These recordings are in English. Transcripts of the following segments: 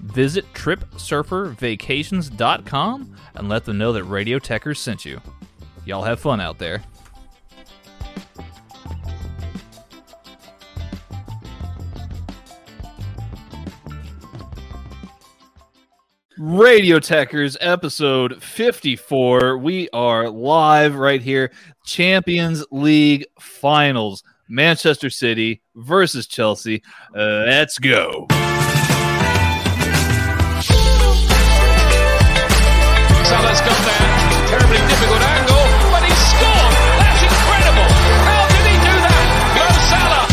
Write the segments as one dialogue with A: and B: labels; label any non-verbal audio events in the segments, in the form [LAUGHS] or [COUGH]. A: Visit TripSurferVacations.com and let them know that Radio Techers sent you. Y'all have fun out there. Radio Techers episode 54. We are live right here. Champions League finals. Manchester City versus Chelsea. Uh, let's go.
B: Salah's got that terribly difficult angle, but he's scored. That's incredible. How did he do that? Go Salah.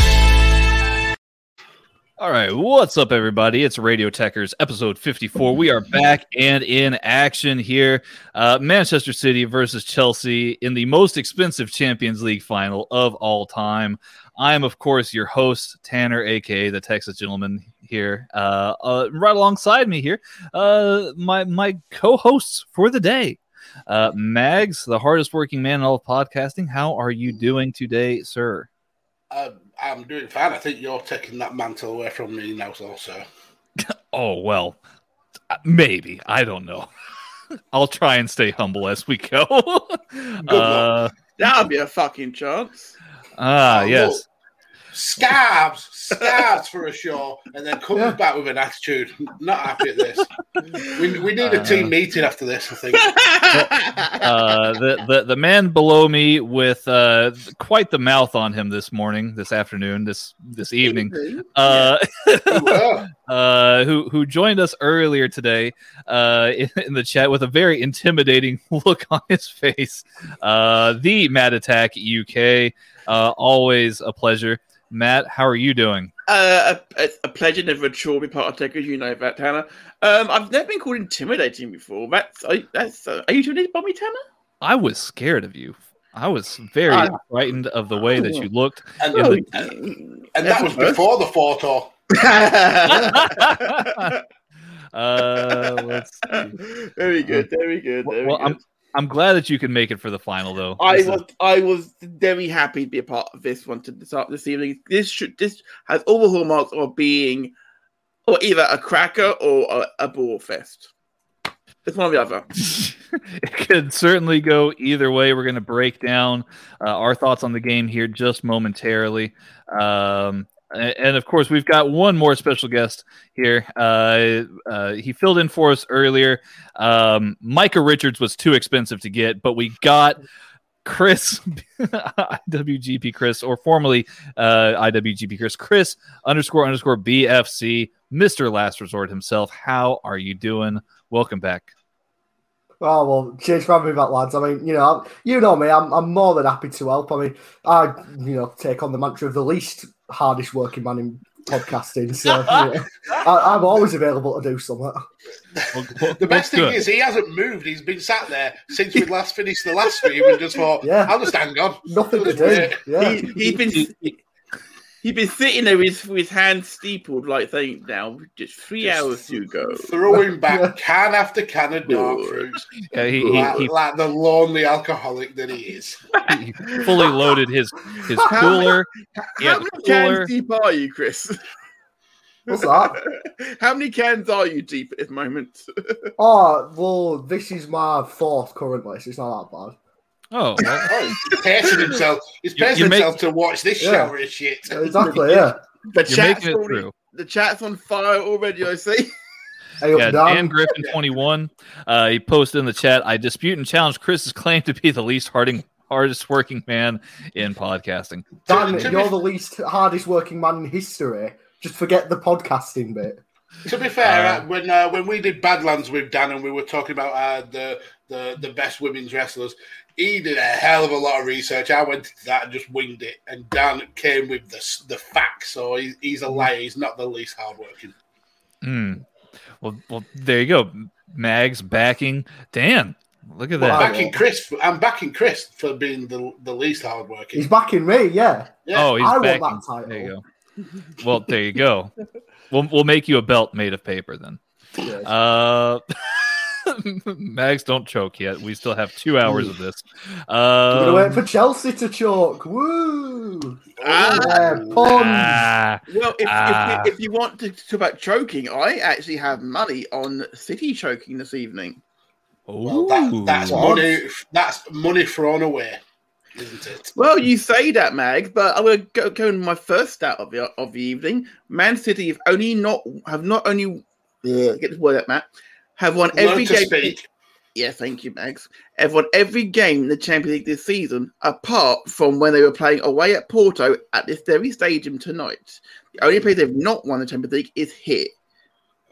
A: All right, what's up, everybody? It's Radio Techers, episode 54. We are back and in action here. Uh, Manchester City versus Chelsea in the most expensive Champions League final of all time. I am, of course, your host, Tanner, aka the Texas Gentleman, here. Uh, uh, right alongside me here, uh, my, my co hosts for the day. Uh, Mags, the hardest working man in all of podcasting, how are you doing today, sir?
C: Um, I'm doing fine. I think you're taking that mantle away from me now, also.
A: Oh well, uh, maybe I don't know. [LAUGHS] I'll try and stay humble as we go. [LAUGHS] uh,
D: luck. That'll be a fucking chance.
C: [LAUGHS]
A: ah,
C: Oh,
A: yes.
C: Scarves, scarves for a show, and then comes back with an attitude. Not happy at this. We, we need a
A: Uh.
C: team meeting after this, I think.
A: Uh, the, the the man below me with uh, quite the mouth on him this morning, this afternoon, this this evening. Uh,
C: We were.
A: uh, who who joined us earlier today uh, in, in the chat with a very intimidating [LAUGHS] look on his face. Uh, the Matt Attack UK, uh, always a pleasure. Matt, how are you doing?
D: Uh, a, a, a pleasure never to be part of Tech, as you know that, Tanner. Um, I've never been called intimidating before. That's I, that's. Uh, are you intimidated by me, Tanner?
A: I was scared of you. I was very
D: Ah.
A: frightened of the way that
D: [LAUGHS]
A: you looked. [LAUGHS]
C: And,
A: Yeah,
C: and,
A: but-
D: Oh,
C: that was before the photo.
A: Uh, let's see.
D: [LAUGHS]
C: [LAUGHS]
D: very good, very good. Very
A: Well,
D: good.
A: I'm- I'm glad that you can make it for the final, though.
D: I
A: This is-
D: was I was very happy to be a part of this one to this, this evening. This should this has all the hallmarks of being, or either a cracker or a, a ball fest. It's one or the other.
A: [LAUGHS] it could certainly go either way. We're going to break down uh, our thoughts on the game here just momentarily. Um, a- and of course, we've got one more special guest here. Uh, uh, he filled in for us earlier. Um, Micah Richards was too expensive to get, but we got Chris, [LAUGHS] IWGP Chris, or formerly uh, IWGP Chris, Chris underscore underscore BFC, Mr. Last Resort himself. How are you doing? Welcome back.
E: Oh well, cheers for having me back, lads. I mean, you know, I'm- you know me. I'm, I'm more than happy to help. I mean, I you know take on the mantra of the least hardest working man in podcasting. So you know, I, I'm always available to do something.
A: Well, well,
C: The best
A: well,
C: thing is he hasn't moved. He's been sat there since we last finished the last stream and just thought,
E: Yeah.
C: I'll just hang on.
E: Nothing to
C: Just
E: do.
C: wait.
E: Yeah,
D: He, he's been he's been sitting there with with his hands steepled like saying now just three
C: Just
D: hours to [LAUGHS] go.
C: Throwing back can after can of dark
D: Good.
C: fruits,
A: yeah, he,
C: like,
A: he,
C: like the lonely alcoholic that he is.
A: he, he fully loaded his his
D: How-
A: cooler. He
D: How
A: had
D: many
A: the
D: cans
A: cooler.
D: deep are you, Chris? [LAUGHS]
E: what's that?
D: How many cans are you deep at this moment?
E: Oh well, this is my fourth currently, so it's not that
A: Oh, well,
C: Oh, he's pacing himself. He's
A: [LAUGHS] You-
C: pacing
A: you make- Uh,
C: himself to watch this
E: Yeah.
C: shower of shit.
E: bad. Exactly. Yeah.
D: The
A: you're
D: chat's
A: making it
D: already-
A: through.
D: the chat's on fire already. I see.
E: Hey, up
A: Yeah,
E: and down.
A: Dan Griffin twenty one. Uh, he posted in the chat. I dispute and challenge Chris's claim to be the least harding, hardest working man in podcasting.
E: Dan,
C: to- to
E: you're
C: be-
E: the least hardest working man in history. Just forget the podcasting bit.
C: To be fair,
A: Uh,
C: uh, when uh, when we did Badlands with Dan and we were talking about uh, the, the the best women's wrestlers, he did a hell of a lot of research. I went into that and just winged it, and Dan
A: Mm.
C: came with the s- the facts. So he, he's a liar. He's not the least hardworking.
A: Hmm. Well, well, there you go. Mags backing Dan. Look at
C: I'm
A: that.
C: backing Chris. I'm backing Chris for being the, the least hardworking.
E: He's backing me, yeah.
C: Yeah.
A: Oh, he's
E: I want
A: backing.
E: that title.
A: There you go. Well, there you go. We'll we'll make you a belt made of paper then. Uh, [LAUGHS] Mags, don't choke yet. We still have two hours of this.
E: We're gonna wait
A: Um,
E: for Chelsea to choke. Woo!
C: Oh,
D: Ah.
E: Yeah, puns. [LAUGHS]
A: ah,
D: [LAUGHS] Well, if,
A: Ah.
D: if, if you want to talk about choking, I actually have money on City choking this evening.
C: Well, that,
A: ooh.
C: that's
E: What?
C: money. That's money thrown away, isn't it?
D: Well, you say that, Mag, but I'm going to go, go in my first stat of the of the evening. Man City have only not have not only ugh, get this word out, Matt, have won every
C: Learn to
D: game.
C: speak.
D: Yeah, thank you, Mags. Have won every game in the Champions League this season, apart from when they were playing away at Porto at this very stadium tonight. The only place they've not won the Champions League is here.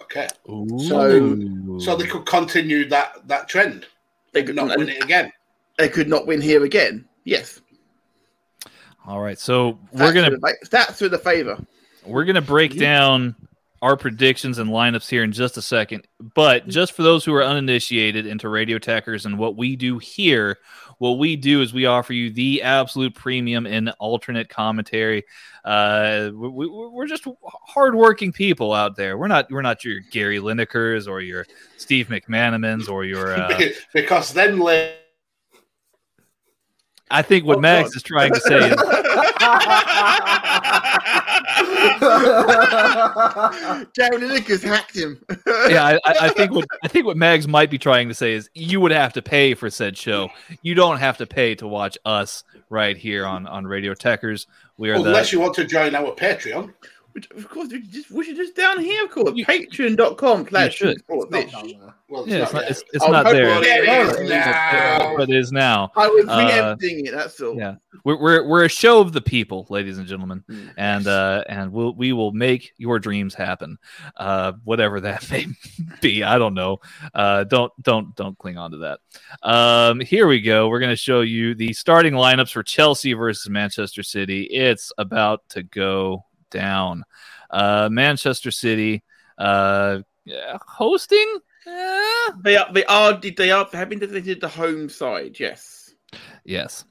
C: Okay,
A: Ooh.
C: so they could continue that that trend.
D: They
C: Could
D: could
C: not win it again.
D: They could not win here again. Yes,
A: all right. So
D: Stats
A: we're gonna
D: through the fa- stats through the favor.
C: [LAUGHS]
A: We're going to break down our predictions and lineups here in just a second. But just for those who are uninitiated into Radio Tackers and what we do here, what we do is we offer you the absolute premium and alternate commentary. Uh, we, we, we're just hardworking people out there. We're not we're not your Gary Linekers or your Steve McManamans or your.
D: [LAUGHS]
A: Uh,
C: because then later,
A: I think what
D: Oh,
A: Max
D: God.
A: is trying to say is
D: Jared Lineker's
A: [LAUGHS]
D: hacked him.
A: yeah, I, I I think what I think what Mags might be trying to say is you would have to pay for said show. You don't have to pay to watch us right here on on Radio Techers. We are
C: unless
A: the
C: you want to join our Patreon,
D: Which, of course, we just, we should just down here, of course.
A: You-
D: Patreon.com slash
A: should.
D: Sports
E: Not
D: Bitch.
E: down there.
C: well, it's
A: yeah, it's
C: not,
A: not
C: yet.
A: it's, it's
D: Oh,
A: not
D: no,
A: there,
D: well,
C: There it
D: There
C: is
D: it
C: now.
A: but it is now.
D: I was
A: Uh,
D: preempting it, that's all.
A: yeah. We're, we're we're a show of the people, ladies and gentlemen,
D: Mm.
A: and uh and we'll we will make your dreams happen, uh whatever that [LAUGHS] may be. I don't know. Uh, don't don't don't cling on to that. Um, here we go. We're going to show you the starting lineups for Chelsea versus Manchester City. It's about to go down. Uh, Manchester City uh, yeah, hosting. Eh,
D: They are, they are, they are having defeated the home side, yes.
A: Yes.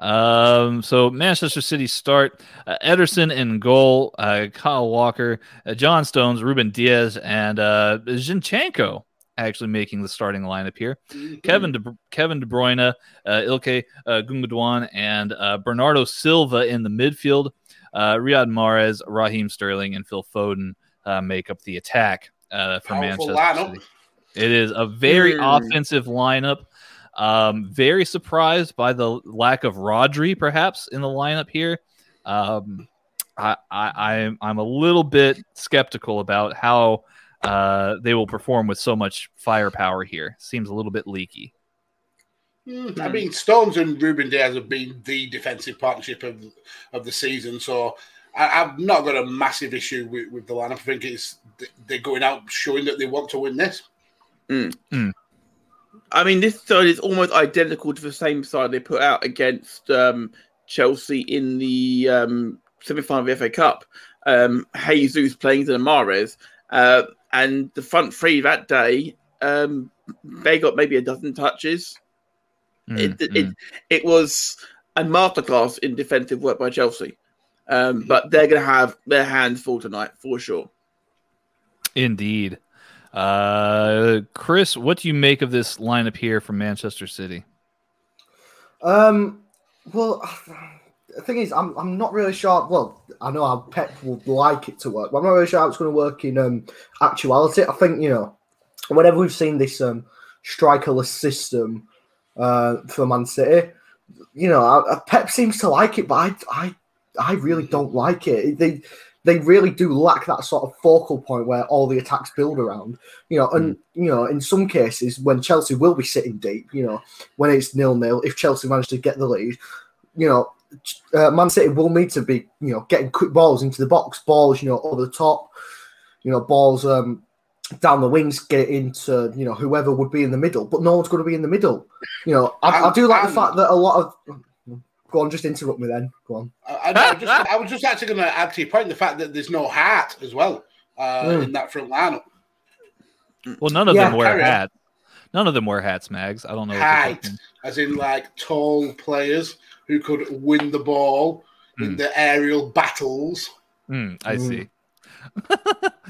A: Um, so Manchester City start uh, Ederson in goal, uh, Kyle Walker, uh, John Stones, Ruben Diaz, and uh, Zinchenko actually making the starting lineup here.
C: Mm-hmm. Hmm.
A: Kevin De, Kevin De Bruyne, uh, Ilke uh, Gundogan, and uh, Bernardo Silva in the midfield. Uh, Riyad Mahrez, Raheem Sterling, and Phil Foden uh, make up the attack uh, for
C: Powerful
A: Manchester
C: lineup.
A: City. It is a very
D: Hmm.
A: offensive lineup. Um, very surprised by the lack of Rodri, perhaps, in the lineup here. Um, I, I, I'm, I'm a little bit skeptical about how uh, they will perform with so much firepower here. Seems a little bit leaky.
C: Mm, I mean, Stones and Ruben Diaz have been the defensive partnership of of the season, so I, I've not got a massive issue with, with the lineup. I think it's they're going out showing that they want to win this.
D: I mean, this side is almost identical to the same side they put out against um, Chelsea in the um, semi-final of the FA Cup. Um, Jesus playing to Mares, uh, and the front three that day, um, they got maybe a dozen touches.
A: Mm,
D: It, it, it it was a masterclass in defensive work by Chelsea. Um, but they're going to have their hands full tonight for sure.
A: Indeed. Uh, Chris, what do you make of this lineup here from Manchester City?
E: Um, well, the thing is, I'm, I'm not really sure. Well, I know how Pep would like it to work, but I'm not really sure how it's going to work in um, actuality. I think, you know, whenever we've seen this um, strikerless system uh, for Man City, you know, I, I- Pep seems to like it, but I, I, I really don't like it. They, they really do lack that sort of focal point where all the attacks build around, you know, and you know, in some cases when Chelsea will be sitting deep, you know, when it's nil nil, if Chelsea manage to get the lead, you know, Ch- uh, Man City will need to be, you know, getting quick balls into the box, balls, you know, over the top, you know, balls um, down the wings, get it into, you know, whoever would be in the middle, but no one's going to be in the middle. You know, I, I do like the fact that a lot of. Go on, just interrupt me then. Go on.
C: I, I, I just, I was
A: Hmm.
C: just actually going to add to your point the fact that there's no heart as well uh,
E: Mm.
C: in that front lineup.
A: Well, none of
E: Yeah,
A: them wear
C: carry on.
A: hats. None of them wear hats, Mags. I don't know. what you're
C: Height,
A: talking-
C: as in like tall players who could win the ball in
A: Hmm.
C: the aerial battles.
A: Mm, I
E: Mm.
A: see.
E: [LAUGHS]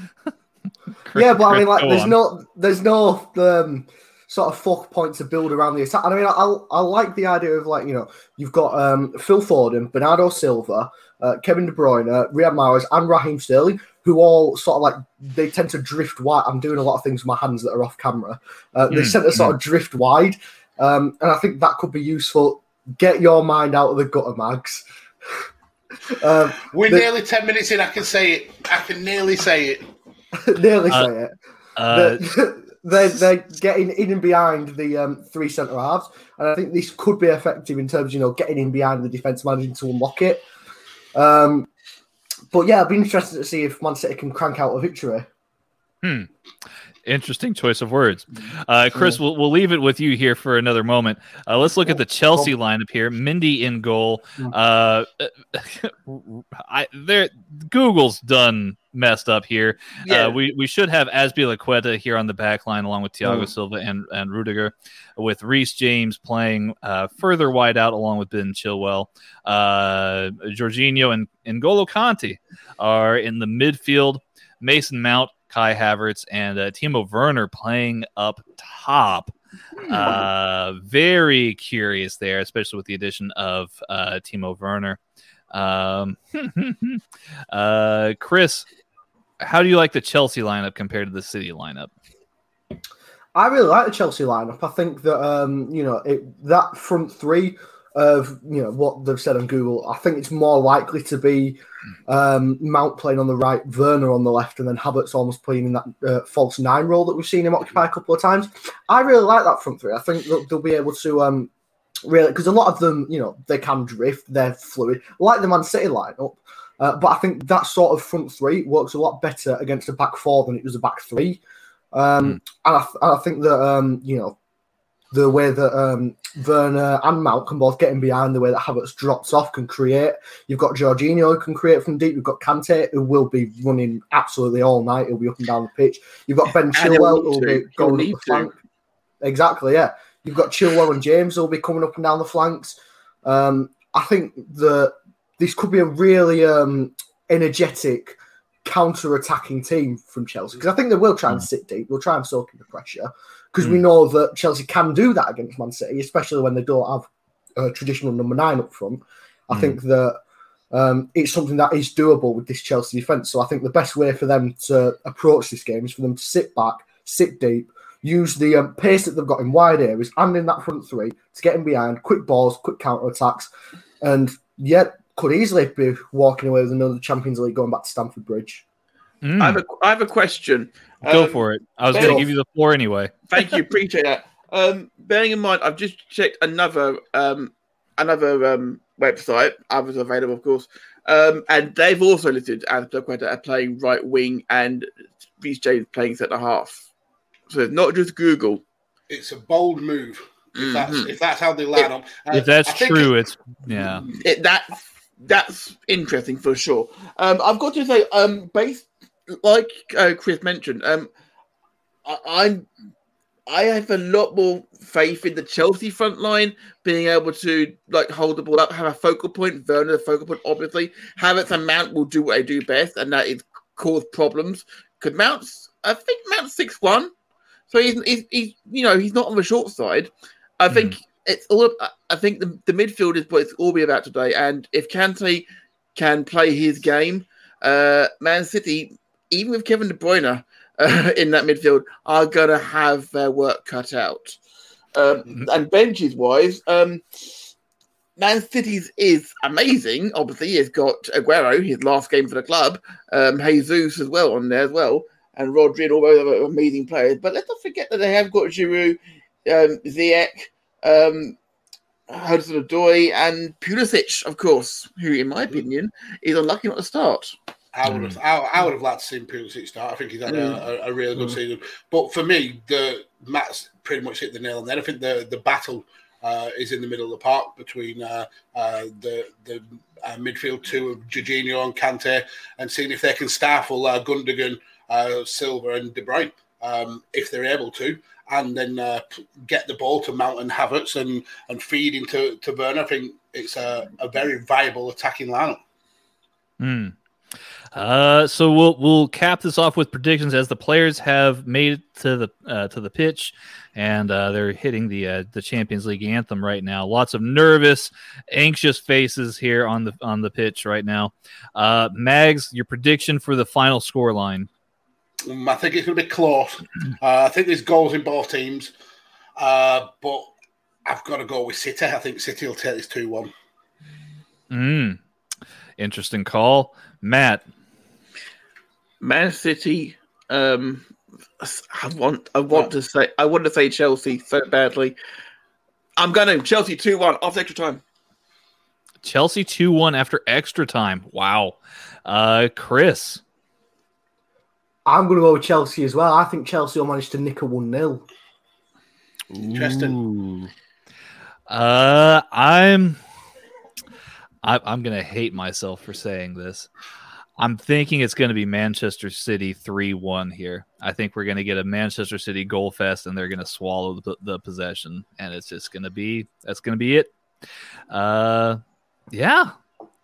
E: yeah, but I
A: Chris,
E: mean, like,
A: go
E: there's
A: on.
E: no, there's no um, sort of focal point to build around the attack. And I mean, I, I, I like the idea of like, you know, you've got um, Phil Foden, Bernardo Silva, uh, Kevin De Bruyne, Riyad Mahrez, and Raheem Sterling, who all sort of like they tend to drift wide. I'm doing a lot of things with my hands that are off camera. Uh, they
A: Mm,
E: tend to sort of drift wide, um, and I think that could be useful. Get your mind out of the gutter, Mags. [LAUGHS] um, [LAUGHS]
C: We're
E: The-
C: nearly 10 minutes in. I can say it. I can nearly say it.
E: nearly
A: Uh,
E: say it.
A: Uh,
E: they're, [LAUGHS] they're, they're getting in and behind the um, three centre halves, and I think this could be effective in terms, you know, getting in behind the defence, managing to unlock it. Um, but yeah, I'd be interested to see if Man City can crank out a victory.
A: interesting choice of words. Uh, Chris, we'll, we'll leave it with you here for another moment. Uh, let's look at the Chelsea lineup here. Mindy in goal. Uh, [LAUGHS] I there Google's done messed up here.
D: Yeah.
A: Uh, we we should have Azpilicueta here on the back line along with Thiago
E: Mm.
A: Silva and and Rudiger, with Reece James playing uh, further wide out along with Ben Chilwell. Uh, Jorginho and N'Golo Conti are in the midfield. Mason Mount, Kai Havertz, and uh, Timo Werner playing up top. Uh, very curious there, especially with the addition of uh, Timo Werner. Um, [LAUGHS] uh, Chris, how do you like the Chelsea lineup compared to the City lineup?
E: I really like the Chelsea lineup. I think that um, you know it, that front three of you know what they've said on Google. I think it's more likely to be um, Mount playing on the right, Werner on the left, and then Havertz almost playing in that uh, false nine role that we've seen him occupy a couple of times. I really like that front three. I think they'll, they'll be able to um, really because a lot of them, you know, they can drift, they're fluid, like the Man City lineup. Uh, but I think that sort of front three works a lot better against a back four than it does a back three.
D: Hmm.
E: Um, and, I th- and I think that um, you know the way that um, Werner and Mount can both get in behind, the way that Havertz drops off can create. You've got Jorginho who can create from deep. You've got Kante who will be running absolutely all night. He'll be up and down the pitch. You've
D: [LAUGHS]
E: got Ben
D: he'll
E: Chilwell
D: need
E: who'll
D: to.
E: be
D: He'll
E: going up
D: need
E: the
D: to.
E: flank. Exactly, yeah. You've got Chilwell and James who'll be coming up and down the flanks. Um, I think that this could be a really um, energetic counter-attacking team from Chelsea because I think they will try and sit deep. They'll try and soak in the pressure because we know that Chelsea can do that against Man City, especially when they don't have a traditional number nine up front. I
A: Mm.
E: think that um, it's something that is doable with this Chelsea defence. So I think the best way for them to approach this game is for them to sit back, sit deep, use the um, pace that they've got in wide areas and in that front three to get in behind, quick balls, quick counter attacks, and yet could easily be walking away with another Champions League going back to Stamford Bridge.
A: Mm,
D: I have a, I have a question.
A: go
D: Um,
A: for it. I was
D: go
A: going to
D: off.
A: give you the floor anyway.
D: Thank you, appreciate that. Um, bearing in mind, I've just checked another um, another um, website, others available, of course, um, and they've also listed Azpilicueta as playing right wing and Reece James playing centre half. So it's not just Google.
C: It's a bold move.
A: Mm-hmm.
C: If that's,
D: Mhm.
C: if that's how they line up. And
A: Hmm. If that's
C: I think
A: true, it's yeah.
D: It, that's that's interesting for sure. Um, I've got to say, um, based like uh, Chris mentioned, um, I, I'm I have a lot more faith in the Chelsea front line being able to like hold the ball up, have a focal point. Werner, the focal point, obviously. Havertz and Mount will do what they do best, and that is cause problems. Could Mount's? I think Mount's six one, so he's, he's he's you know he's not on the short side. I think it's all. I- I think the, the midfield is what it's all be about today, and if Kante can play his game, uh, Man City, even with Kevin De Bruyne [LAUGHS] uh, in that midfield, are gonna have their work cut out. Um, and benches wise, um, Man City's is amazing. Obviously, it's got Aguero, his last game for the club, um, Jesus as well on there as well, and Rodri and all those other amazing players. But let's not forget that they have got Giroud, um, Ziyech, um, Hudson Odoi, and Pulisic, of course, who, in my opinion, is unlucky not to start.
C: I would have, I, I would have liked to see Pulisic start. I think he's had a, a, a really good season. But for me, the Matt's pretty much hit the nail on the head. I think the the battle uh, is in the middle of the park between uh, uh, the the uh, midfield two of Jorginho and Kante, and seeing if they can stifle uh, Gundogan, uh, Silva, and De Bruyne. um, if they're able to, and then uh, p- get the ball to Mountain Havertz and, and feed into to Werner. I think it's a, a very viable attacking lineup.
A: Hmm. Uh, so we'll we'll cap this off with predictions as the players have made it to the uh, to the pitch, and uh, they're hitting the uh, the Champions League anthem right now. Lots of nervous, anxious faces here on the on the pitch right now. Uh, Mags, your prediction for the final score line?
C: Mm, I think it's going to be close. Uh, I think there's goals in both teams, uh, but I've got to go with City. I think City will take this 2 1.
A: Mm. Interesting call, Matt.
D: Man City. Um, I want, I want to say, I want to say Chelsea so badly. I'm going to Chelsea two one off extra time.
A: Chelsea two one after extra time. Wow, uh, Chris.
E: I'm going to go with Chelsea as well. I think Chelsea will manage to nick a 1 0.
C: Interesting.
A: Ooh. Uh, I'm I, I'm gonna hate myself for saying this. I'm thinking it's gonna be Manchester City three one here. I think we're gonna get a Manchester City goal fest, and they're gonna swallow the, the possession, and it's just gonna be that's gonna be it. Uh, yeah.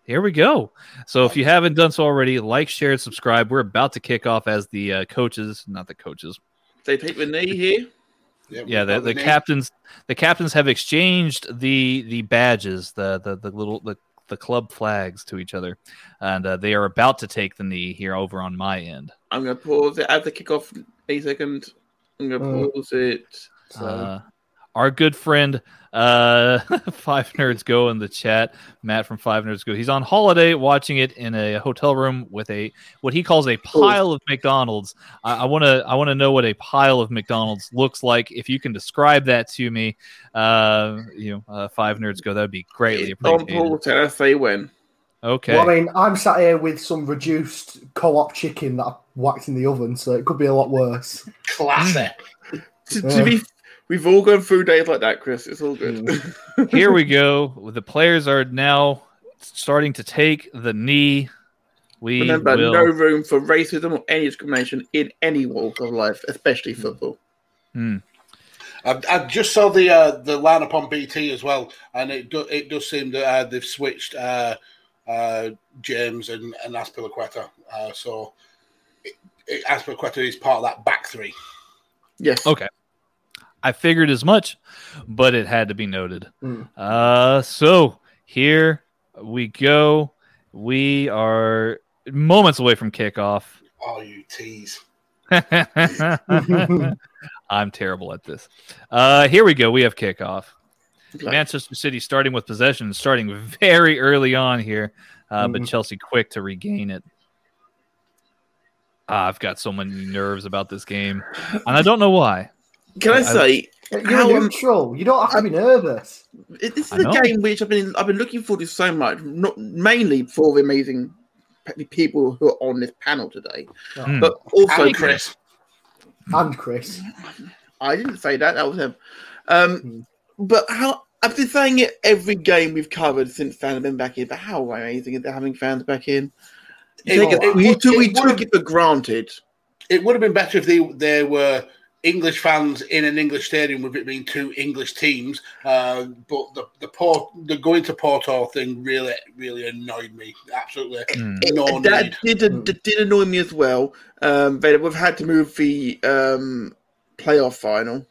A: Here we go. So, if you haven't done so already, like, share, and subscribe. We're about to kick off as the uh, coaches, not the coaches,
D: They take the knee here.
A: yeah the,
C: we've got
A: the
C: name.
A: captains the captains have exchanged the the badges the the, the little the, the club flags to each other and uh, they are about to take the knee here over on my end
D: I'm going to pause it at the kickoff. A second. I'm going to
E: Mm.
D: pause it. So.
A: uh, our good friend uh [LAUGHS] five nerds go in the chat matt from five nerds go he's on holiday watching it in a hotel room with a what he calls a pile of mcdonald's i want to i want to know what a pile of mcdonald's looks like if you can describe that to me uh you know uh, five nerds go that would be greatly
D: It's on
A: appreciated
D: pause. and I say when.
A: okay
D: [LAUGHS]
E: Well, I mean, I'm sat here with some reduced co op chicken that I whacked in the oven, so it could be a lot worse.
C: Classy.
D: To,
E: Yeah.
D: to be, we've all gone through days like that, Chris. It's all good.
A: here we go the players are now starting to take the knee we
D: [LAUGHS] Remember,
A: will...
D: no room for racism or any discrimination in any walk of life, especially football.
A: Hmm.
C: I, I just saw the uh, the lineup on BT as well, and it do, it does seem that uh, they've switched uh, uh, James and and Aspilaqueta. Uh, so it, it, Aspilaqueta is part of that back three.
D: Yes.
A: Okay. I figured as much, but it had to be noted.
E: Mm.
A: Uh, so here we go. We are moments away from kickoff.
C: Oh, you tease!
A: I'm terrible at this. Uh, here we go. We have kickoff.
D: Like,
A: Manchester City starting with possession, starting very early on here, uh, but
E: Mhm.
A: Chelsea quick to regain it. Ah, I've got so many nerves about this game, and I don't know why.
D: Can I
A: I-
D: say
E: You're
D: how um,
E: neutral. You don't have to be nervous.
D: it- this
A: I
D: is a
A: know.
D: game which I've been I've been looking forward to so much, not mainly for the amazing pe- people who are on this panel today,
A: Hmm.
D: but also
C: And Chris,
E: And Chris.
D: I didn't say that. That was him. Um, but how I've been saying it every game we've covered since fans have been back in. But how amazing is it having fans back in? You
C: It-
D: take it-
C: it
D: we
C: would-
D: took, we
C: it would-
D: took it for granted.
C: it would have been better if they there were English fans in an English stadium with it being two English teams. Uh, but the the port the going to Porto thing really really annoyed me. Absolutely
A: Hmm.
C: no need.
D: that did, uh, that did annoy me as well. Um, but we've had to move the um, playoff final.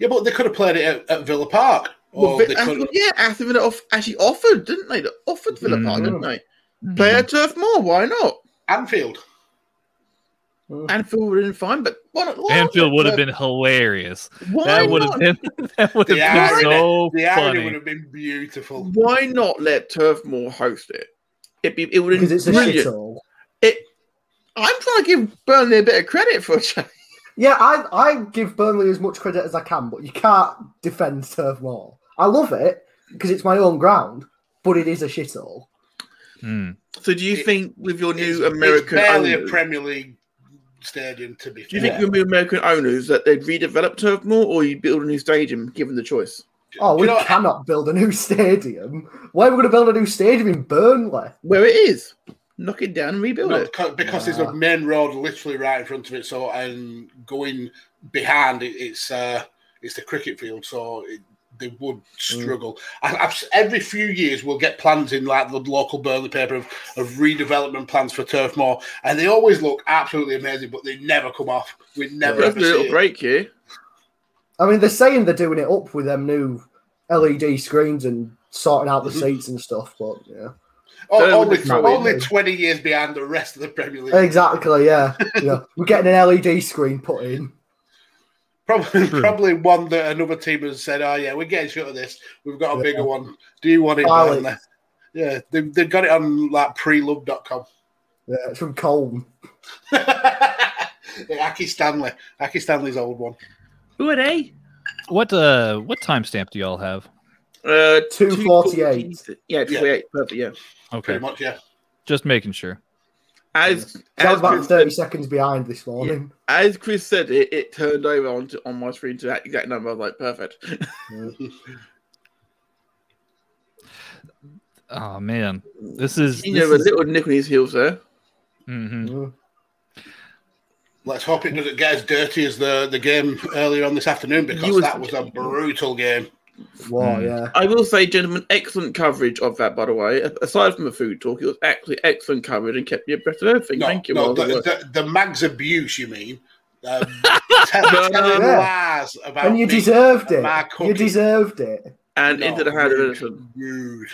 C: Yeah, but they could have played it at, at Villa Park.
D: Well,
C: Or
D: Vi-
C: they
D: Aston-
C: could have,
D: yeah, Aston Villa off, actually offered, didn't they? They offered Villa Park,
A: Mhm.
D: didn't they? Play at Turf Moor, why not?
C: Anfield.
D: Anfield would have been fine, but why not? why
A: Anfield
D: not?
A: would have been hilarious.
D: Why
A: that would
D: not?
A: have been [LAUGHS] that would have
C: Yeah,
A: been so
C: The irony would
A: funny.
C: have been beautiful.
D: why not let Turf Moor host it? It'd be, it would
E: Because it's a
D: brilliant.
E: shithole.
D: I'm trying to give Burnley a bit of credit for a change.
E: Yeah, I, I give Burnley as much credit as I can, but you can't defend Turf Moor. I love it because it's my own ground, but it is a shithole.
A: Hmm.
D: [LAUGHS] So, do you
C: It-
D: think with your
C: It's-
D: new American
C: it's barely
D: owners,
C: a Premier League stadium to be
D: do you
C: fair.
D: think with new American owners that they'd redevelop Turf Moor or you build a new stadium given the choice?
E: Oh,
C: Do
E: we
C: you know-
E: cannot build a new stadium. Why are we going to build a new stadium in Burnley?
D: Where it is, knock it down and rebuild
C: No,
D: it.
C: co- because there's a main road literally right in front of it. So and going behind it, it's uh, it's the cricket field. So it, they would
D: Mm.
C: struggle. I, I've, s- every few years we'll get plans in like the local Burnley paper of, of redevelopment plans for Turf Moor, and they always look absolutely amazing, but they never come off. We never
D: That's a
C: ever see
D: little
C: it.
D: break here.
E: I mean, they're saying they're doing it up with them new LED screens and sorting out the
C: Mhm.
E: seats and stuff, but yeah.
C: Oh,
D: Don't
C: only
D: look at it.
C: only twenty years behind the rest of the Premier League. [LAUGHS]
E: Exactly, yeah. yeah. We're getting an LED screen put in.
C: Probably,
D: Hmm.
A: True.
C: probably one that another team has said, "Oh yeah, we're getting shut of this. We've got a
E: Yeah.
C: bigger one. Do you want it?"
E: Alex.
C: Burnley? Yeah, they, they've got it on like prelove.com.
E: Yeah, it's from Colm.
C: [LAUGHS] yeah, Aki Stanley, Aki Stanley's old one.
D: Who are they?
A: What uh, what timestamp do y'all have?
D: Uh,
E: 248.
D: Yeah, 248. Perfect, yeah.
A: Okay,
C: Pretty much, yeah.
A: just making sure.
D: As,
E: So I was
D: as,
E: about
D: Chris
E: 30
D: said,
E: seconds behind this morning.
D: as Chris said it, it turned over onto, on my screen to that exact number. I was like, perfect. [LAUGHS]
A: Oh man, this is.
D: you
A: this
D: know, a
A: is-
D: little nick on his heels there.
A: Mhm.
E: Mm.
C: Let's hope it doesn't get as dirty as the, the game earlier on this afternoon because
D: You was-
C: that was a brutal game.
E: Wow,
A: Mm.
E: yeah.
D: I will say, gentlemen, excellent coverage of that, by the way. A- Aside from the food talk, it was actually excellent coverage and kept me abreast of everything.
C: No,
D: Thank you.
C: no,
D: Well,
C: the,
D: well.
C: the, the mag's abuse, you mean?
D: [LAUGHS]
C: Um, te- telling
E: Yeah.
C: lies about
E: And you
C: me.
E: deserved it.
C: my
E: You
C: cooking.
E: deserved it.
D: and
C: No,
D: into the hand of
C: rude,
D: Edison.
C: rude.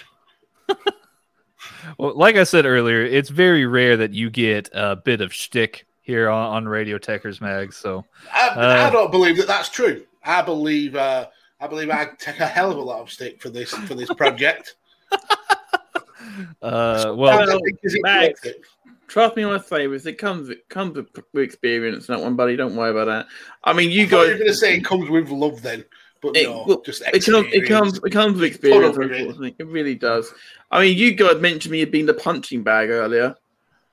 A: Well, like I said earlier, it's very rare that you get a bit of shtick here on, on Radio Techers Mag. So
C: I,
A: Uh,
C: Um, I don't believe that that's true. I believe uh, I believe I take a hell of a lot of stick for this for this project.
A: Uh,
C: And I
A: well,
D: Well,
C: think it's
D: Max.
C: worth it.
D: Trust me, my favourites. It comes it comes with with experience. That one, buddy. Don't worry about that. I mean, you
C: I thought you
D: guys.
C: were going to say it comes with love then, but
D: It-
C: no,
D: well,
C: just
D: It comes, it
C: experience.
D: [LAUGHS] comes, it comes with experience.
C: Hold on, wait.
D: Unfortunately, it really does. I mean, you guys mentioned me being the punching bag earlier.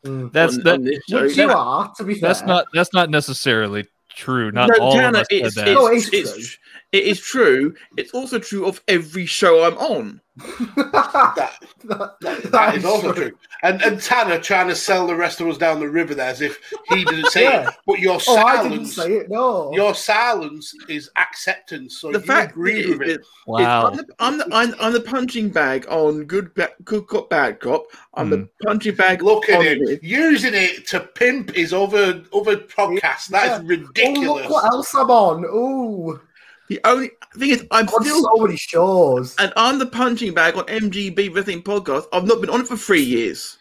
E: Mm.
A: that's
D: on,
A: that,
D: on this show.
E: Which you are, to be fair.
A: that's not that's not necessarily true. Not all
D: Tanner,
A: of us
D: it's,
A: said
D: it's,
A: that.
C: Oh,
E: No, it's
D: it's,
E: true.
D: tr- it is true. It's also true of every show I'm on.
C: That-
E: [LAUGHS] That-
C: that
E: that
C: is also true. And, and Tanner trying to sell the rest of us down the river there as if he didn't say
E: Yeah.
C: it, but your
E: Oh, I didn't
C: silence,
E: say it. No.
C: your silence is acceptance. So
D: The
C: Oh, you
D: fact
C: agree
D: is
C: with it.
D: that-
A: Wow.
D: I'm, the, I'm, the, I'm, I'm the punching bag on good, ba- good cop, bad cop. I'm the
A: Hmm.
D: punching bag.
C: Look at
D: on
C: him
D: this.
C: using it to pimp his other other podcast. That is
E: Oh,
C: ridiculous.
E: look what else I'm on. Ooh.
D: The only thing is, I'm
E: On
D: still,
E: so many shows.
D: and I'm the punching bag on MGB Wrestling Podcast. I've not been on it for three years.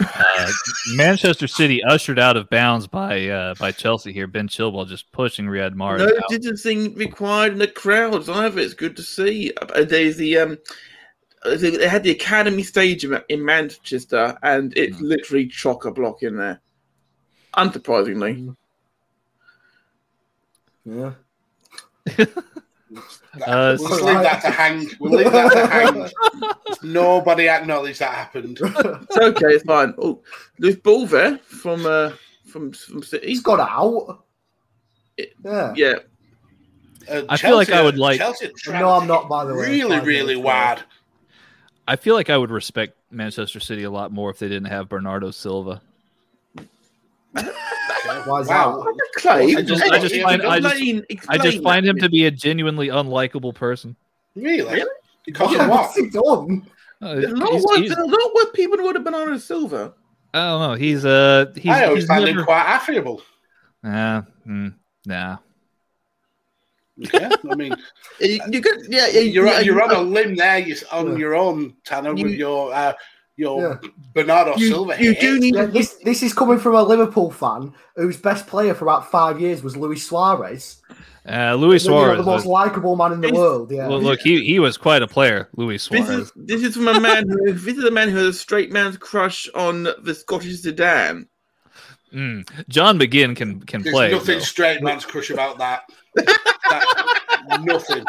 A: Uh, Manchester City ushered out of bounds by uh, by Chelsea here. Ben Chilwell just pushing Riyad Mahrez.
D: no
A: out.
D: distancing required in the crowds either. It's good to see. Uh, There's the um, uh, they they had the academy stage in, in Manchester, and it's
A: Mm.
D: literally chock a block in there. Unsurprisingly,
E: Yeah.
A: Uh,
C: We'll just leave that to hang. We'll leave that to hang. Nobody acknowledged that happened.
D: it's okay. It's fine. Oh, there's ball there from uh from from City.
E: He's got out.
D: It-
E: Yeah.
D: Yeah,
C: Uh,
A: I feel like I would like-
C: Chelsea are trying
E: No,
C: to
E: I'm
C: hit
E: not, by the way.
C: Really,
E: Five
C: really
E: minutes, [LAUGHS]
C: wide.
A: I feel like I would respect Manchester City a lot more if they didn't have Bernardo Silva.
E: Why is
C: Wow.
E: that?
D: Clay.
C: I just- I just
A: find- I just-
D: explain-
A: I just
D: explain
A: find
D: that
A: him
D: bit.
A: to be a genuinely unlikable person.
C: Really?
D: Really?
C: Because
E: Yeah,
C: of
E: what's [LAUGHS]
C: what?
E: he done?
A: Uh,
D: There's not
A: he's-
D: what,
A: he's-
D: there's not what people would have been on a silver.
A: I don't know. He's uh he's,
C: I always
A: he's
C: find him
A: never-
C: quite affable.
A: Uh, mm, nah.
C: Yeah, I mean,
D: You, Uh, you could, yeah, yeah,
C: you're,
D: yeah,
C: on- you're on
D: you-
C: a limb there you, on
E: Yeah.
C: your own, Tanner,
D: You-
C: with your uh, your
E: Yeah.
C: Bernardo
D: you,
C: Silva.
D: you
C: hate.
D: do need
E: Yeah, this this is coming from a Liverpool fan whose best player for about five years was Luis Suarez.
A: Uh, Luis
E: You know,
A: Suarez.
E: the most
A: was-
E: likable man in the
D: This-
E: world. Yeah.
A: well, look, he, he was quite a player, Luis
D: This
A: Suarez.
D: is this is from a man who [LAUGHS] this is a man who has a straight man's crush on the Scottish sedan.
A: Mm. John McGinn can can
C: There's
A: play.
C: nothing
A: though.
C: straight man's crush about that. That- nothing.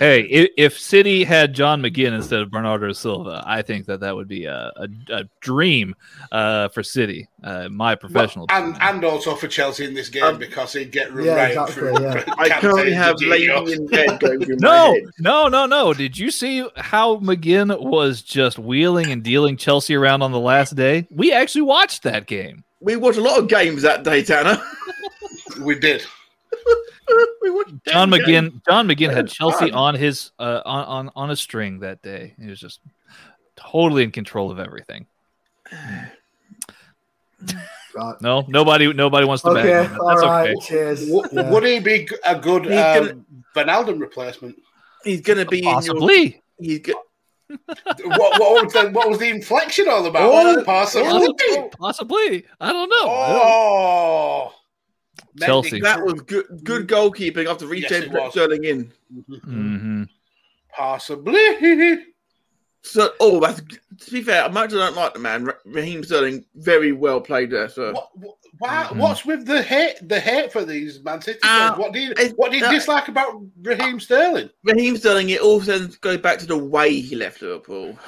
A: Hey, if, if City had John McGinn instead of Bernardo Silva, I think that that would be a, a, a dream uh, for City. Uh, in my professional
C: and
A: opinion.
C: and also for Chelsea in this game
D: Um,
C: because he'd get
E: yeah,
C: right
E: exactly,
C: through. [LAUGHS]
E: yeah.
D: I
C: Kante
D: currently
C: to
D: have
C: Jorginho.
D: Lady in bed
A: [LAUGHS]
D: going through my
A: no,
D: head.
A: no, no, no. Did you see how McGinn was just wheeling and dealing Chelsea around on the last day? We actually watched that game.
D: We watched a lot of games that day, Tanner. [LAUGHS]
C: We did.
D: we watched
A: John
D: 10 games.
A: McGinn, John McGinn had
D: That is
A: Chelsea
D: fun.
A: on his uh, on, on on a string that day. He was just totally in control of everything.
E: Right.
A: No, nobody, nobody wants to
E: Okay,
A: back. him.
E: all
A: That's
E: right,
A: okay.
E: cheers.
D: [LAUGHS]
C: W-
E: Yeah.
C: Would he be g- a good
D: He's gonna-
C: um, Van Alden replacement?
D: He's going to be in your.
A: Possibly.
D: He's go-
C: what, what, was the, what was the inflection all about?
D: Oh,
C: Oh, possibly.
A: Possibly. Possibly. I don't know.
C: Oh,
A: Chelsea.
D: that was good good goalkeeping after
C: Yes,
D: reject
C: it was.
D: Sterling in.
A: hmm
C: Possibly. [LAUGHS]
D: So, oh, that's to be fair. As much as I don't like the man, Ra- Raheem Sterling very well played there. So
C: What, why,
A: Mhm.
C: What's with the hate? The hate for these Man City
D: Ah,
C: fans? What do you
D: it's-
C: What do you
D: uh,
C: dislike about Raheem Sterling?
D: Raheem Sterling, it all then goes back to the way he left Liverpool.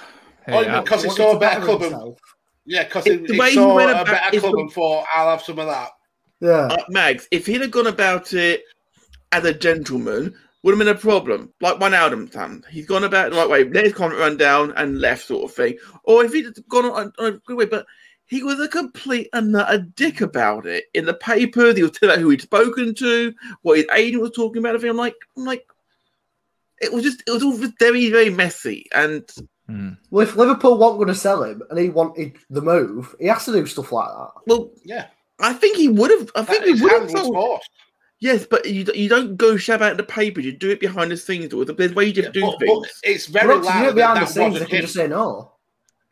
A: Hey,
C: Oh, you
A: I-
C: mean- because he
E: Wanted
C: saw a
E: to
C: better
E: better
C: club and-
E: himself.
C: Yeah, because
D: It's
C: he,
D: the
C: he
D: way he
C: saw
D: went
C: a
D: about-
C: better
D: it's
C: club
D: the-
C: and thought, "I'll have some of that."
E: Yeah.
D: Uh, Mags, if he'd have gone about it as a gentleman, would have been a problem. Like one Adam Tam. He's gone about it the right way, let his comment run down and left, sort of thing. Or if he'd have gone on, on a good way, but he was a complete and utter dick about it. In the papers, he was telling who he'd spoken to, what his agent was talking about. Everything. I'm like, I'm like, it was just, it was all just very, very messy. And
A: Mm.
E: Well, if Liverpool weren't going to sell him and he wanted the move, he has to do stuff like that.
D: well,
C: Yeah,
D: I think he would have. I think
C: that
D: he
C: is
D: would have
C: hand was
D: sold
C: forced.
D: Yes, but you, you don't go shab out in the papers. You do it behind the scenes. Or there's ways you do
C: But, but
D: things.
C: it's
E: But
C: very
E: look, you do
C: likely
E: it
C: that,
E: behind the
C: that
E: scenes, they
C: wasn't
E: can
C: him.
E: just say no.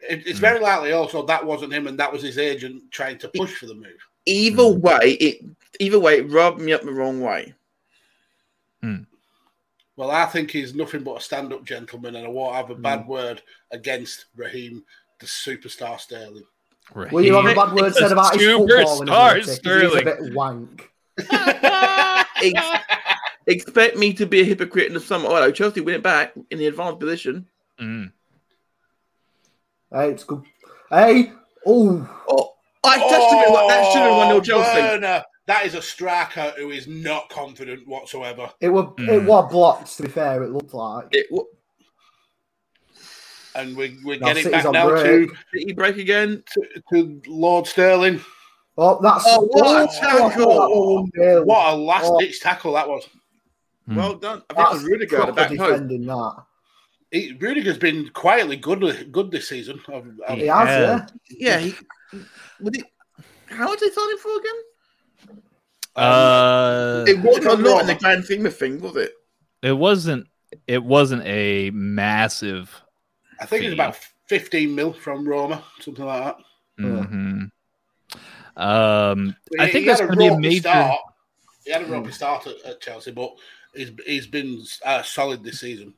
C: It- It's
A: Mm.
C: very likely also that wasn't him, and that was his agent trying to push for the move.
D: either
A: Mm.
D: way, it either way, it rubbed me up the wrong way.
C: Well, I think he's nothing but a stand-up gentleman, and I won't have a
D: Hmm.
C: bad word against Raheem, the superstar Sterling.
E: Well, you have a
A: Raheem-
E: bad word said about his
A: Superstar
E: football and everything, 'cause he's a
A: Sterling.
E: bit wank.
D: Ex- expect me to be a hypocrite in the summer. Oh, hello, Chelsea win it back in the advanced position.
A: Mm.
E: Hey, it's good. Hey, oh,
D: Oh, I touched him. Like, that should have
C: Oh,
D: won your Chelsea.
C: Werner. That is a striker who is not confident whatsoever.
E: it were it
A: Mm.
E: were blocked. To be fair, it looked like.
D: It, what,
C: And we, we're
E: Now
C: getting
E: City's
C: back
E: on
C: now
E: break.
C: to,
D: did he break again?
C: to, to Lord Sterling.
E: Oh, that's
D: Oh, what a
E: oh,
D: tackle.
E: that one nil.
C: What a
D: Oh.
C: last-ditch tackle that was.
A: Mm.
D: Well done. I think it
E: That's
D: was Rudiger at the
E: proper
D: back post.
E: defending that.
C: He, Rudiger's been quietly good good this season. I've- I've-
E: He has,
A: Yeah.
D: Yeah.
E: yeah.
D: He, was it, how much did they sign him for again?
A: Um, Uh,
D: It wasn't a
C: I'm
D: lot
C: wrong.
D: in the grand scheme of things, was it?
A: it wasn't. It wasn't a massive.
C: I think it's about 15 mil from Roma, something like that.
A: Mhm. Um, I
C: He-
A: think
C: he had
A: that's
C: a
A: going to be a
C: ropey
A: major. Hmm.
C: Start. He had a ropey start at, at Chelsea, but he's, he's been uh, solid this season.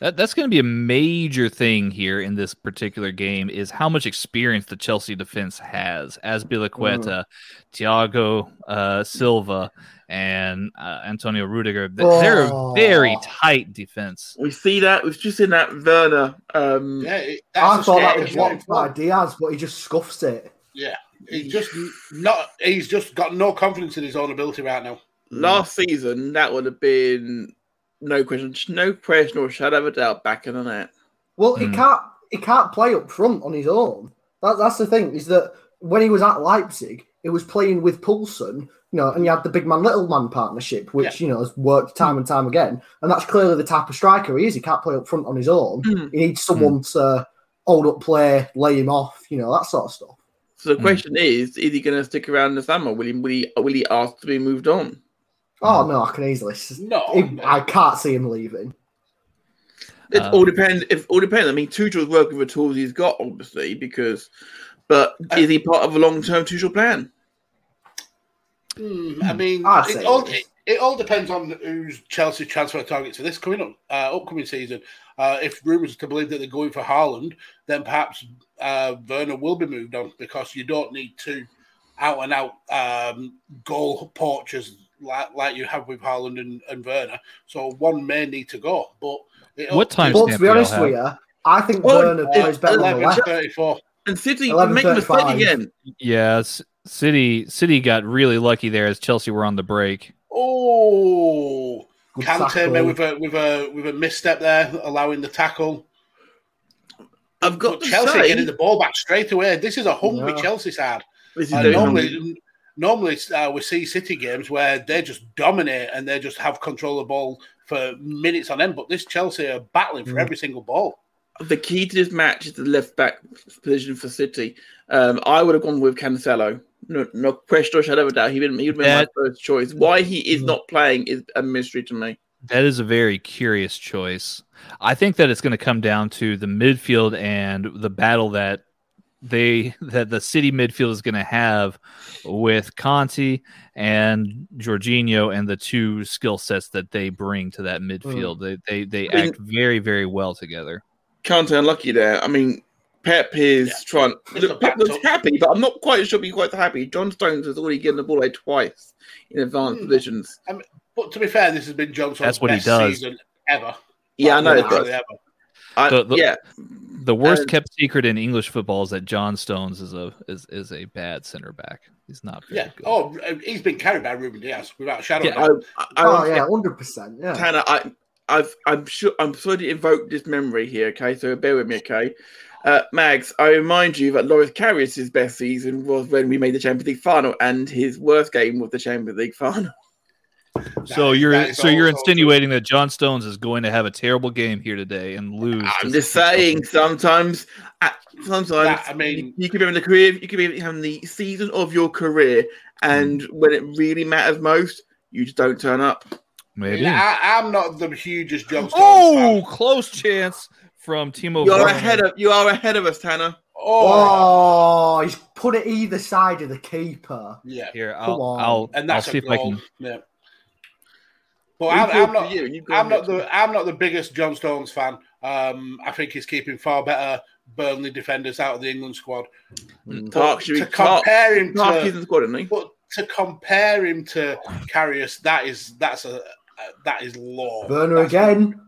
A: That, that's going to be a major thing here in this particular game is how much experience the Chelsea defense has as
E: Mm.
A: Biliqueta, Thiago uh, Silva, and uh, Antonio Rudiger. Th- They're a very
E: Oh.
A: tight defense.
D: We see that. We've just seen that Werner. Um,
C: Yeah, it,
E: Hmm. I
C: that's
E: thought
C: a
E: that
C: scary
E: was blocked by
C: shot.
E: Diaz, but he just scuffs it.
C: He's just not. He's just got no confidence in his own ability right now.
D: Last season, that would have been no question, no question or shadow of a doubt back in on it.
E: Well, he
A: Hmm.
E: can't he can't play up front on his own. That, that's the thing is that when he was at Leipzig, he was playing with Poulsen, you know, and he had the big man little man partnership, which you know has worked time and time again. And that's clearly the type of striker he is. He can't play up front on his own.
D: Hmm.
E: He needs someone to hold up play, lay him off, you know, that sort of stuff.
D: So the
A: Hmm.
D: question is: Is he going to stick around in the summer? Will he? Will he? Will he ask to be moved on?
E: Oh no, I can easily. s-
C: Oh, No,
E: he- I can't see him leaving.
D: It
A: Um,
D: all depends. If all depends, I mean, Tuchel's working with tools he's got, obviously, because. But is he part of a long-term Tuchel plan?
C: Hmm, I mean,
E: I'd
C: it
E: say
C: all,
E: yes.
C: it, it all depends on who's Chelsea transfer targets for this coming up, uh, upcoming season. Uh, if rumours are to believe that they're going for Haaland, then perhaps uh, Werner will be moved on because you don't need two out and out um, goal poachers like, like you have with Haaland and, and Werner. So one may need to go. But it'll-
A: What time
E: But to
A: stamp do
E: be
A: y'all
E: honest
A: have?
E: with you, I think
D: Well,
E: Werner
C: Uh,
E: plays better on the left.
C: 11:34.
D: And City can make a mistake
E: 11:35.
D: again.
A: Yes, City City got really lucky there as Chelsea were on the break.
C: Oh,
E: Good
C: Kante
E: tackle.
C: made with a with a with a misstep there, allowing the tackle.
D: I've got
C: But
D: to
C: Chelsea
D: say,
C: getting the ball back straight away. This is a hungry
E: Yeah.
C: Chelsea side.
D: this is
C: And
D: very hungry.
C: normally, normally uh, we see City games where they just dominate and they just have control of the ball for minutes on end. But this Chelsea are battling for
E: Mm.
C: every single ball.
D: the key to this match is the left back position for City. Um, I would have gone with Cancelo. No, no question or shadow of a doubt. He would he would have been
A: That-
D: my first choice. Why he is
E: Mm.
D: not playing is a mystery to me.
A: That is a very curious choice. I think that it's going to come down to the midfield and the battle that they [LAUGHS] that the city midfield is going to have with Conti and Jorginho and the two skill sets that they bring to that midfield. They they they
D: Mm. I mean-
A: act very very well together.
D: Kante unlucky there. I mean, Pep is
C: Yeah.
D: trying.
C: It's a
D: Look, Pep
C: back
D: looks
C: top.
D: happy, but I'm not quite sure he's quite happy. John Stones has already given the ball away twice in advanced
E: Mm.
C: Hmm.
D: positions.
C: But to be fair, this has been Johnson's
A: That's what he
C: best
A: does.
C: season ever.
D: Yeah, I know.
C: Literally
D: But
C: ever.
D: I,
A: The- the-
D: yeah,
A: The worst
D: And-
A: kept secret in English football is that John Stones is a is, is a bad center back. He's not very
C: Yeah.
A: good.
C: Oh, he's been carried by Ruben Diaz without a shadow. of a
A: Yeah,
C: doubt.
D: I, I, I
E: Oh yeah, hundred percent. Yeah,
D: Tanner, I, I've, I'm sure, I'm sorry to invoke this memory here. Okay, so bear with me. Okay, uh, Mags, I remind you that Loris Karius' best season was when we made the Champions League final, and his worst game was the Champions
C: [LAUGHS]
D: League final.
A: So
C: That is- that
A: you're
C: is
A: so you're
C: also true.
A: insinuating that John Stones is going to have a terrible game here today and lose. to
D: I'm just
A: City.
D: saying, sometimes, uh, sometimes,
C: That- I mean-
D: you could be having the career, you could be having the season of your career, and
C: Hmm.
D: when it really matters most, you just don't turn up.
A: maybe.
C: I, I'm not the hugest John Stones
A: Oh,
C: fan.
A: close chance from Timo.
D: You're
A: Werner.
D: ahead of, you are ahead of us, Tanner.
C: Oh,
E: Oh, he's put it either side of the keeper.
C: yeah.
A: Here,
E: Come
A: I'll,
E: on.
A: I'll,
C: And that's
A: I'll
C: a
A: see if
C: goal.
A: I can.
C: Yeah. But I'm, I'm not.
D: You, you've gone
C: I'm not
D: next.
C: the I'm not the biggest John Stones fan. Um, I think he's keeping far better Burnley defenders out of the England squad.
D: Tark should be
C: To
D: Tark.
C: compare him
D: Tark is in
C: to,
D: the squad, isn't he?
C: but to compare him to Carrius, that is that's a that is law.
E: Burner
C: That's-
E: again.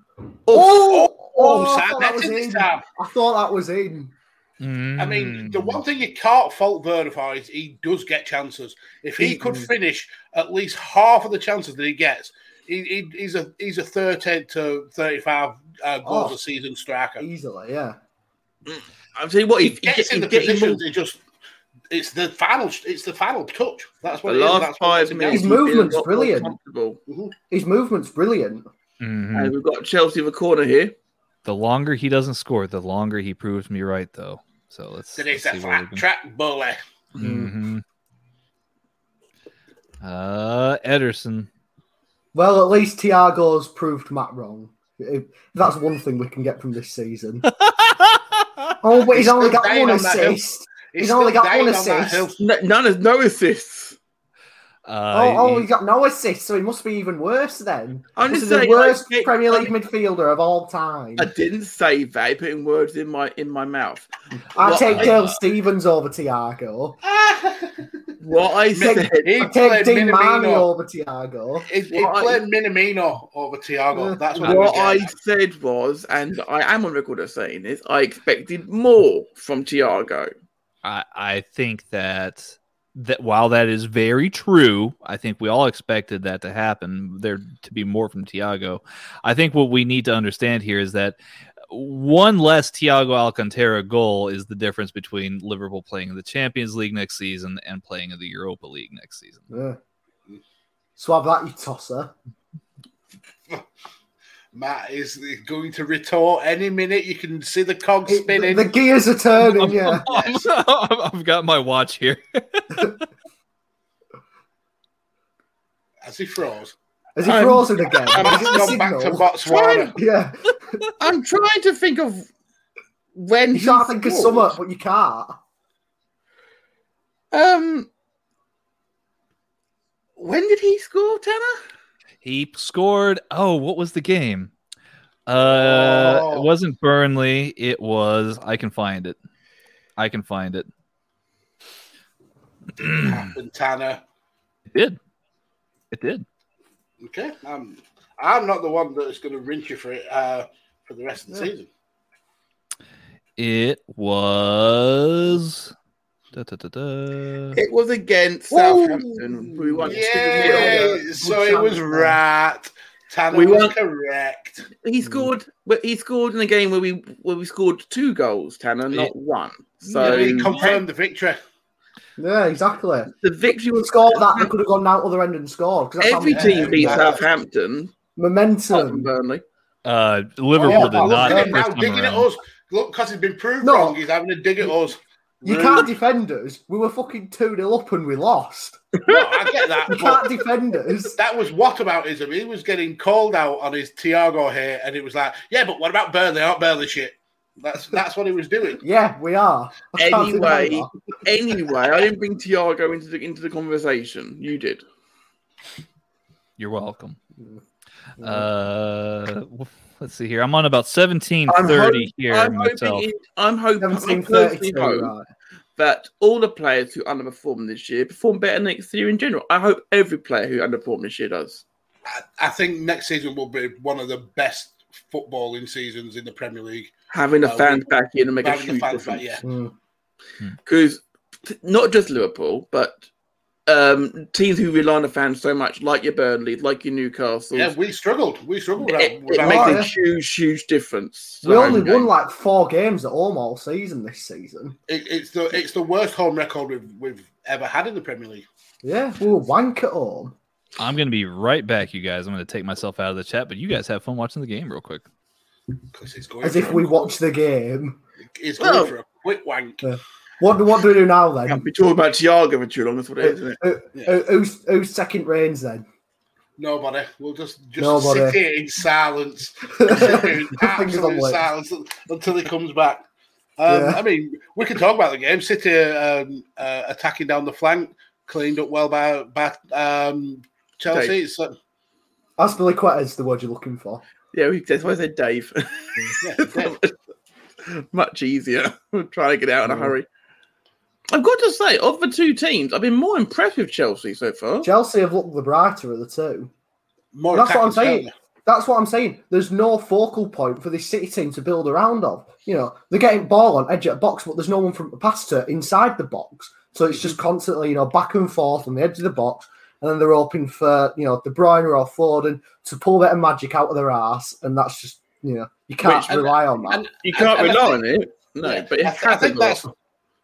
C: Oh,
E: Oh,
C: oh,
E: I
C: Sam,
E: thought that
C: that's
E: was
C: it this
E: in.
C: time.
E: I thought that was in.
C: I mean,
A: mm-hmm. Hmm.
C: the one thing you can't fault Werner for is he does get chances. If he
D: He-
C: could finish at least half of the chances that he gets, he, he, he's a he's a thirty to thirty five uh, goals
E: Oh.
C: a season striker. He
E: Easily, yeah.
D: I'm saying what if
C: gets
D: if
C: in the
D: getting more-
C: positions. It just it's the final it's the final touch. That's what
D: the
C: it is.
D: last
C: That's what it's
D: five
C: about.
D: minutes. we've
E: His
D: been a
E: movement's
D: lot more
E: brilliant.
D: comfortable.
E: His movement's brilliant.
A: Mhm.
D: And we've got Chelsea in the corner here.
A: the longer he doesn't score, the longer he proves me right, though. So let's.
C: Then it's
A: let's
C: a
A: see where we
C: flat
A: can-
C: track bully.
A: Mhm.
D: Mm.
A: Uh,
C: [LAUGHS]
A: Ederson.
E: Well, at least Tiago's proved Matt wrong. If- That's one thing we can get from this
C: [LAUGHS]
E: season. oh, but he's
C: He's
E: only
C: still
E: got
C: dying
E: one
C: on that hill.
E: assist.
C: He's,
E: He's only
C: still
E: got
C: dying
E: one
C: on that
E: assist.
C: hill.
D: No, none of no assists.
A: Uh,
E: Oh, oh,
A: he-
E: he's got no assist, so he must be even worse then.
D: I'm
E: Must
D: just
E: be the
D: saying.
E: worst
D: like,
E: Premier
D: I-
E: League midfielder of all time.
D: I didn't say that. You're Putting words in my in my mouth.
E: I
D: What
E: take
D: I-
E: Dale Stevens over Tiago.
D: What I
E: Take-
D: said.
C: He
E: I take
C: played
E: Dean Marnie
C: Minamino.
E: over Tiago.
C: He, he
D: Why?
C: played Minamino over Thiago. That's what,
D: What
C: I
D: I said was, and I am on record as saying this, I expected more from Thiago.
A: I, I think that that while that is very true, I think we all expected that to happen. There to be more from Tiago. I think what we need to understand here is that one less Tiago Alcantara goal is the difference between Liverpool playing in the Champions League next season and playing in the Europa League next season.
E: Yeah. Swab that, you tosser.
C: Matt is going to retort any minute. You can see the cog
E: It- the,
C: spinning.
E: the gears are
C: [LAUGHS]
E: turning, yeah.
A: [LAUGHS] I've got my watch here.
C: As he froze.
E: Is he
D: I'm-
E: frozen again?
C: And
E: Is
C: he's
E: it the
C: gone back to
E: signal?
A: [CLEARS THROAT]
C: Botswana.
E: Yeah.
D: I'm trying to think of when
E: You can't think of
D: scored.
E: summer, but you can't.
D: Um, when did he score, Tanner?
A: He scored. Oh, what was the game? Uh,
C: Oh.
A: it wasn't Burnley. It was. I can find it. I can find it.
C: Happened, Tanner.
A: It did. It did.
C: Okay. Um, I'm not the one that's going to rinse you for it uh, for the rest of the
D: Yeah.
C: season.
A: It was. Da, da, da, da.
D: It was against Southampton. We won
C: Yeah,
D: 2-0.
C: so it was right. Tanner
D: We
C: was
D: won't-
C: correct.
D: He scored. but He scored in a game where we where we scored two goals, Tanner, not one. So
C: he confirmed the victory.
E: Yeah, exactly.
D: the victory
E: If you
D: was
E: scored that, they could have gone down other end and scored. 'cause that's how
D: Every
E: much
D: team beat
C: Yeah. Hmm.
D: Southampton. apart from
E: momentum.
D: Burnley.
A: Uh, Liverpool
E: Oh, yeah,
A: did
E: I
A: not.
E: love
A: the
E: it.
C: now
A: first time
C: digging at
A: around.
C: us. Look, because he's been proved
E: No.
C: wrong. He's having a dig at us.
E: You
C: Rude.
E: can't defend us. We were fucking 2 0 up and we lost.
C: No, I get that.
E: [LAUGHS] You
C: but
E: can't defend us.
C: that was what about ism? He was getting called out on his Tiago here, and it was like, yeah, but what about Burnley? Aren't Burnley shit? That's that's what he was doing.
E: Yeah, we are. I can't deny
D: Anyway,
E: that.
D: anyway, I didn't bring Tiago into the into the conversation. You did.
A: You're welcome.
E: Mm.
A: Uh, w- let's see here. I'm on about 1730
D: I'm
A: here
D: I'm
A: myself.
D: hoping. it- I'm hoping. I personally
E: 1732,
D: hope
C: uh.
E: right.
D: that all the players who underperform this year perform better next year in general. I hope every player who underperformed this year does.
C: I, I think next season will be one of the best footballing seasons in the Premier League.
D: Having the
C: Uh,
D: fans back in and make a
C: Rather than
D: huge
C: the fans, but
D: difference.
C: yeah.
E: Mm.
D: because not just Liverpool, but um, teams who rely on the fans so much, like your Burnley, like your Newcastle,
C: Yeah, we struggled. We struggled. without-
D: it, it
C: without-
D: makes
E: Oh,
D: a
E: yeah.
D: huge, huge difference.
E: We
D: So,
E: only
D: okay.
E: won like four games at home all season this season.
C: it- it's the it's the worst home record we've we've ever had in the Premier League.
E: Yeah, we were wank at home.
A: I'm going to be right back, you guys. I'm going to take myself out of the chat, but you guys have fun watching the game real quick.
C: 'Cause it's going
E: As if
C: for a-
E: we watched the game.
C: it's going
D: Well-
C: for a quick wank.
E: What, do- what do we do now
D: Can't
E: then?
D: be talking about Thiago for too long. That's what it is, isn't it?
E: Who, who, who's, who's second reigns then? [LAUGHS]
C: Nobody. We'll just just
E: Nobody.
C: sit here in silence.
E: [LAUGHS]
C: Sit here in
E: Fingers on
C: absolute
E: lips.
C: silence until he comes back. Um,
E: Yeah.
C: I mean, we can talk about the game. City um, uh, attacking down the flank, cleaned up well by by um, Chelsea.
D: Okay.
C: It's, uh,
E: Aspilicueta's the word you're looking for.
D: [LAUGHS] Yeah, we, that's why I said Dave. [LAUGHS]
C: yeah, yeah.
D: Much easier. [LAUGHS] I'm trying to get out in a hurry. I've got to say, of the two teams, I've been more impressed with Chelsea so far.
E: Chelsea have looked the brighter of the two.
C: More
E: That's what I'm
C: attacking
E: saying. That's what I'm saying. There's no focal point for this City team to build around of. You know, they're getting ball on edge at box, but there's no one from the pass to inside the box. So it's just constantly, you know, back and forth on the edge of the box. And then they're hoping for, you know, De Bruyne or Foden to pull a bit of magic out of their ass. And that's just, you know, you can't
D: Which-
E: rely on that.
D: You can't
C: and I
D: rely on it. No,
C: Yeah,
D: but it
C: I, th- I
D: has
C: think that's
D: been.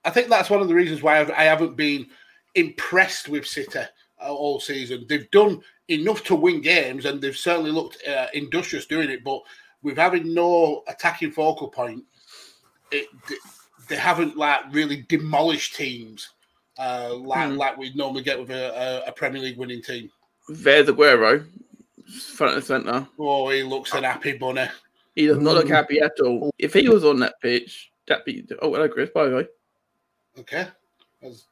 C: I think that's one of the reasons why I've, I haven't been impressed with City uh, all season. They've done enough to win games, and they've certainly looked uh, industrious doing it. But with having no attacking focal point, it, th- they haven't like really demolished teams uh, like
D: Hmm.
C: like we normally get with a, a, a Premier League winning team.
D: There's Aguero, front and centre.
C: Oh, he looks an happy bunny.
D: He does not look
E: Mm.
D: happy at all. If he was on that pitch, that'd be. Oh, hello, Chris. By the way,
C: Okay, That's-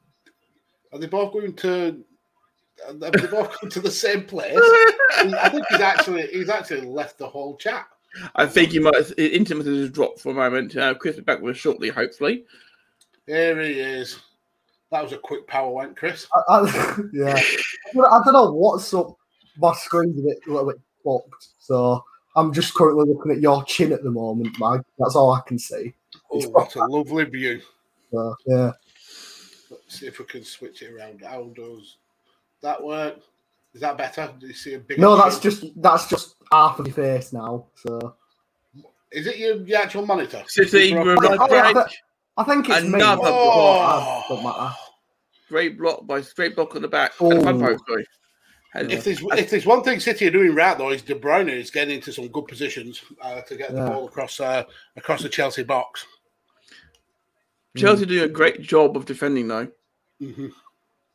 C: are they both going to? Have they both [LAUGHS] come to the same place? I think he's actually he's actually left the whole chat.
D: [LAUGHS] I think he might. his Intimacy has dropped for a moment. Uh, Chris is back with us shortly, hopefully.
C: Here he is. That was a quick power wank, Chris.
E: I, I, [LAUGHS] yeah. I don't- I don't know what's up. My screen's a, bit, a little bit fucked. So I'm just currently looking at your chin at the moment, Mike. That's all I can see.
C: Oh, what a lovely view.
E: So, yeah.
C: Let's see if we can switch it around. How does that work? Is that better? Do you see a big?
E: No, that's just that's just half of your face now. So
C: Is it your, your actual monitor?
D: City
C: You
D: were
C: broke-
D: a
E: Oh, yeah, I
D: block,
E: bet- I think it's me.
D: Another
E: but oh,
C: block.
E: I- don't matter.
D: great block by straight block at the back. At the front
E: Oh.
D: post, sorry. And
C: If there's if there's one thing City are doing right though is De Bruyne is getting into some good positions uh, to get the
E: Yeah.
C: ball across uh, across the Chelsea box.
D: Chelsea do a great job of defending though.
C: hmm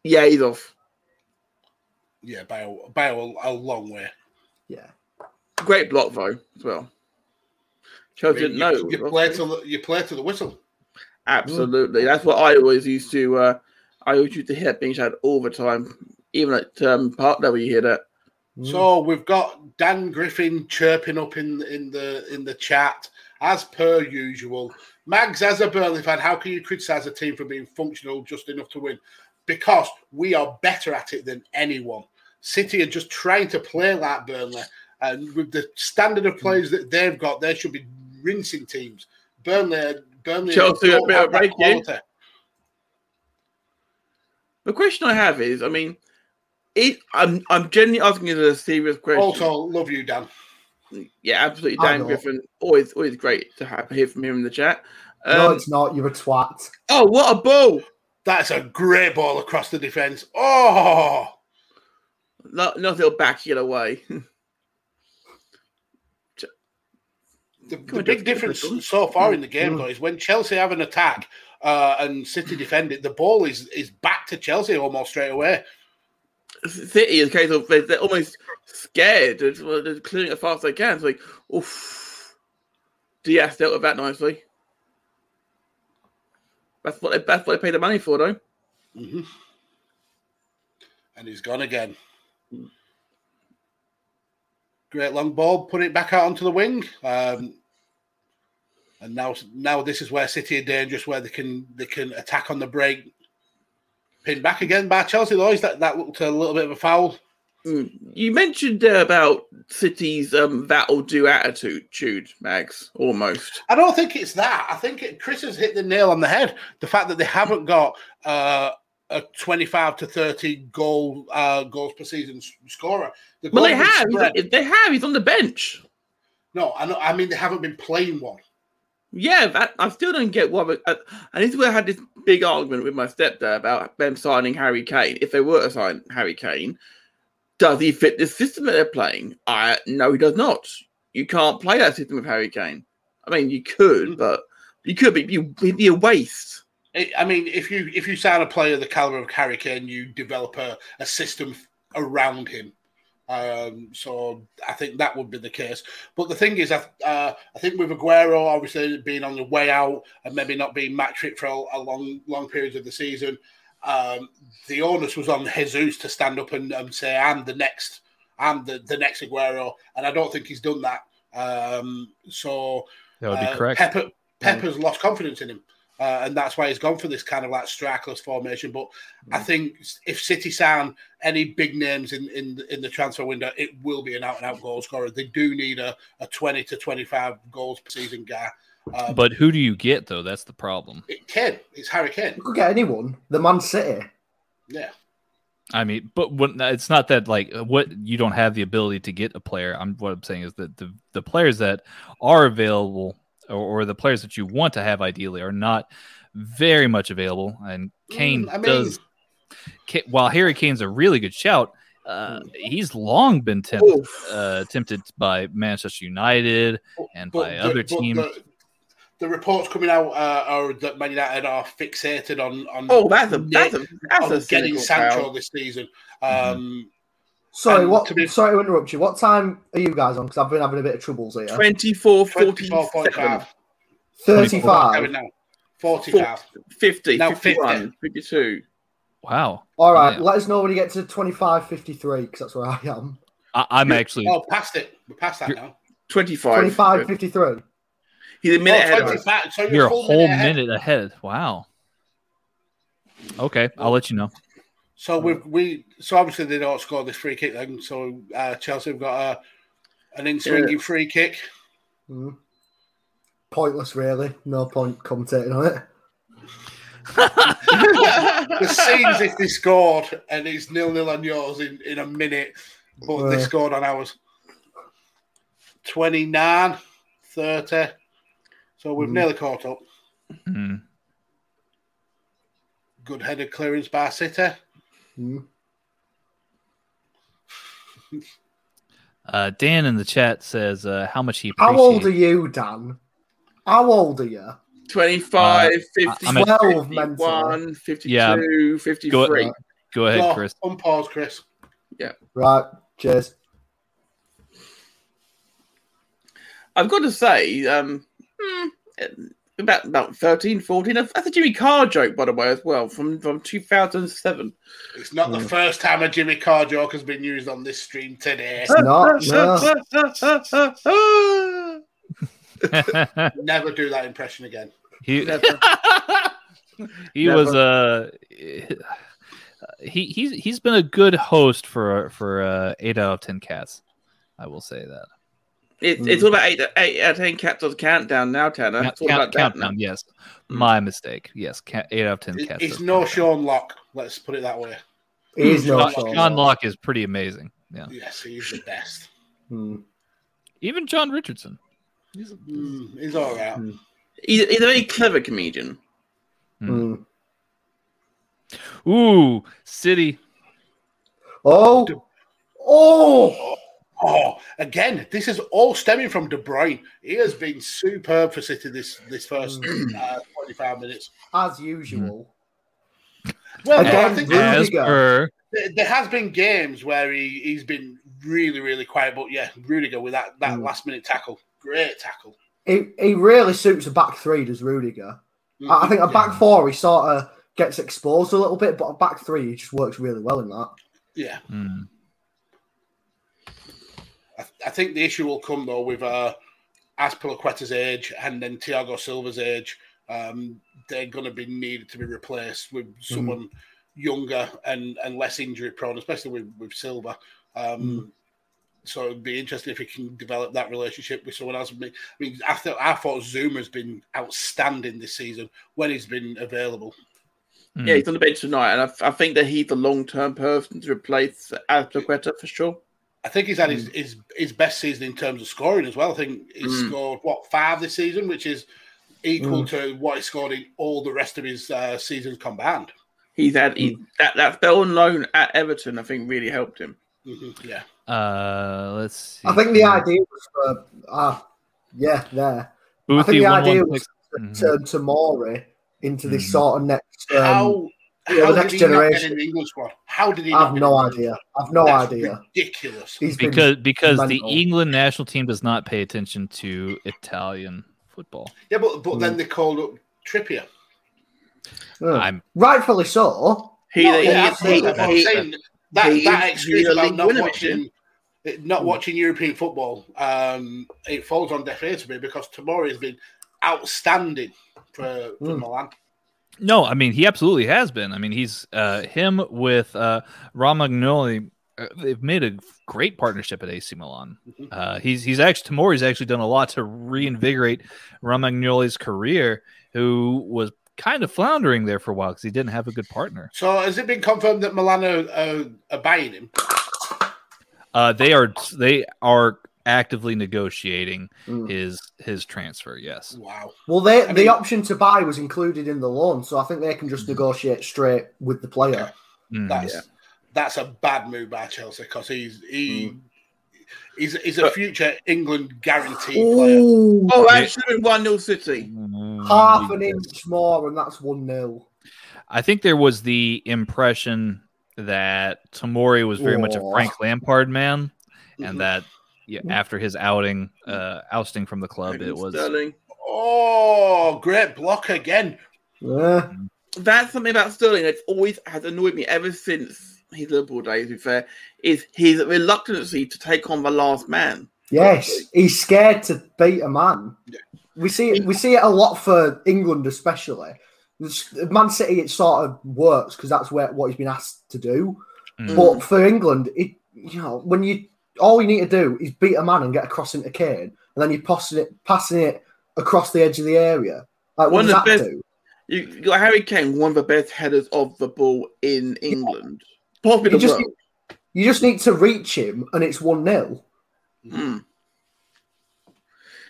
D: Yeah, he's off.
C: Yeah, by a, by a, a long way.
E: Yeah.
D: Great block though as well. Chelsea didn't know.
C: you, you play to the- you play to the whistle.
D: Absolutely. That's what I always used to. Uh, I always used to hear that being shouted all the time, even at um, Park Level. You hear that.
E: Mm.
D: Mm.
C: So we've got Dan Griffin chirping up in in the in the chat as per usual. Mags, as a Burnley fan, how can you criticise a team for being functional just enough to win? Because we are better at it than anyone. City are just trying to play like Burnley, and with the standard
D: Mm.
C: of players that they've got, they should be rinsing teams. Burnley, Burnley,
D: Chelsea
C: don't
D: a bit
C: have
D: of
C: that
D: break, eh? yeah.
C: quality.
D: The question I have is, I mean, it, I'm I'm genuinely asking you a serious question.
C: Also, love you, Dan.
D: yeah, absolutely.
E: I
D: Dan
E: know.
D: Griffin, always always great to have, hear from him in the chat. Um,
E: no, it's not. You're a twat.
D: oh, what a ball!
C: That's a great ball across the defense. Oh,
D: No, nothing will back you [LAUGHS] away.
C: The,
D: Come
C: the
D: on,
C: big
D: Jeff,
C: difference
D: give it a go.
C: so far in the game, though, is when Chelsea have an attack uh, and City defend it, the ball is is back to Chelsea almost straight away.
D: City is a case of they, they're almost scared. They're, just- well, they're clearing it as fast as they can. It's like, oof. Diaz dealt with that nicely. That's what they, that's what they pay the money for, though. Mm-hmm.
C: hmm And he's gone again. Great long ball, put it back out onto the wing. Um, and now, now this is where City are dangerous, where they can they can attack on the break. Pinned back again by Chelsea, though. Is That that looked a little bit of a foul.
D: Mm. You mentioned there about City's um, that'll do attitude, Jude, Mags, almost.
C: I don't think it's that. I think it, Chris has hit the nail on the head. The fact that they haven't got uh, a 25 to 30 goal uh, goals per season s- scorer. The
D: Well, they
C: goal
D: have.
C: spread-
D: He's- They have. He's on the bench.
C: No, I, know, I mean, they haven't been playing one.
D: Yeah, that, I still don't get what. I, and this is where I had this big argument with my stepdad about them signing Harry Kane. If they were to sign Harry Kane, does he fit this system that they're playing? I no, he does not. You can't play that system with Harry Kane. I mean, you
C: Mm.
D: could, but you could, but you, it'd be a waste.
C: It, I mean, if you if you sign a player the caliber of Harry Kane, you develop a, a system f- around him. Um, so I think that would be the case. But the thing is, I uh, I think with Aguero obviously being on the way out and maybe not being match fit for a, a long long periods of the season, um, the onus was on Jesus to stand up and, and say, "I'm the next, I'm the, the next Aguero," and I don't think he's done that. Um, so
A: That would be
C: uh,
A: correct. Mm.
C: Pepper, Pepper's lost confidence in him, uh, and that's why he's gone for this kind of like strikerless formation. But
A: Mm.
C: I think if City sign any big names in in the, in the transfer window, it will be an out and out goal scorer. They do need a, a twenty to twenty five goals per season guy. Um,
A: But who do you get though? That's the problem.
C: it can. It's Harry Kane.
E: You could get anyone. The Man City.
C: Yeah.
A: I mean, but when it's not that like what you don't have the ability to get a player. I'm what I'm saying is that the the players that are available or, or the players that you want to have ideally are not very much available. And Kane
C: Mm, I mean-
A: does. Ka- while Harry Kane's a really good shout, uh, he's long been tempted
D: Oof.
A: uh, tempted by Manchester United and by other teams.
C: The, the reports coming out uh, are that Man United are fixated on on,
D: oh, that's a that's a that's a
C: on getting
D: cynical
C: Sancho
D: foul.
C: this season. Um,
A: Mhm.
E: Sorry,
C: And
E: what?
C: to be-
E: Sorry to interrupt you. What time are you guys on? Because I've been having a bit of troubles here.
D: 24,
C: 24 point
D: 47,
C: five. I would
E: Thirty-five.
C: now. 45.
D: 50,
C: Now
D: 51, 52.
A: Wow,
E: All right.
A: Yeah.
E: Let us know when you get to 25, 53, because that's where I am.
A: I, I'm actually
C: Oh, past it. We're past that
A: You're-
C: now.
D: 25.
E: 25, 53.
D: He's a
C: Oh,
D: minute ahead of us.
C: 25. So you're,
A: you're a
C: full
A: whole
C: ahead.
A: minute ahead. Wow. Okay, I'll let you know.
C: So we we so obviously they don't score this free kick then. So uh, Chelsea have got a, an in swinging free kick.
E: Mm. Pointless, really. No point commentating on it.
C: The scenes if they scored and it's nil nil on yours in, in a minute, but they
E: Yeah.
C: scored on ours. 29, 30. So we've
E: Mm.
C: nearly caught up.
A: Hmm.
C: Good headed clearance by City.
E: Mm.
A: Uh, Dan in the chat says uh, how much he
E: How
A: appreciates.
E: old are you, Dan? How old are you?
D: 25,
A: I'm at-
E: 12
D: 51,
E: mentally.
D: 52,
A: Yeah.
D: 53.
A: Go uh, ahead. Go ahead,
C: Go, [LAUGHS]
A: Chris. [LAUGHS]
C: Unpause, Chris.
E: Right. Cheers.
D: I've got to say, um, hmm, about about 13, 14. That's a Jimmy Carr joke, by the way, as well, from, from 2007.
C: It's not the first time a Jimmy Carr joke has been used on this stream today.
D: [LAUGHS]
E: It's not. No.
C: Never do that impression again.
A: he
D: Never.
A: [LAUGHS] he
D: Never.
A: was uh, he he's he's been a good host for for uh, eight out of ten cats. I will say that.
D: It's, it's all about eight, eight out of ten cats on countdown now, Tanner.
A: Hmm. Count,
D: It's all
A: count,
D: about that
A: countdown,
D: now.
A: yes. My mistake. Yes, ca- eight out of ten
C: It-
A: cats.
C: it's
A: does
C: no
A: count.
C: Sean Lock. Let's put it that way.
E: He is no
A: John,
E: Sean
A: John
E: Lock.
A: Locke is pretty amazing. Yeah,
C: Yes, he's the best.
E: Hmm.
A: even John Richardson. He's,
C: Mm, he's all right.
D: He's, he's a very clever comedian.
E: Hmm.
A: ooh, City.
E: Oh, oh,
C: Oh, again, this is all stemming from De Bruyne. He has been superb for City this this first uh, twenty five minutes.
E: as usual.
C: Well,
E: Again,
C: I think
E: Rudiger.
A: As per,
C: there, there has been games where he he's been really really quiet, but yeah, Rudiger with that that
E: Mm.
C: last minute tackle, great tackle.
E: He, he really suits a back three, does Rudiger. I, I think a back four, he sort of gets exposed a little bit, but a back three, he just works really well in that.
C: Yeah,
A: Mm.
C: I, I think the issue will come though with uh, Aspilaqueta's age and then Thiago Silva's age. Um, they're going to be needed to be replaced with someone younger and, and less injury prone, especially with with Silva. Um, So it'd be interesting if he can develop that relationship with someone else. I mean, I, mean, I, thought, I thought Zuma's been outstanding this season when he's been available.
A: Mm.
D: Yeah, he's on the bench tonight, and I, I think that he's the long term person to replace Azpilicueta for sure.
C: I think he's had his,
E: Mm.
C: his his best season in terms of scoring as well. I think he's
D: Mm.
C: scored what five this season, which is
E: Mm.
C: equal to what he scored in all the rest of his uh, seasons combined.
D: He's had he,
A: Mm.
D: that that spell on loan at Everton. I think really helped him.
C: hmm
E: Mm-hmm.
C: Yeah,
A: Uh, let's see.
E: I think the idea was for, uh, yeah, there. I think the idea was to turn Tamori into this
A: Mhm.
E: sort of next. Um,
C: how
E: yeah,
C: how
E: the next
C: did he not get
E: generation.
C: in the England squad? How did he?
E: I
C: not
E: have
C: get
E: no
C: in the
E: idea.
C: England
E: I've no
C: squad? That's
E: idea.
C: Ridiculous.
E: He's been-
A: because because the
E: mental.
A: England national team does not pay attention to Italian football.
C: Yeah, but but
E: Mm.
C: then they called up Trippier.
E: Yeah.
A: I'm
E: rightfully so.
D: He,
C: No,
D: he,
C: yeah,
D: he,
C: absolutely. But I'm
D: he-
C: saying that
D: he
C: that
D: is
C: excuse
D: really
C: about not
D: winning it,
C: watching eh, not watching European football, um, it falls on deaf ears to me because Tomori has been outstanding for, for
D: Hmm.
E: Mm.
C: Milan.
A: No, I mean he absolutely has been. I mean he's uh, him with uh, Romagnoli. uh, They've made a great partnership at AC Milan.
E: Mm-hmm.
C: Mhm.
A: Uh, he's he's actually Tamori's actually done a lot to reinvigorate Romagnoli's career, who was kind of floundering there for a while because he didn't have a good partner.
C: So has it been confirmed that Milan are, are, are buying him?
A: Uh, they are they are actively negotiating
E: Mm.
A: his his transfer. Yes.
C: Wow.
E: Well, they,
C: I
E: the
C: mean-
E: option to buy was included in the loan, so I think they can just negotiate straight with the player.
A: Mm.
C: That's
D: Hmm, Yeah.
C: that's a bad move by Chelsea because he's
D: Hmm.
C: he he's, he's a future England guaranteed player.
E: Ooh,
D: oh, that should have been one 0 City.
E: Mm-hmm. half an inch more, and that's one 0
A: I think there was the impression that Tamori was very much a
E: Aw.
A: Frank Lampard man,
C: Mhm.
A: and that yeah, after his outing, uh, ousting from the club, it was
D: Sterling.
C: Oh, great block again.
E: Yeah.
D: That's something about Sterling that's always has annoyed me ever since his Liverpool days. To be fair, is his reluctancy to take on the last man.
E: Yes, he's scared to beat a man. We see it. We see it a lot for England, especially. It's- Man City, it sort of works because that's where what he's been asked to do.
A: Mm.
E: But for England, it you know when you all you need to do is beat a man and get across into Kane, and then you're passing it, passing it across the edge of the area. Like what
D: One
E: does
D: of
E: that
D: the best-
E: do?
D: You you got Harry Kane, one of the best headers of the ball in England, possibly
E: You
D: the
E: just-
D: world.
E: You just need to reach him, and it's one 0
D: Mm.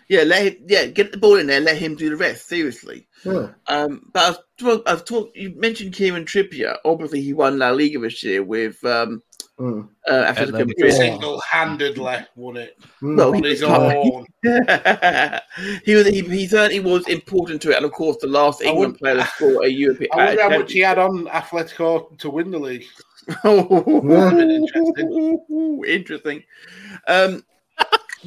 D: Yeah, let him, yeah, get the ball in there, let him do the rest. Seriously.
E: yeah.
D: Um, but I've, talk, I've talked. You mentioned Kieran Trippier. Obviously, he won La Liga this year with um,
E: Mm.
D: uh, Atletico
A: Atletico.
D: Madrid.
C: Single handedly won it
E: Mm.
D: Well,
C: on
D: he,
C: his own.
D: [LAUGHS] he was he, he certainly was important to it, and of course, the last
C: I
D: England
C: would-
D: player to score a European.
C: I wonder how
D: uh,
C: much he had on Atletico to win the league.
A: [LAUGHS] Oh,
D: [LAUGHS] interesting. Um,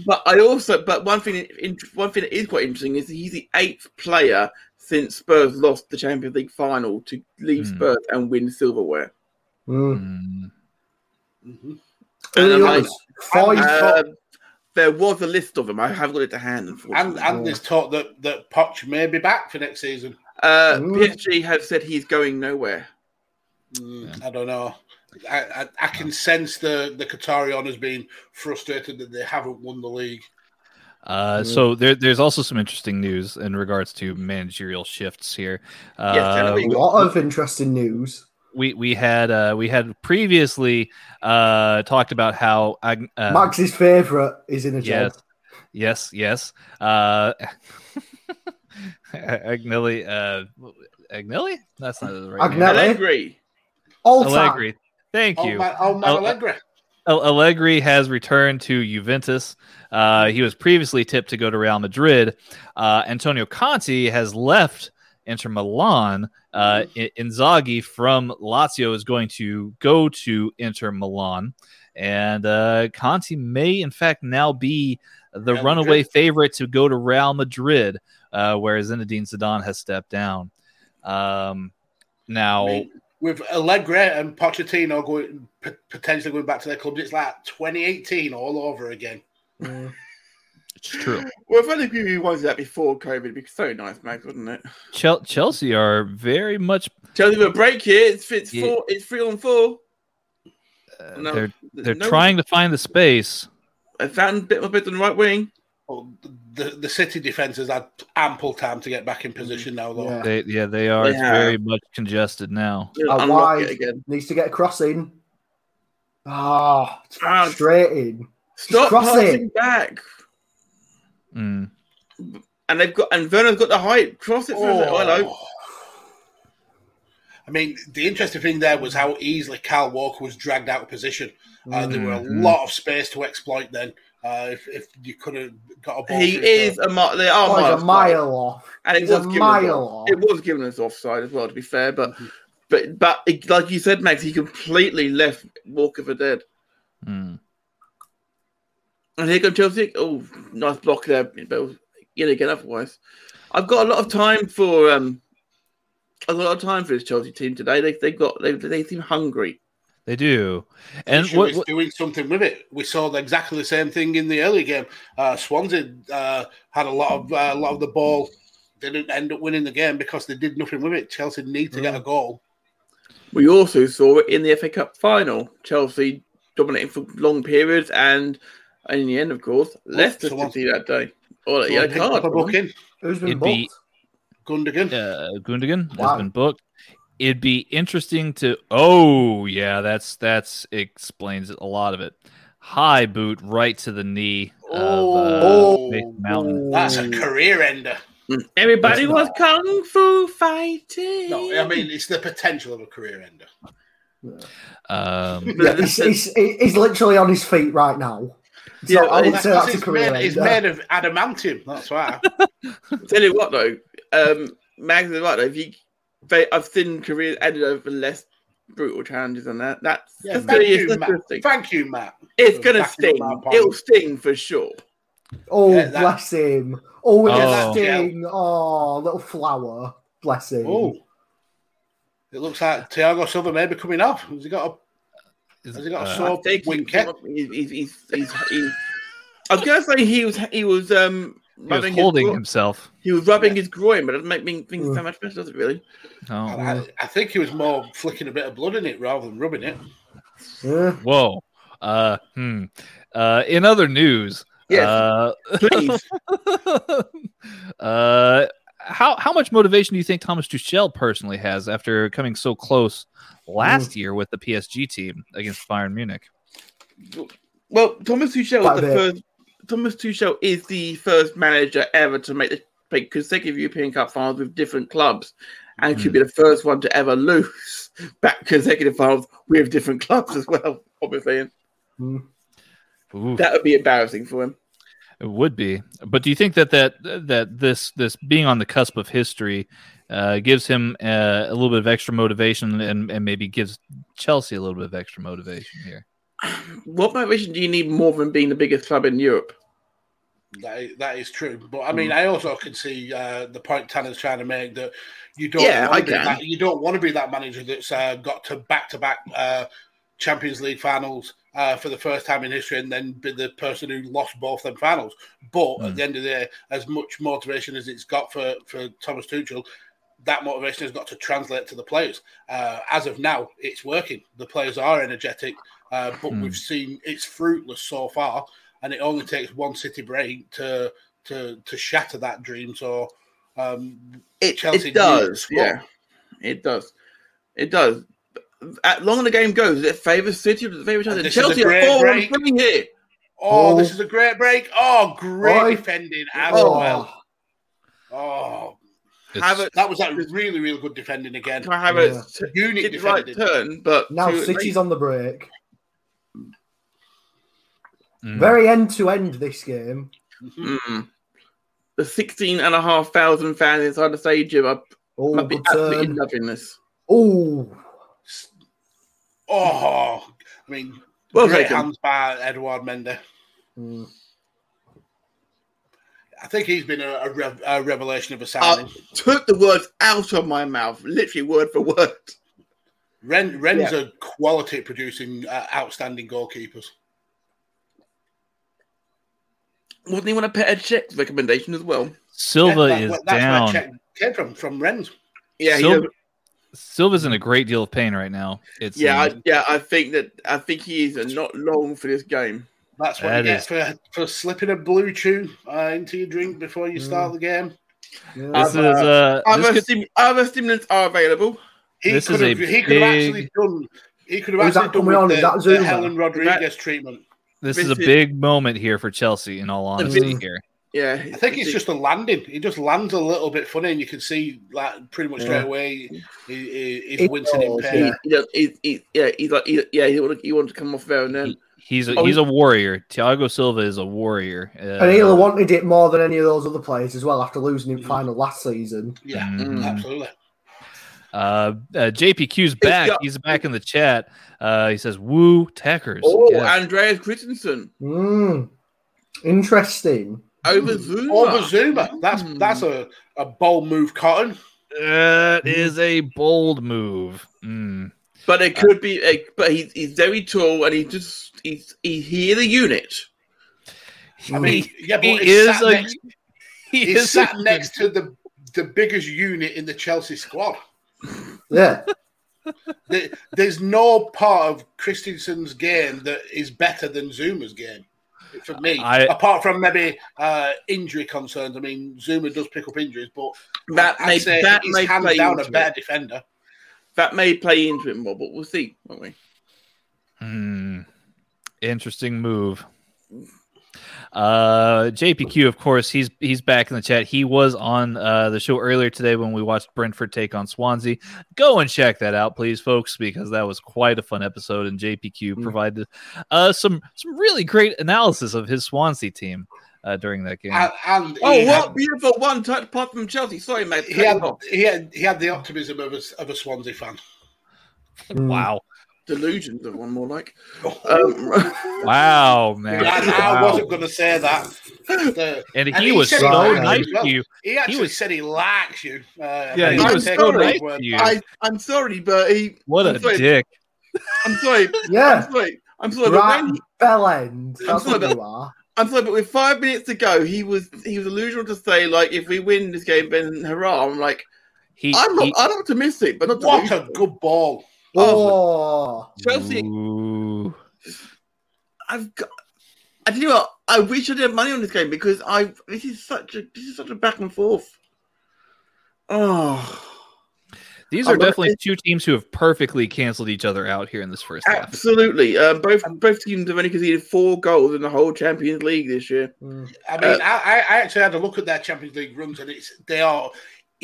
D: but I also, but one thing, in- one thing that is quite interesting is he's the eighth player since Spurs lost the Champions League final to leave
A: Hmm.
D: Spurs and win silverware.
E: Mm.
A: Mm. Mm-hmm.
C: Mhm.
D: And
E: Early
D: I-
E: on, five-
C: I-
D: Um, there was a list of them. I haven't got it to
C: And
D: hand, unfortunately.
C: and there's talk that that Poch may be back for next season.
D: uh,
E: Ooh.
D: PSG have said he's going nowhere.
C: Mm, I don't know. I, I, I can sense the the Qatari has been frustrated that they haven't won the league.
A: Uh, so there, there's also some interesting news in regards to managerial shifts here. Uh,
D: that'll be
E: A lot of interesting news.
A: we we had uh, we had previously uh, talked about how Ag- uh,
E: Max's favourite is in a job.
A: yes, yes, yes. Uh, [LAUGHS] Agnelli, uh, Agnelli, that's not the right. name.
E: Agnelli.
D: Allegri.
A: Oh,
E: All time.
A: Allegri. Thank
C: Oh
A: you.
C: my, oh my
A: Oh, uh,
C: Allegri.
A: Al- Allegri has returned to Juventus. Uh, he was previously tipped to go to Real Madrid. Uh, Antonio Conte has left Inter Milan. Uh, I- Inzaghi from Lazio is going to go to Inter Milan, and uh, Conte may, in fact, now be the
C: Real
A: runaway
C: Madrid.
A: favorite to go to Real Madrid, uh, whereas Zinedine Zidane has stepped down. Um, now.
C: I mean, with Allegri and Pochettino going p- potentially going back to their clubs, it's like 2018 all over again. Hmm.
E: Mm.
A: It's true.
D: Well, if only we wanted that before COVID, it'd be so nice, Max, wouldn't it?
A: Chel- Chelsea are very much
D: Chelsea have a break here. It's it's
A: Yeah.
D: four. It's three on four.
A: uh,
D: No,
A: they're they're
D: no-
A: trying to find the space.
D: I found a bit, a bit on the right wing.
C: Oh, the the City defense has had ample time to get back in position now, though.
E: Yeah.
A: They, Mm-hmm. yeah, they are. It's
D: Yeah.
A: very much congested now.
D: They'll
E: Uh,
D: unlock
E: wide.
D: it again.
E: Needs to get a cross in. Ah,
D: Ah.
E: straight in.
D: Stop
E: Cross it.
D: passing back.
A: Mm.
D: And they've got and Vernon's got the height. Cross it. through.
C: Oh.
D: Oh, hello.
C: I mean, the interesting thing there was how easily Cal Walker was dragged out of position. Uh,
E: Hmm.
C: there were a
D: Mm-hmm.
A: Mhm.
C: lot of space to exploit then. Uh, if, if you could have got a ball,
D: He
C: through
D: is
C: there.
D: a mile. They are
E: Oh,
D: miles
E: he's a
D: wide.
E: mile off.
D: and it
E: He's a
D: was given us
E: mile Mm-hmm.
D: off-
E: off.
D: It was given us offside as well, to be fair. But but but it, like you said, Max, he completely left Walker for dead.
A: Mm.
D: And here comes Chelsea. Oh, nice block there, but yet again otherwise. I've got a lot of time for um, I've got a lot of time for this Chelsea team today. They they got they they seem hungry.
A: They do. And
C: Fisher
A: what,
C: is
A: what-
C: doing something with it. We saw exactly the same thing in the early game. Uh, Swansea uh, had a lot of uh, a lot of the ball. They didn't end up winning the game because they did nothing with it. Chelsea need to get a
D: Mm.
C: goal.
D: We also saw it in the FA Cup final. Chelsea dominating for long periods, and, and in the end, of course, Leicester
C: someone-
D: City that day. Oh,
C: Someone
D: yeah,
C: picked up a book
D: card.
C: in
E: Who's been
A: It'd
E: booked?
A: be-
C: Gundogan.
A: uh, Gundogan
E: Wow.
A: has been booked. It'd be interesting to. Oh yeah, that's that's explains a lot of it. High boot right to the knee of uh,
C: Oh.
A: Mason Mountain.
C: That's a career ender.
D: Everybody
E: That's
D: was kung fu fighting.
C: No, I mean it's the potential of a career ender.
A: Um,
E: [LAUGHS] Yeah, he's, he's, he's literally on his feet right now. So
D: Yeah,
E: I would
C: Oh, That's-
E: say Oh, uh, that's a
C: it's
E: career
C: made, it's
E: ender.
C: made of adamantium. That's why.
D: Tell you what though, um, Mags is right though. If you, they, I've seen careers ended over less brutal challenges than that. That's
C: Yeah,
D: that's
C: thank
D: gonna,
C: you,
D: it's
C: Matt.
D: gonna sting.
C: Thank you, Matt.
D: It's
C: for
D: gonna
C: backing up my
D: sting.
C: point.
D: It'll sting for sure.
E: Oh,
C: Yeah, that-
E: bless him. Oh, it's
A: Oh.
E: sting. Oh, little flower. Bless him.
C: Oh, it looks like Thiago Silva may be coming off. Has he got a [LAUGHS] Has he got a
A: uh,
C: sword? Oh,
D: Take-
C: Winkett.
D: He's, he's, he's, he's, he's, I was gonna say he was he was um
A: he was
D: rubbing
A: holding
D: his, gro-
A: himself.
D: he was rubbing his groin, but it doesn't make me think so much better, does it really?
C: [LAUGHS]
A: Oh,
C: I, I think he was more flicking a bit of blood in it rather than rubbing it.
E: Yeah.
A: whoa. Uh, hmm. Uh, in other news,
D: Yes.
A: uh, [LAUGHS]
D: Please.
A: uh, how how much motivation do you think Thomas Tuchel personally has after coming so close last year with the PSG team against Bayern Munich?
D: Well, Thomas Tuchel
E: Quite
D: was
E: a
D: the
E: bit.
D: first. Thomas Tuchel is the first manager ever to make the make consecutive European Cup finals with different clubs, and
A: Hmm.
D: could be the first one to ever lose [LAUGHS] back consecutive finals with different clubs as well. Obviously, and
A: Ooh,
D: that would be embarrassing for him.
A: it would be. But do you think that that that this this being on the cusp of history uh, gives him uh, a little bit of extra motivation and, and maybe gives Chelsea a little bit of extra motivation here?
D: What motivation do you need more than being the biggest club in Europe?
C: That is, that is true. But I mean,
D: Hmm.
C: I also can see uh, the point Tanner's trying to make that you don't
D: Yeah,
C: wanna
D: I
C: be
D: can.
C: that, you don't want to be that manager that's uh, got to back to back Champions League finals. Uh, for the first time in history, and then be the person who lost both them
D: Hmm.
C: finals. But at the end of the day, as much motivation as it's got for, for Thomas Tuchel, that motivation has got to translate to the players. Uh, as of now, it's working. The players are energetic, uh, but
A: Hmm.
C: we've seen it's fruitless so far, and it only takes one city break to to to shatter that dream. So um,
D: It,
C: Chelsea
D: it does.
C: needs to score.
D: Yeah. It does. It does. At long the game goes, is it favours City or does it favour Chelsea?
C: this is a
D: Chelsea are
C: great
D: 4 1
C: break.
D: 3 here.
C: oh,
E: Oh.
C: this is a great break. Oh, great
E: Oi.
C: defending as
E: Oh,
C: well. Oh,
A: It's-
D: Havertz
C: that was that really really good defending again.
D: Kai Havertz
C: Unit
D: did the right
C: defending.
D: turn, but
E: Oh, now
D: too
E: City's
D: late.
E: on the break.
A: mm.
E: Very end to end this game.
C: Mm-hmm.
D: Mm. The 16 and a half thousand fans inside the stadium are
E: Oh,
D: might be
E: good
D: absolutely
E: turn.
D: loving this.
E: Oh,
C: Oh, I mean,
D: Well
C: great
D: taken.
C: hands by Eduard Mendy.
A: Hmm.
E: Mm.
C: I think he's been a, a, rev- a revelation of a signing.
D: Took the words out of my mouth, literally word for word.
C: Ren, Ren's a quality at producing uh, outstanding goalkeepers.
D: Wasn't he on a Petr Cech recommendation as well?
A: Silva
C: Yeah, that-
A: is
C: that's
A: down.
C: where Czech came from, from Ren's.
D: Yeah, he
A: Sil-
D: does-
A: Silva's in a great deal of pain right now. It's uh,
D: yeah, I, yeah. I think that I think he is not long for this game.
C: That's what
A: That
C: you get for, for slipping a blue chew uh, into your drink before you
E: Mm.
C: start the game.
E: Yeah.
A: this is uh, this
D: Other,
A: could-
D: stim- other stimulants are available.
C: He
A: This
C: could
A: is a
C: have he could have actually
A: big-
C: done he could have
E: Who's
C: actually
E: that
C: done
E: coming on?
C: with
E: Is that
C: the, the
E: Zuma?
C: Helen Rodriguez treatment.
A: this is a
D: this is-
A: big moment here for Chelsea. In all honesty,
E: big-
A: here
D: Yeah,
C: I think it's just a landing. He just lands a little bit funny, and you can see like pretty much straight
D: Yeah.
C: away he, he, he's
E: It
C: wincing in
E: does,
C: pain.
D: He, he, does- he, he, yeah, he's like, he, yeah, he want, he want to come off there and then.
A: he's a,
D: Oh,
A: he's a warrior. Thiago Silva is a warrior. Uh,
E: And Ayla wanted it more than any of those other players as well after losing in final last season.
C: Yeah, Mm.
A: Mhm.
C: absolutely.
A: uh, uh, JPQ's back.
D: got-
A: He's back in the chat. Uh, he says, "Woo, Tackers."
D: Oh,
A: Yes.
D: Andreas Christensen
E: Mm. Interesting.
D: over Zuma.
C: Over Zuma, that's
E: Hmm.
C: that's a, a bold move, Cotton.
A: That
C: Mm.
A: is a bold move. Mm.
D: But it could be, a, but he's, he's very tall and he just he's he, he is a unit.
C: I mean, yeah, but
A: he
C: he's
A: is
C: sat
A: a-
C: next,
A: he
C: he's
A: is
C: sat
A: a-
C: next to the the biggest unit in the Chelsea squad.
E: Yeah.
C: There- There's no part of Christensen's game that is better than Zuma's game for me,
A: I-
C: apart from maybe uh, injury concerns. I mean, Zuma does pick up injuries, but
D: That
C: I'd
D: may
C: say
D: that
C: he's
D: may
C: hands
D: play
C: down
D: into
C: a
D: it.
C: better defender.
D: That may play into it more, but we'll see, won't we?
A: Hmm. Interesting move. Uh, JPQ, of course, he's he's back in the chat. He was on uh, the show earlier today when we watched Brentford take on Swansea. Go and check that out, please, folks, because that was quite a fun episode. And JPQ
D: Mm.
A: provided uh, some some really great analysis of his Swansea team uh, during that game.
C: And, and
D: Oh,
C: he
D: what
C: had-
D: beautiful one touch pass from Chelsea. Sorry, mate. Oh,
C: He had, he had he had the optimism of a, of a Swansea fan.
A: [LAUGHS]
E: Mm.
A: wow,
D: Delusions of one more like. Um, [LAUGHS]
A: wow, man!
C: I, I
A: Wow.
C: wasn't going to say that. The-
A: and he
C: and he
A: was
C: said
A: so
E: he liked you
A: nice
C: as well.
A: to you.
C: he actually
A: was-
C: said he likes you. Uh,
A: Yeah,
C: and
A: he
D: I'm
A: was
C: said
A: so
D: sorry.
A: nice
C: word.
A: to you.
D: I, I'm sorry, but he.
A: What
D: I'm
A: a
D: sorry,
A: dick!
D: I'm sorry.
E: Yeah.
D: [LAUGHS] I'm sorry. I'm sorry. But
E: Right
D: when,
E: bell end. That's
D: sorry,
E: what
D: but-
E: you are.
D: I'm sorry, but with five minutes to go, he was he was illusional to say like, if we win this game, then hurrah! I'm like,
A: He,
D: I'm not,
A: he-
D: I'm optimistic, but not
C: What a
D: delusional.
C: good ball.
E: Oh,
D: Chelsea.
A: Ooh.
D: I've got. I tell you what, I wish I did money on this game because I this is such a this is such a back and forth. Oh,
A: These
D: I
A: are
D: love it.
A: definitely two teams who have perfectly canceled each other out here in this first half.
D: absolutely! Um, both both teams have only conceded four goals in the whole Champions League this year.
E: Mm.
C: I mean,
D: Uh,
C: I, I- I actually had a look at their Champions League runs, and it's they are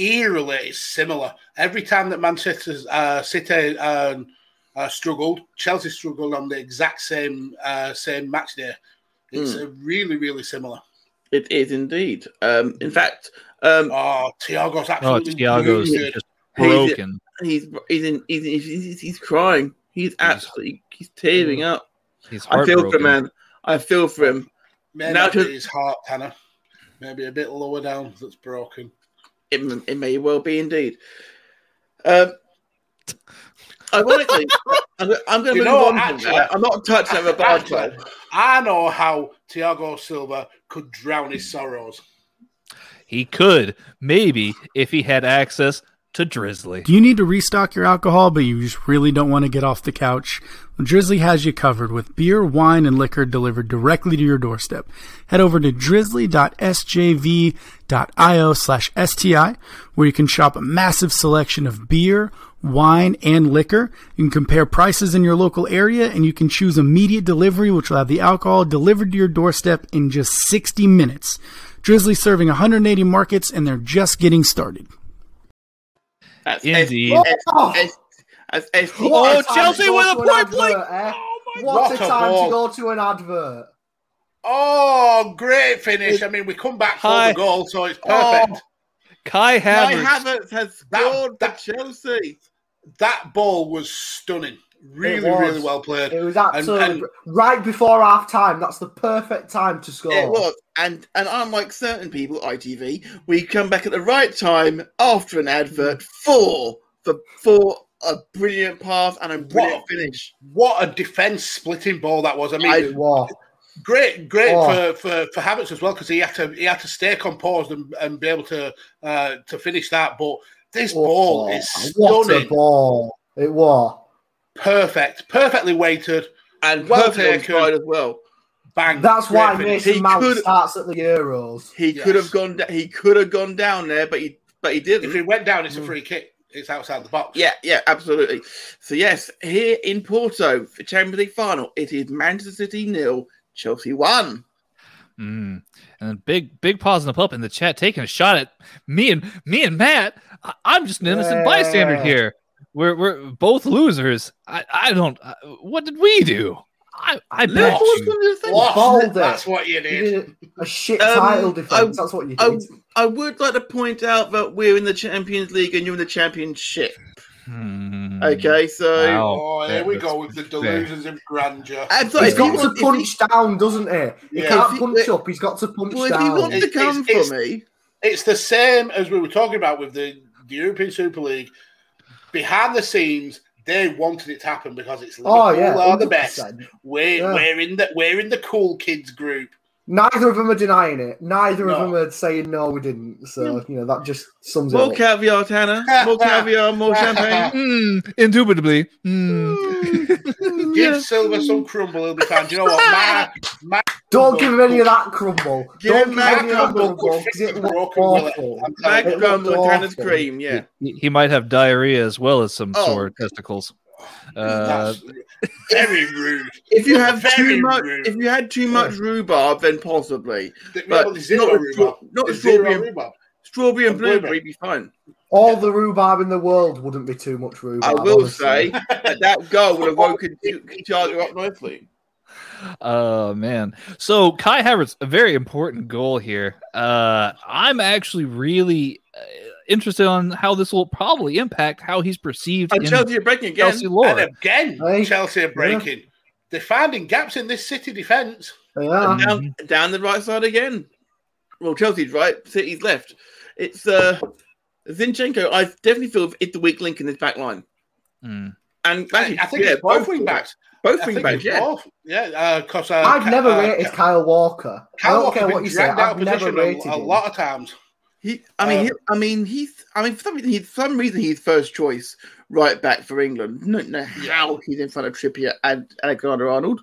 C: eerily similar. Every time that Manchester uh, City um, uh, struggled, Chelsea struggled on the exact same uh, same match day. It's
D: Hmm.
C: uh, really, really similar.
D: It is indeed. Um, in fact, um,
C: Oh, Thiago's
A: Oh,
C: absolutely
A: Thiago's
C: wounded.
A: just
D: He's-
A: broken.
D: he's he's in he's he's, he's, he's crying. He's absolutely he's tearing up.
A: He's
D: I feel for
A: heartbroken.
D: him, man. I feel for him.
C: Maybe
D: Now
C: not
D: to-
C: his heart, Tanner. Maybe a bit lower down that's broken.
D: It, it may well be indeed.
C: [LAUGHS]
D: Um, ironically, I'm, I'm going to
C: You
D: move
C: know,
D: on. from
C: actually-
D: that. I'm not touching over Barclay.
C: Actually, I know how Thiago Silva could drown his sorrows.
A: He could maybe if he had access to Drizzly.
F: Do you need to restock your alcohol, but you just really don't want to get off the couch? Well, Drizzly has you covered with beer, wine, and liquor delivered directly to your doorstep. Head over to drizzly.sjv.io slash STI, where you can shop a massive selection of beer, wine, and liquor. You can compare prices in your local area, and you can choose immediate delivery, which will have the alcohol delivered to your doorstep in just 60 minutes. Drizzly serving 180 markets, and they're just getting started.
D: That's
A: Indeed.
D: S- S- S- S- S-
A: Oh,
E: a time
A: Chelsea
E: to go
A: with a
E: to an
A: point
E: advert,
A: blank.
E: eh?
C: God.
E: What a
C: What a
E: time
C: ball.
E: to go to an advert.
C: Oh, great finish. I mean, we come back for
A: Hi.
C: the goal, so it's perfect.
E: Oh.
A: Kai
D: Kai
A: Havertz.
D: Havertz has
C: That-
D: scored for
C: that-
D: Chelsea.
C: That ball was stunning. Really,
E: was.
C: really well played.
E: It was absolutely
C: and-
E: br- right before half time. That's the perfect time to score.
D: It was, and and unlike certain people, ITV, we come back at the right time after an advert for for for a brilliant pass and a brilliant
C: What?
D: finish.
C: What a defense splitting ball that was. I mean,
D: I-
E: It was.
C: great, great
E: Oh.
C: for, for for Havertz as well because he had to he had to stay composed and, and be able to uh, to finish that. But this ball
E: Oh,
C: is
E: what a
C: stunning,
E: ball. It was.
C: perfect, perfectly weighted.
D: And
C: Well
D: well taken
C: taken.
D: side as well.
C: Bang!
E: That's
C: Great
E: why
C: finish.
E: Mason
D: He
E: Mount
D: could-
E: starts at the Euros.
D: He
C: Yes.
D: could have gone. Da- he could have gone down there, but he but he
C: If
D: didn't.
C: he went down, it's
E: Mm.
C: a free kick. It's outside the box.
D: Yeah, yeah, absolutely. So yes, here in Porto, the Champions League final, it is Manchester City nil, Chelsea one.
A: Mm. And then big, big pause in the pub in the chat, taking a shot at me and me and Matt. I, I'm just an innocent bystander
E: Yeah.
A: here. We're we're both losers. I I don't. I, what did we do? I I bet
D: Liverpool's
A: you.
D: gonna do the same.
C: Lost
E: Balled
C: it.
E: it.
C: That's what you
E: You
C: did.
E: did a shit
D: Um,
E: title defense.
D: I-
E: That's what you
D: I-
E: did.
D: I would like to point out that we're in the Champions League and you're in the Championship.
A: Hmm.
D: Okay, so
A: Wow.
C: Oh, here
A: that
C: we
A: was
C: go with the delusions of grandeur.
D: I'm
E: He's
D: sorry, if
E: got
D: you
E: to
D: want- if
E: punch down, doesn't he? He
C: Yeah.
E: can't
D: If you-
E: punch up. He's got to punch
D: Well, if you
E: down.
D: want to
C: It's-
D: come
C: it's-
D: for me,
C: it's the same as we were talking about with the, the European Super League. Behind the scenes, they wanted it to happen because it's Liverpool
E: oh yeah,
C: are the best.
E: 100%.
C: We're,
E: Yeah.
C: we're in the we're in the cool kids group.
E: Neither of them are denying it. Neither of
C: No.
E: them are saying no, we didn't. So you know that just sums
D: more
E: it up.
D: caviar, Tanner, more caviar, more champagne.
C: [LAUGHS]
A: Hmm, indubitably. Hmm.
C: Give Silver some crumble, he'll be fine. Do you know
E: [LAUGHS]
C: what? My, my
E: Don't give him any of that crumble.
D: Give him
E: Don't give him
D: that
E: any of that
C: crumble.
E: crumble. 'cause It looked
C: Broken will it.
E: awful.
C: I'm
D: Mac
E: It looked
D: Grumble and Tanner's
E: awful.
D: cream, yeah.
A: He, he might have diarrhea as well as some
D: Oh.
A: sore testicles. Uh,
C: that's very rude.
D: If you have
C: Very
D: too much,
C: rude.
D: if you had too much rhubarb, then possibly
C: But
D: but
C: there's zero
D: not with
C: rhubarb.
D: straw- not
C: There's
D: with
C: zero
D: strawberry.
C: rhubarb. Oh,
D: strawberry and
C: And blueberry.
D: blueberry would be fine.
E: All the rhubarb in the world wouldn't be too much
D: I
E: rhubarb.
D: will
E: honestly.
D: say that that goal would
C: [LAUGHS]
D: have woken Thiago up nicely.
A: Oh man. So Kai Havertz, a very important goal here. Uh I'm actually really uh, interested on how this will probably impact how he's perceived
D: And
A: in
D: Chelsea are breaking again.
A: Chelsea
C: And
A: lore.
C: again,
E: Hey.
C: Chelsea are breaking. They're finding gaps in this City defence.
E: Yeah.
D: down,
C: Mm-hmm.
D: down the right side again. Well, Chelsea's right, City's left. It's uh, Zinchenko. I definitely feel it's the weak link in this back line.
A: Mm.
D: And
C: I,
D: actually,
C: I think
D: yeah,
C: it's both wing backs.
D: Both
C: I
D: wing
C: think
D: backs,
C: it's
D: yeah.
C: both. Yeah, because uh,
E: I've never
C: uh,
E: rated Kyle Walker. I
C: Kyle
E: don't
C: Walker's
E: care
C: been
E: what you say.
C: dragged out
E: I've
C: of
E: never
C: position
E: rated
C: a, a
E: him.
C: lot of times.
D: He, I mean,
C: Uh,
D: he, I mean, he's, I mean, for some reason, he's, for some reason, he's first choice right back for England. Don't know how he's in front of Trippier and Alexander Arnold.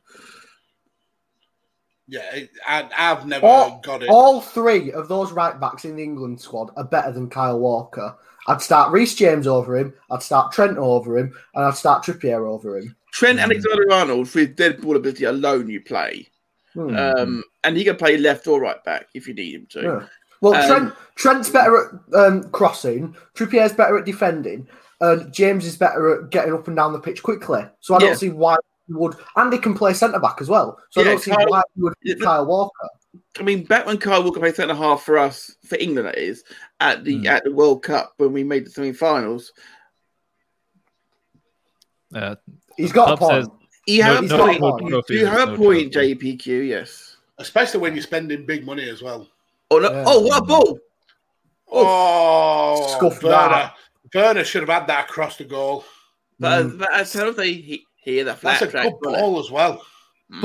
C: Yeah, it, I, I've never
E: All-
C: got it.
E: All three of those right backs in the England squad are better than Kyle Walker. I'd start Reece James over him. I'd start Trent over him, and I'd start Trippier over him.
D: Trent
A: Mm.
D: Alexander Arnold for his dead ball ability alone, you play,
E: Hmm.
A: Mm.
D: um, and he can play left or right back if you need him to.
E: Yeah. Well,
D: Um,
E: Trent Trent's better at um, crossing. Trippier's better at defending. And James is better at getting up and down the pitch quickly. So I
D: Yeah.
E: don't see why you would. And he can play centre back as well. So
D: Yeah,
E: I don't see
D: Kyle-
E: why you would
D: Yeah,
E: pick Kyle Walker.
D: I mean, back when Kyle Walker played centre half for us, for England, that is, at the
A: Hmm.
D: at the World Cup when we made the semi-finals,
A: Uh,
E: He's got a
A: Pub says-
E: point.
D: you
A: No-
D: have
E: no
D: a point.
E: trophy,
A: no
D: you have a
A: trophy.
D: point, JPQ. Yes.
C: Especially when you're spending big money as well.
D: Oh no!
E: Yeah.
D: Oh, what a ball!
C: Hmm. Oh,
E: Scuff
C: Werner.
E: that.
C: Werner should have had that across the goal.
D: But, as but as Tony, he, he had a flat
C: That's a
D: track.
C: good ball as well.
D: Mm.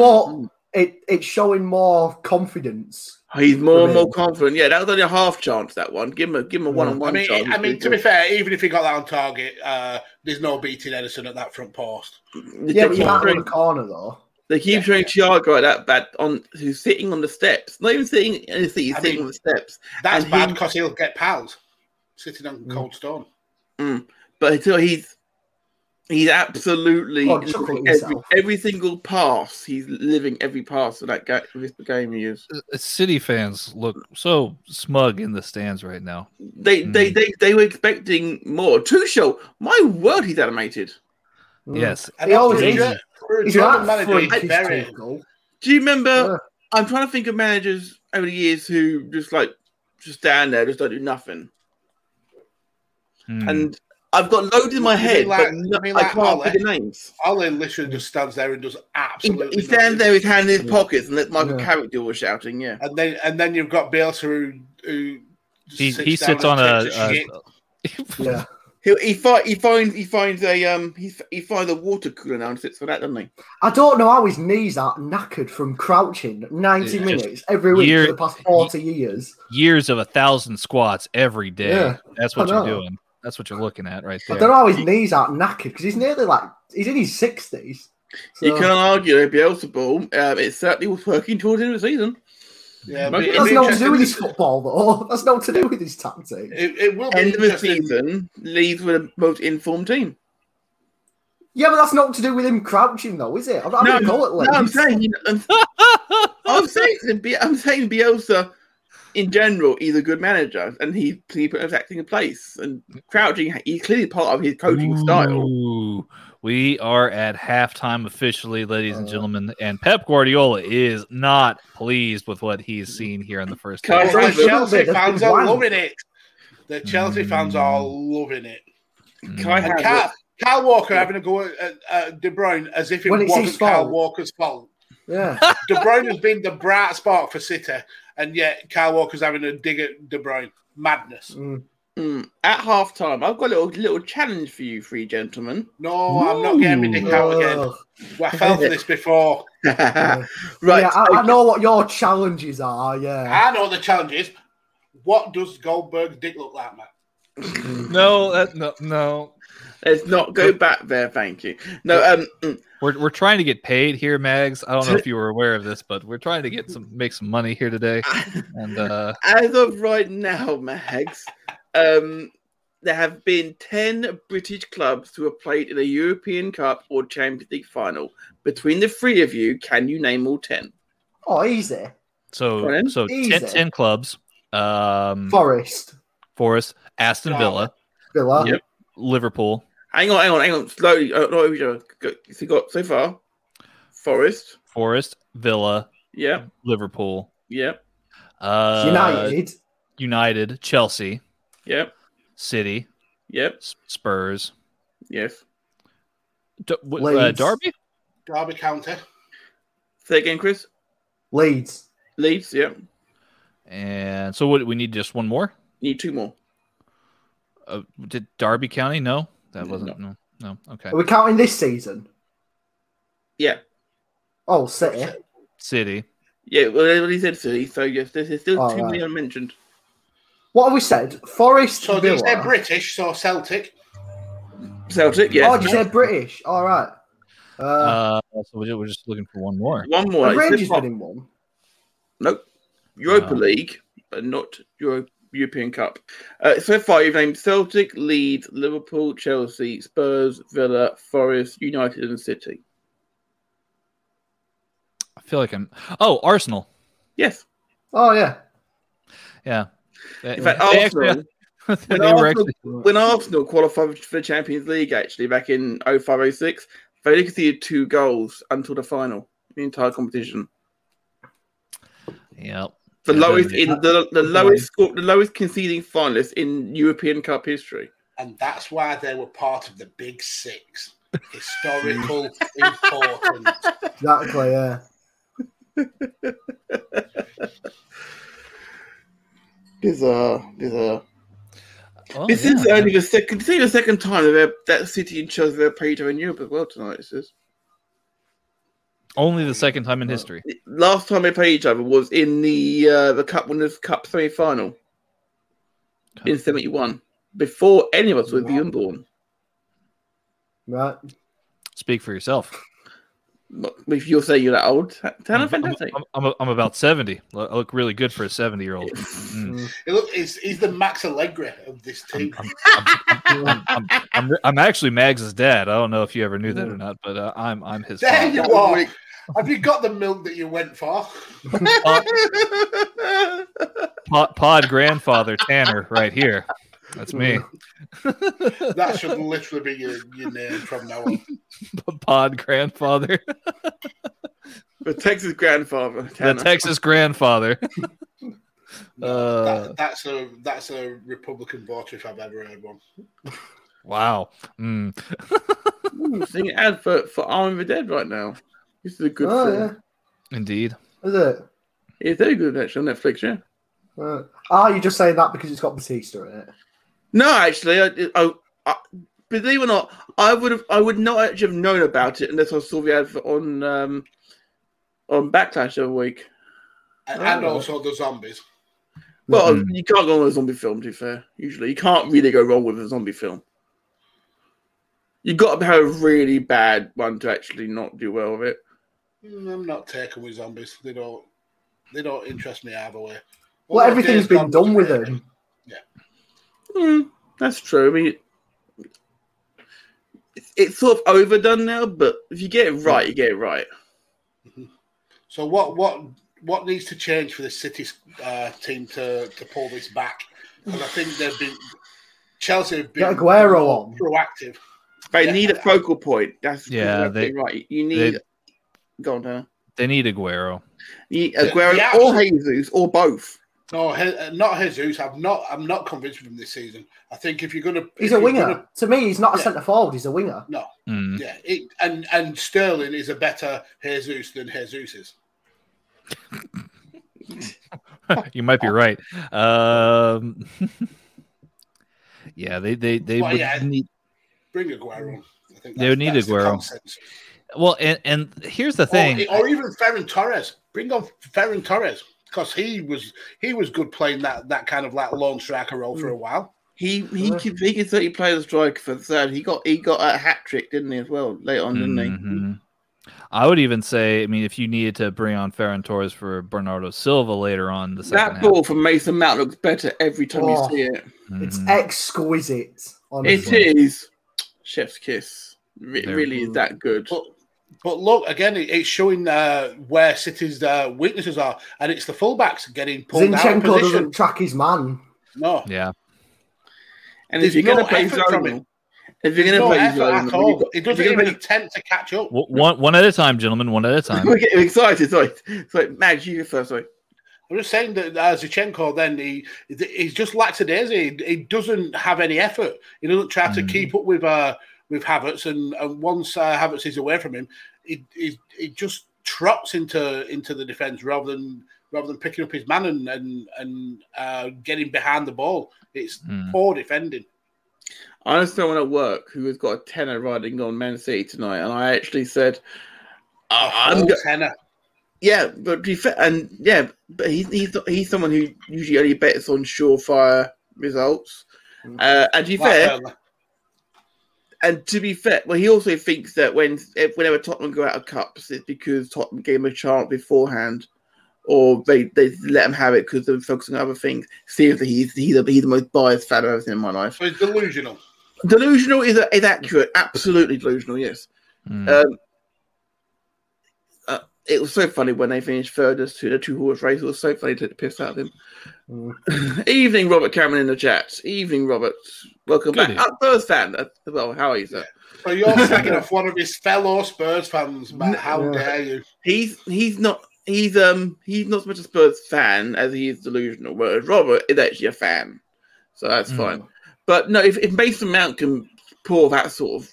E: But it it's showing more confidence.
D: He's more and
E: Remain.
D: more confident. Yeah, that was only a half chance. That one. Give him a give him a one on
C: I
D: one
C: mean,
D: chance.
C: I mean, to be fair, even if he got that on target, uh, there's no beating Edison at that front post.
D: They
E: Yeah, but
D: keep
E: you can't
D: throwing-
E: on the corner though.
D: they
C: Yeah,
D: keep showing Thiago at that bat on who's sitting on the steps. Not even sitting in anything. He's
C: I
D: sitting
C: mean-
D: on the steps.
C: That's
D: And Mm.
C: bad
D: him-
C: because he'll get pals sitting on cold stone.
D: But until he's he's absolutely
E: Oh, chuckle
D: every,
E: at yourself.
D: every single pass. He's living every pass of that ga- of this game he is.
A: uh, City fans look so smug in the stands right now.
D: They they, they they were expecting more. Tuchel, my word, he's animated.
E: Mm.
A: Yes,
C: And
E: He
C: that's
E: always
C: for a
E: is.
C: Ger- for a
E: He's
C: German
E: that
C: manager,
E: freak,
C: he's
E: he's
C: very-
E: Tuchel.
D: Do you remember?
E: Yeah.
D: I'm trying to think of managers over the years who just like just stand there, just don't do nothing.
A: Hmm. [LAUGHS]
D: And I've got loads in my
C: You mean
D: head,
C: like-
D: but
C: you
D: no,
C: mean
D: I
C: like
D: can't
C: Ole?
D: think of names.
C: Ollie literally just stands there and does
D: He,
C: absolutely.
D: he stands
C: nothing.
D: there with his hand in his pockets and lets Michael
E: Yeah.
D: Carrick do all the shouting. Yeah,
C: and then and then you've got Bielsa who who
A: he
C: sits
A: he
C: down
A: sits
C: and
A: on a,
C: takes
A: a-
C: shit.
E: Yeah.
D: he he, fi- he finds he finds a um he, f- he finds a water cooler now and sits for that, doesn't he?
E: I don't know how his knees are knackered from crouching 90
A: Yeah.
E: minutes every week
A: Year-
E: for the past 40 years.
A: years of a thousand squats every day.
E: Yeah,
A: That's what
E: I
A: you're
E: know.
A: doing. That's what you're looking at right
E: I don't know
A: there.
E: how his knees are knackered because he's nearly like, he's in his 60s. So,
D: You can't argue that Bielsa ball. Um, it certainly was working towards the end of the season.
C: Yeah,
D: That's
C: it'd
E: that's
C: be
E: not to do with his
C: interesting-
E: football, though. [LAUGHS] That's not to do with his tactic.
C: It, it will be
D: End of the
C: interesting.
D: season, Leeds were the most informed team.
E: Yeah, but that's not to do with him crouching, though, is it? I'm not having a go at
D: No, I'm
E: Leeds.
D: saying, I'm,
E: [LAUGHS]
D: I'm saying, that Bi- I'm saying Bielsa in general, he's a good manager, and he he put everything in place. And crouching, he's clearly part of his coaching
E: Mm.
D: style.
A: Ooh. We are at halftime officially, ladies and
E: Uh.
A: gentlemen, and Pep Guardiola is not pleased with what he's seen here in the first
D: Can I
A: half.
C: Well, the
E: That's
C: Chelsea
E: been
C: fans are
E: wild.
C: loving it. The Chelsea fans
A: Mm.
C: are loving it.
A: Mm.
D: Can I
C: And
D: have
C: Carl,
D: it?
C: Carl Walker having a go at, at, at De Bruyne as if it
E: When it's his
C: wasn't Carl
E: fault.
C: Walker's fault.
E: Yeah.
D: [LAUGHS]
C: De Bruyne has been the bright spark for City, and yet Carl Walker's having a dig at De Bruyne. Madness.
E: Mm.
D: Mm. At half time, I've got a little, little challenge for you three gentlemen. [LAUGHS]
C: No, I'm not getting my dick out again.
E: Ugh.
C: Well, I fell for this before.
D: Ah, right,
E: yeah, I,
D: okay.
E: I know what your challenges are. Yeah.
C: I know the challenge is. What does Goldberg's dick look like, Matt?
A: No, that, no, no.
D: let's not go back there. Thank you. No, um, mm.
A: We're, we're trying to get paid here, Mags. I don't know if you were aware of this, but we're trying to get some make some money here today. And uh,
D: um, [LAUGHS] as of right now, Mags, um, there have been 10 British clubs who have played in a European Cup or Champions League final. Between the three of you, can you name all 10?
E: Oh, easy.
A: so
D: Brian?
A: so 10,
E: Easy.
A: 10 clubs. Um,
E: Forest,
A: Forest, Aston
C: Wow.
A: Villa,
E: Villa.
D: Yep.
A: Liverpool,
D: Hang on, hang on, hang on. Slowly. Oh, no, we go. Go- so you got so far Forest.
A: Forest, Villa,
D: Yeah,
A: Liverpool,
D: yeah,
A: uh,
E: United.
A: United, Chelsea,
D: yeah,
A: City,
D: yeah,
A: S- Spurs,
D: yes.
A: D- w- uh,
E: Leeds.
A: Derby,
C: Derby County.
D: Say again, Chris.
E: Leeds.
D: Leeds, yeah.
A: and so what? We need just one more.
D: Need two more.
A: Uh, did Derby County? No, that
D: No.
A: wasn't. No, no. Okay,
E: Are we counting this season?
D: Yeah,
E: Oh, City.
A: City.
D: yeah. Well, that's what he said, City. So, yes, there's there's still
E: Oh,
D: two
E: right.
D: more unmentioned.
E: What have we said? Forest,
C: So
E: Villa.
C: these they're British, so Celtic.
D: Celtic, yes.
E: oh, did you say British? All right. Uh,
A: Uh, so we- we're just looking for one more.
D: one more.
E: have
D: It's
E: Rangers
D: this one.
E: been in one.
D: Nope. Europa
A: Oh.
D: League, but not Euro- European Cup. Uh, so far, you've named Celtic, Leeds, Liverpool, Chelsea, Spurs, Villa, Forest, United, and City.
A: I feel like I'm. Oh, Arsenal.
D: Yes.
E: Oh yeah.
A: Yeah. They,
D: In fact,
A: they
D: Arsenal,
A: actually- [LAUGHS] they
D: when,
A: were
D: Arsenal
A: actually.
D: when Arsenal qualified for the Champions League, actually, back in 05 06, they only conceded two goals until the final, the entire competition.
A: Yep.
D: The
A: Yeah,
D: lowest
A: they-
D: in the, the lowest score, the lowest conceding finalist in European Cup history.
C: And that's why they were part of the Big Six. Historical importance.
E: Exactly. Yeah.
D: Bizarre, bizarre.
A: Well,
D: This
A: Oh, yeah.
D: is only the second. This is the second time that, they're- that City and Chelsea have played in Europe as well tonight. This is
A: Only the second time in history.
D: Last time they played each other was in the uh, the Cup Winners' Cup semi final in '71. Before any of us were even born,
E: Right.
A: Speak for yourself.
D: But if you're saying you're that old, Tanner,
A: I'm, I'm,
D: fantastic.
A: I'm, I'm- I'm about 70. Lo- I look really good for a Mm. 70 year
D: [LAUGHS]
A: old.
D: Hmm.
C: He look, he's, he's the Max Allegri of this team.
E: Mm.
A: I'm, I'm, I'm, I'm actually Mags's dad. I don't know if you ever knew that or not, but uh, I'm I'm his.
C: there
A: Dad.
C: you are. Have you got the milk that you went for?
A: Pod, pod grandfather Tanner right here. That's me. [LAUGHS]
C: That should literally be your, your name from now on.
A: Pod grandfather.
D: [LAUGHS] The Texas grandfather,
A: The
D: Tanner.
A: Texas grandfather.
C: [LAUGHS]
A: Uh,
E: Uh,
C: That, that's a that's a Republican voter if I've ever heard one.
A: wow. Mm.
D: Ooh, seeing an advert for Arm of the Dead right now. This is a [LAUGHS] good
E: Oh,
D: film.
E: yeah.
A: Indeed.
E: Is it?
D: It's very good actually on Netflix, yeah.
E: Right. Are you just saying that because it's got Batista in it?
D: No, actually, I, I, I believe it or not, I would have, I would not actually have known about it unless I saw the advert on um, on Backlash the other week.
C: And,
E: Oh.
C: and also the zombies.
D: Well,
A: Mhm.
D: you can't go wrong with a zombie film. To be fair, usually you can't really go wrong with a zombie film. You got to have a really bad one to actually not do well with it.
C: Mm, I'm not taken with zombies. They don't they don't interest me either way.
E: Well, everything's been done with
C: it.
E: them.
D: Hmm, that's true. I mean, it's, it's sort of overdone now, but if you get it right, you get it right.
C: So what what what needs to change for the city uh, team to to pull this back? And I think they've been Chelsea have been
E: Get Aguero on.
C: proactive.
D: They
C: Yeah.
D: need a focal point. That's
A: Yeah,
D: exactly
A: they-
D: right. You need.
A: they-
D: Go on, Tanner.
A: They need Aguero.
D: You,
C: Yeah,
D: Aguero
C: yeah.
D: or Jesus or both.
C: No, he, uh, not Jesus. I'm not. I'm not convinced of him this season. I think if you're gonna,
E: He's
C: if
E: a
C: you're
E: winger.
C: gonna-
E: To me, he's not a
C: Yeah.
E: centre forward. He's a winger.
C: no,
A: Mm. [LAUGHS]
C: yeah, it, and and Sterling is a better Jesus than Jesus is.
A: you might be right. Um, [LAUGHS] yeah, they they they
C: Well,
A: would
C: yeah.
A: need.
C: Bring Aguero. on. I think
A: They would need
C: the
A: Aguero.
C: consensus.
A: Well, and and here's the thing.
C: Or, or even Ferran Torres. Bring on Ferran Torres because he was he was good playing that that kind of like lone striker role
E: Mm.
C: for a while.
D: He he
E: Yeah.
C: Uh-huh.
D: could he could certainly play the striker for third. He got he got a hat trick, didn't he, as well later on, didn't he?
A: Mhm. I would even say, I mean, if you needed to bring on Ferran Torres for Bernardo Silva later on the second
D: That
A: half,
D: ball from Mason Mount looks better every time
E: Oh,
D: you see it.
E: It's
A: Mhm.
E: exquisite.
D: Hmm. It
E: Honestly.
D: is chef's kiss. It
A: There.
D: really is that good.
C: But but look again, it, it's showing uh, where City's uh, weaknesses are, and it's the fullbacks getting pulled out of
E: Zinchenko doesn't
C: position.
E: track his man.
C: No,
A: yeah,
D: And if
C: there's
D: you're
C: no
D: gonna play
C: effort from
D: zonal, if you're gonna
C: no
D: play
C: effort
D: zonal,
C: at
D: you've
C: all.
D: got-
C: It
D: if
C: doesn't
D: you're
C: even
D: gonna play-
C: attempt to catch up.
A: W- one one at a time, gentlemen, one at a time.
D: [LAUGHS] we're getting excited. Sorry, sorry, Mags, you go first. Sorry.
C: I'm just saying that uh, Zinchenko then he he's just lackadaisy. He, he doesn't have any effort. He doesn't try to
A: Mhm.
D: Mm-hmm.
C: keep up with uh, with Havertz, and, and once uh, Havertz is away from him, he, he he just trots into into the defense rather than rather than picking up his man and and, and uh, getting behind the ball. It's
A: Mm.
C: poor defending.
D: I know someone at work who has got a tenner riding on Man City tonight, and I actually said, I- "I'm
C: All
D: go-
C: tenner.
D: yeah, but to be fair, and yeah, but he's he's he's someone who usually only bets on surefire results. Uh, and to be
C: Like,
D: fair,
C: uh,
D: and to be fair, well, he also thinks that when if- whenever Tottenham go out of cups, it's because Tottenham gave him a chance beforehand, or they, they let him have it because they're focusing on other things. Seriously, he's he's the, he's the most biased fan I've ever seen in my life.
C: so he's delusional.
D: Delusional is, is accurate, absolutely delusional. Yes.
A: Mm.
D: Um, uh, it was so funny when they finished third as to the two horse race. It was so funny to take the piss out of him. [LAUGHS]
E: Mm.
D: Evening, Robert Cameron in the chat. Evening, Robert. Welcome
A: Good
D: back. I'm Spurs fan as well. How are you, sir?
C: So
D: [LAUGHS]
C: you're slagging off one of his fellow Spurs fans, man. How
E: Yeah.
C: dare you?
D: He's he's not he's um he's not so much a Spurs fan as he is delusional. Whereas Robert is actually a fan, so that's
A: Mm.
D: fine. But no, if, if Mason Mount can pour that sort of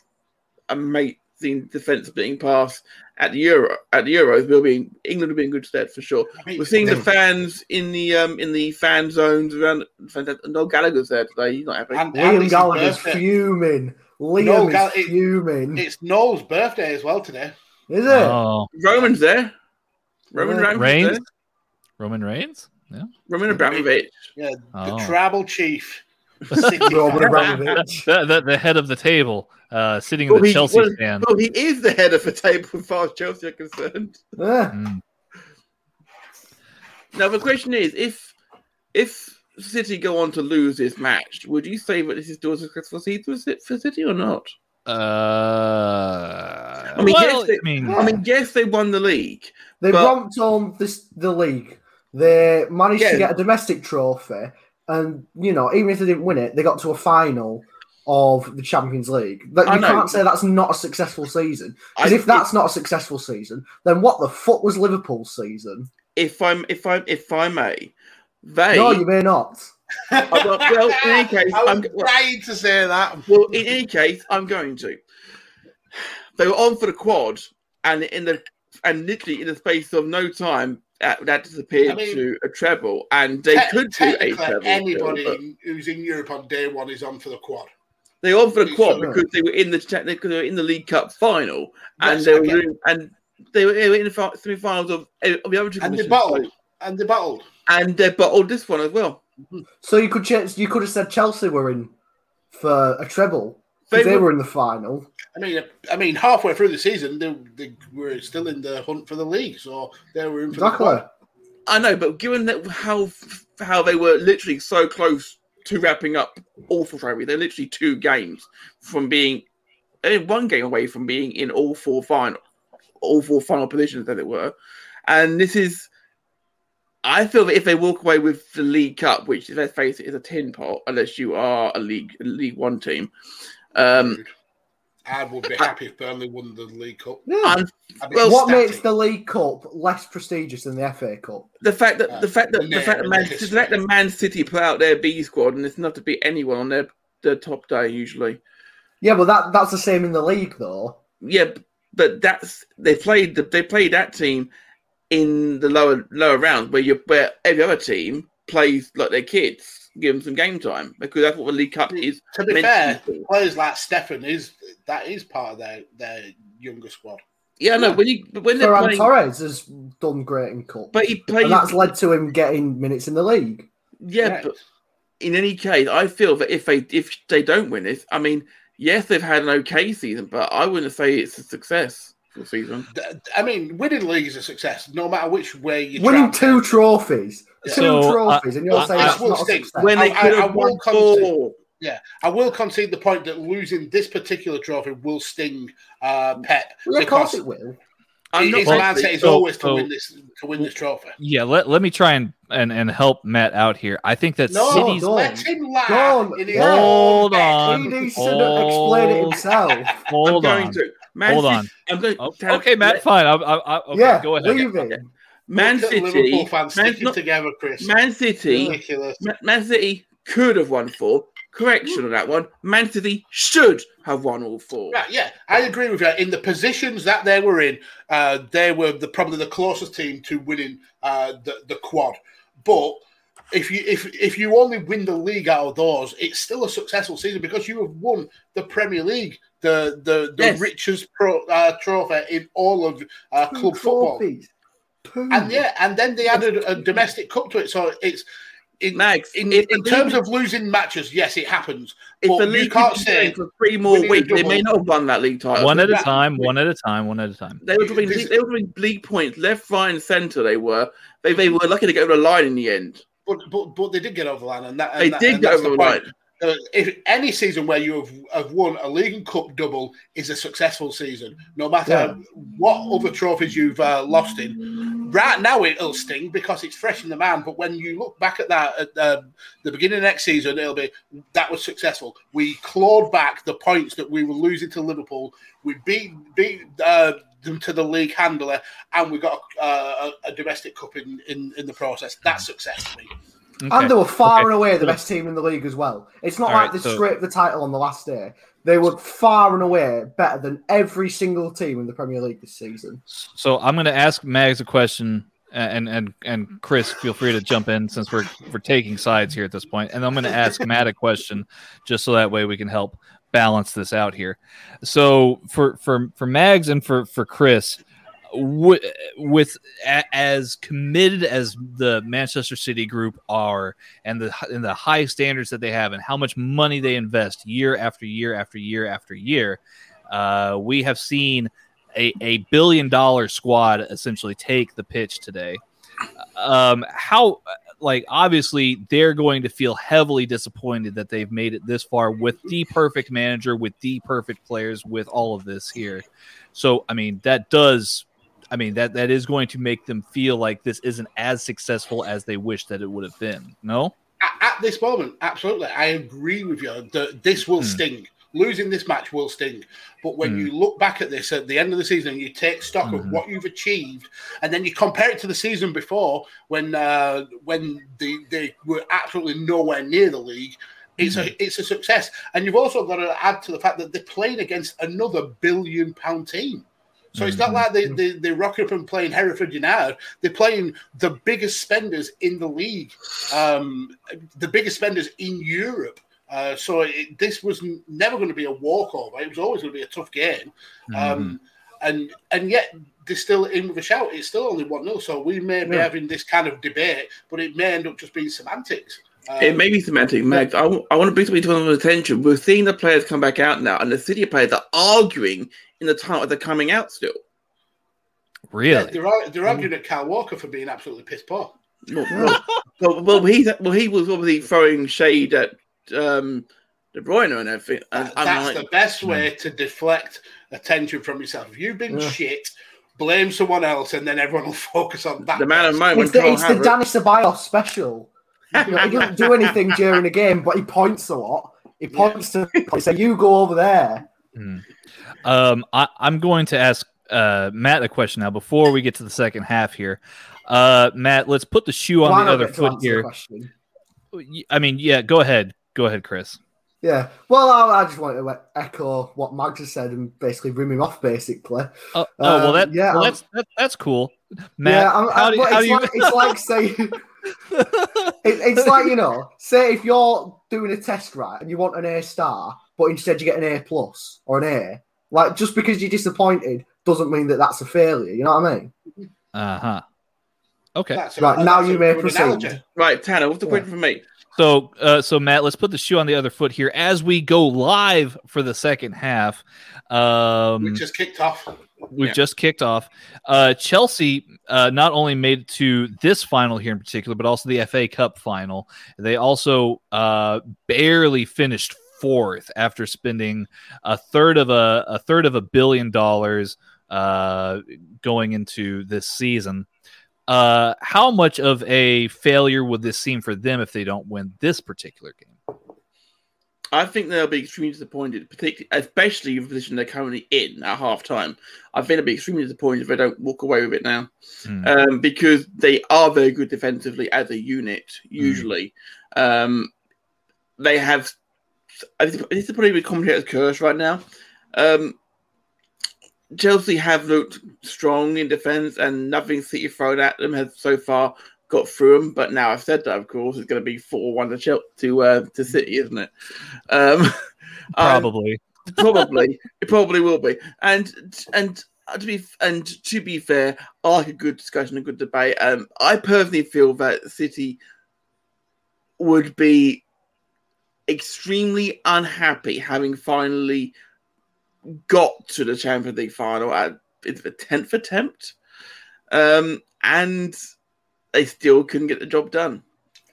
D: amazing defensive being pass at the Euro at the Euros, we'll be England will be in good stead for sure.
C: I mean,
D: We're seeing the
C: they've-
D: fans in the um in the fan zones around. Fantastic. No Gallagher's there today. He's not happy.
C: and- and
E: Liam
C: it's his
E: Gallagher's
C: birthday.
E: fuming. Liam
C: No, Gall-
E: is
C: it-
E: fuming.
C: It's Noel's birthday as well today.
E: Is it?
A: Oh,
D: Roman's there. Roman
E: Yeah.
D: Reigns. is
A: Reigns?
D: there.
A: Roman Reigns? Yeah.
D: Roman Abramovich.
C: Yeah,
A: Oh.
C: the tribal
E: [LAUGHS]
C: chief. City
E: Roman
C: guy.
D: [LAUGHS]
E: Abramovich.
A: The, the, the head of the table, uh, sitting in
D: Well,
A: the
D: Oh, he
A: Chelsea
D: was-
A: stand.
D: Well, he is the head of the table as far as Chelsea are concerned.
E: Yeah.
A: Mm.
D: Now the question is, if if City go on to lose this match, would you say that this is still a successful season for Ci- for City or not?
A: Uh,
D: I mean,
A: well,
D: yes, they-
A: I mean,
D: [LAUGHS] I mean, yes, they won the league.
E: They
D: But-
E: romped home this the league. They managed
D: Yeah.
E: to get a domestic trophy, and you know, even if they didn't win it, they got to a final of the Champions League. That
D: I
E: you
D: know.
E: can't say that's not a successful season. Because
D: I-
E: if that's not a successful season, then what the fuck was Liverpool's season?
D: if I'm if I'm if I may, they
E: No, you may not.
D: Oh, well, [LAUGHS] well, in any case,
C: I
D: I'm-
C: was trying to say that.
D: well in any case, I'm going to. They were on for the quad, and in the and literally in the space of no time, that, that disappeared
C: I mean-
D: to a treble, and they
C: Te-
D: could do a
C: technically,
D: treble. still,
C: Anybody
D: but
C: in- who's in Europe on day one is on for the quad.
D: they were on for the
C: Sure.
D: quad because they were in the te- because they were in the League Cup final, and
C: Yes,
D: they
C: I
D: were
C: get it.
D: doing, and they were in the fi- semi-finals of, of the other two
C: And they
D: competitions,
C: bottled. And they bottled.
D: and they bottled this one as well.
E: So you could ch- you could have said Chelsea were in for a treble. 'cause
D: They
E: They
D: were-
E: were in the final.
C: I mean, I mean, halfway through the season, they, they were still in the hunt for the league, so they were in for the
E: Exactly.
C: quad.
D: I know, but given that how how they were literally so close to wrapping up all four trophies, they're literally two games from being eh, one game away from being in all four final, all four final positions, as it were. And this is, I feel that if they walk away with the League Cup, which let's face it, is a tin pot, unless you are a League League One team. Um,
C: I would be happy if Burnley won the League Cup.
E: Yeah.
D: and
C: I'd be
D: Well,
E: what
C: ecstatic.
E: makes the League Cup less prestigious than the FA Cup?
D: the fact that
C: Uh,
D: the fact that the
C: no,
D: fact that Man,
C: no,
D: the fact that Man City put out their B squad and it's enough to beat anyone on their their top day usually.
E: Yeah, but that that's the same in the league though.
D: Yeah, b- but that's they played the, they played that team in the lower lower rounds where you where every other team plays like their kids, give them some game time because that's what the League Cup is.
C: To be
D: meant
C: fair,
D: be.
C: players like Stefan is that is part of their their younger squad.
D: yeah, no, when you but when they're
E: Ferran
D: playing,
E: Torres has done great in cup,
D: but he plays.
E: and um, that's led to him getting minutes in the league.
D: yeah, but in any case, I feel that if they if they don't win this, I mean, yes, they've had an okay season, but I wouldn't say it's a success for the season.
C: Th- I mean, winning the league is a success, no matter which way you.
E: Winning
C: travel.
E: two trophies,
C: Yeah.
E: two
A: So, uh,
E: trophies, and you're
A: I-
E: saying
A: I
E: that's
C: will
E: not a
C: think-
E: success.
D: When they
C: I-
D: could
C: I
D: have
C: will
D: won
C: come to-
D: four,
C: I will concede the point that losing this particular trophy will sting uh, Pep.
E: yeah, of course
C: because
E: it will.
D: I'm not
C: his
A: Well,
D: saying-
C: mindset is
A: so-
C: always to
A: so-
C: win this to win this trophy.
A: yeah, let, let me try and, and, and help Matt out here. I think that
C: No,
A: City's.
E: don't.
C: let him lie.
E: Don't.
C: in his
E: Yeah.
A: Hold
C: own bed.
A: on.
E: He needs to explain it
A: Hold-
E: himself.
D: I'm
A: Hold
D: going
A: on.
D: to. Man
A: Hold
D: City-
A: on.
D: I'm going.
A: Oh,
D: Tab-
A: okay, Matt, fine. I, I, I, [LAUGHS] okay,
E: yeah,
A: go ahead.
E: leave
D: Okay.
E: it.
D: Man
C: Look at
D: City.
C: Liverpool fans
D: Man-
C: sticking
D: not-
C: together, Chris.
D: Man City.
C: Ridiculous.
D: Ma- Man City could have won four. Correction on that one. Man City should have won all four.
C: Right, yeah, I agree with you. In the positions that they were in, uh, they were the probably the closest team to winning uh, the the quad. But if you if if you only win the league out of those, it's still a successful season because you have won the Premier League, the the, the
D: Yes.
C: richest pro, uh, trophy in all of uh,
E: Two
C: club football.
E: trophies. Two.
C: And yeah, and then they added a domestic cup to it, so it's. In,
D: Max,
C: in,
D: if the
C: in terms
D: league-
C: of losing matches, yes, it happens.
D: If
C: But
D: the
C: you
D: league
C: can't
D: had been
C: say
D: playing for three more
C: we need a
D: weeks, they may
C: double.
D: not have won that league title.
A: One at a
C: Matt-
A: time, one at a time, one at a time.
D: They were dropping,
C: This-
D: they were dropping league points left, right, and centre. They were. They, they were lucky to get over the line in the end.
C: But but but they did get over the line, and that and
D: They
C: that-
D: did
C: and
D: get
C: that's
D: over the
C: point.
D: line.
C: Uh, if any season where you have, have won a league and cup double is a successful season, no matter
E: Yeah.
C: what other trophies you've uh, lost in. Right now, it'll sting because it's fresh in the man. But when you look back at that at uh, the beginning of next season, it'll be that was successful. We clawed back the points that we were losing to Liverpool. We beat beat uh, them to the league handler, and we got uh, a, a domestic cup in, in in the process. That's success to me.
A: Okay.
E: And they were far
A: Okay.
E: and away the
A: So-
E: best team in the league as well. It's not
A: All
E: like
A: right,
E: they
A: so-
E: scraped the title on the last day. They were far and away better than every single team in the Premier League this season.
A: So I'm going to ask Mags a question, and and and Chris, feel free to jump in since we're we're taking sides here at this point. And I'm going to ask Matt a question, just so that way we can help balance this out here. So for for for Mags and for for Chris, wi- with a, as committed as the Manchester City group are, and the and the high standards that they have, and how much money they invest year after year after year after year, uh, we have seen a, a billion dollar squad essentially take the pitch today. Um, how like obviously they're going to feel heavily disappointed that they've made it this far with the perfect manager, with the perfect players, with all of this here. So I mean that does I mean that that is going to make them feel like this isn't as successful as they wish that it would have been. No?
C: At, at this moment, absolutely, I agree with you that this will sting. Losing this match will sting. But when you look back at this at the end of the season and you take stock of what you've achieved, and then you compare it to the season before when uh, when they, they were absolutely nowhere near the league, it's a it's a success. And you've also got to add to the fact that they're playing against another billion pound team. So it's
D: Mm-hmm.
C: not like they, they, they rock up and playing Hereford United. They're playing the biggest spenders in the league, um, the biggest spenders in Europe. Uh, so it, this was n- never going to be a walkover. It was always going to be a tough game,
A: Hmm.
D: Mm-hmm.
C: um, and and yet they're still in with a shout. It's still only one 0 So we may be having this kind of debate, but it may end up just being semantics. Um,
D: It may be semantic, Max. I, w- I want to bring something to everyone's attention. We're seeing the players come back out now, and the City players are arguing in the time of the coming out still.
A: Really?
C: They're, ar- they're
D: Mm.
C: arguing at Kyle Walker for being absolutely piss poor.
D: Well,
C: [LAUGHS]
D: well, well, he's, well, he was obviously throwing shade at um, De Bruyne and everything. And Uh, I'm
C: That's
D: like, mm.
C: the best way to deflect attention from yourself. If you've been shit, blame someone else, and then everyone will [LAUGHS] focus on that.
D: the man of the moment.
E: It's the,
D: Carl
E: it's the
D: Havertz-
E: Danny Ceballos special. You know, he doesn't do anything during a game, but he points a lot. He points to so you go over there.
A: Um, I, I'm going to ask uh, Matt a question now before we get to the second half here. Uh, Matt, let's put the shoe on
E: Why
A: the
E: not
A: other
E: get to
A: foot
E: answer the
A: here.
E: question?
A: I mean, yeah, go ahead. Go ahead, Chris.
E: Yeah. Well, I, I just want to echo what Mags has said and basically rim him off, basically.
A: Oh, oh well,
E: Um,
A: that,
E: yeah,
A: well,
E: I'm-
A: that's that, that's cool. Matt,
E: yeah, I'm,
A: how
E: I'm-
A: do, you-
E: but
A: how
E: it's,
A: do you?
E: like, it's like saying [LAUGHS] it, it's like you know, say if you're doing a test right and you want an A star, but instead you get an A plus or an A. Like just because you're disappointed doesn't mean that that's a failure. You know what I mean?
A: Uh huh. Okay.
C: That's a-
E: Right, now
C: that's a
E: you may
C: good
E: proceed.
C: analogy.
D: Right, Tanner, what's the question for me?
A: So, uh, so Matt, let's put the shoe on the other foot here as we go live for the second half. Um,
C: We just kicked off.
A: we've
D: Yeah.
A: just kicked off. Uh, Chelsea uh, not only made it to this final here in particular, but also the FA Cup final. They also uh, barely finished fourth after spending a third of a a third of a billion dollars uh, going into this season. Uh, how much of a failure would this seem for them if they don't win this particular game?
D: I think they'll be extremely disappointed, particularly especially in the position they're currently in at half time. I think they'll be extremely disappointed if they don't walk away with it now.
A: Hmm.
D: Um, because they are very good defensively as a unit,
A: Hmm.
D: usually. Um, they have I think this is probably the commentator's curse right now. Um, Chelsea have looked strong in defence and nothing City thrown at them has so far got through them. But now I've said that, of course, it's going to be 4 1 to Chelsea, to, uh, to City, isn't it? Um, [LAUGHS] um,
A: Probably.
D: probably [LAUGHS] it probably will be and and uh, to be and to be fair i like a good discussion a good debate um i personally feel that city would be extremely unhappy having finally got to the champions league final at it's the 10th attempt um and they still couldn't get the job done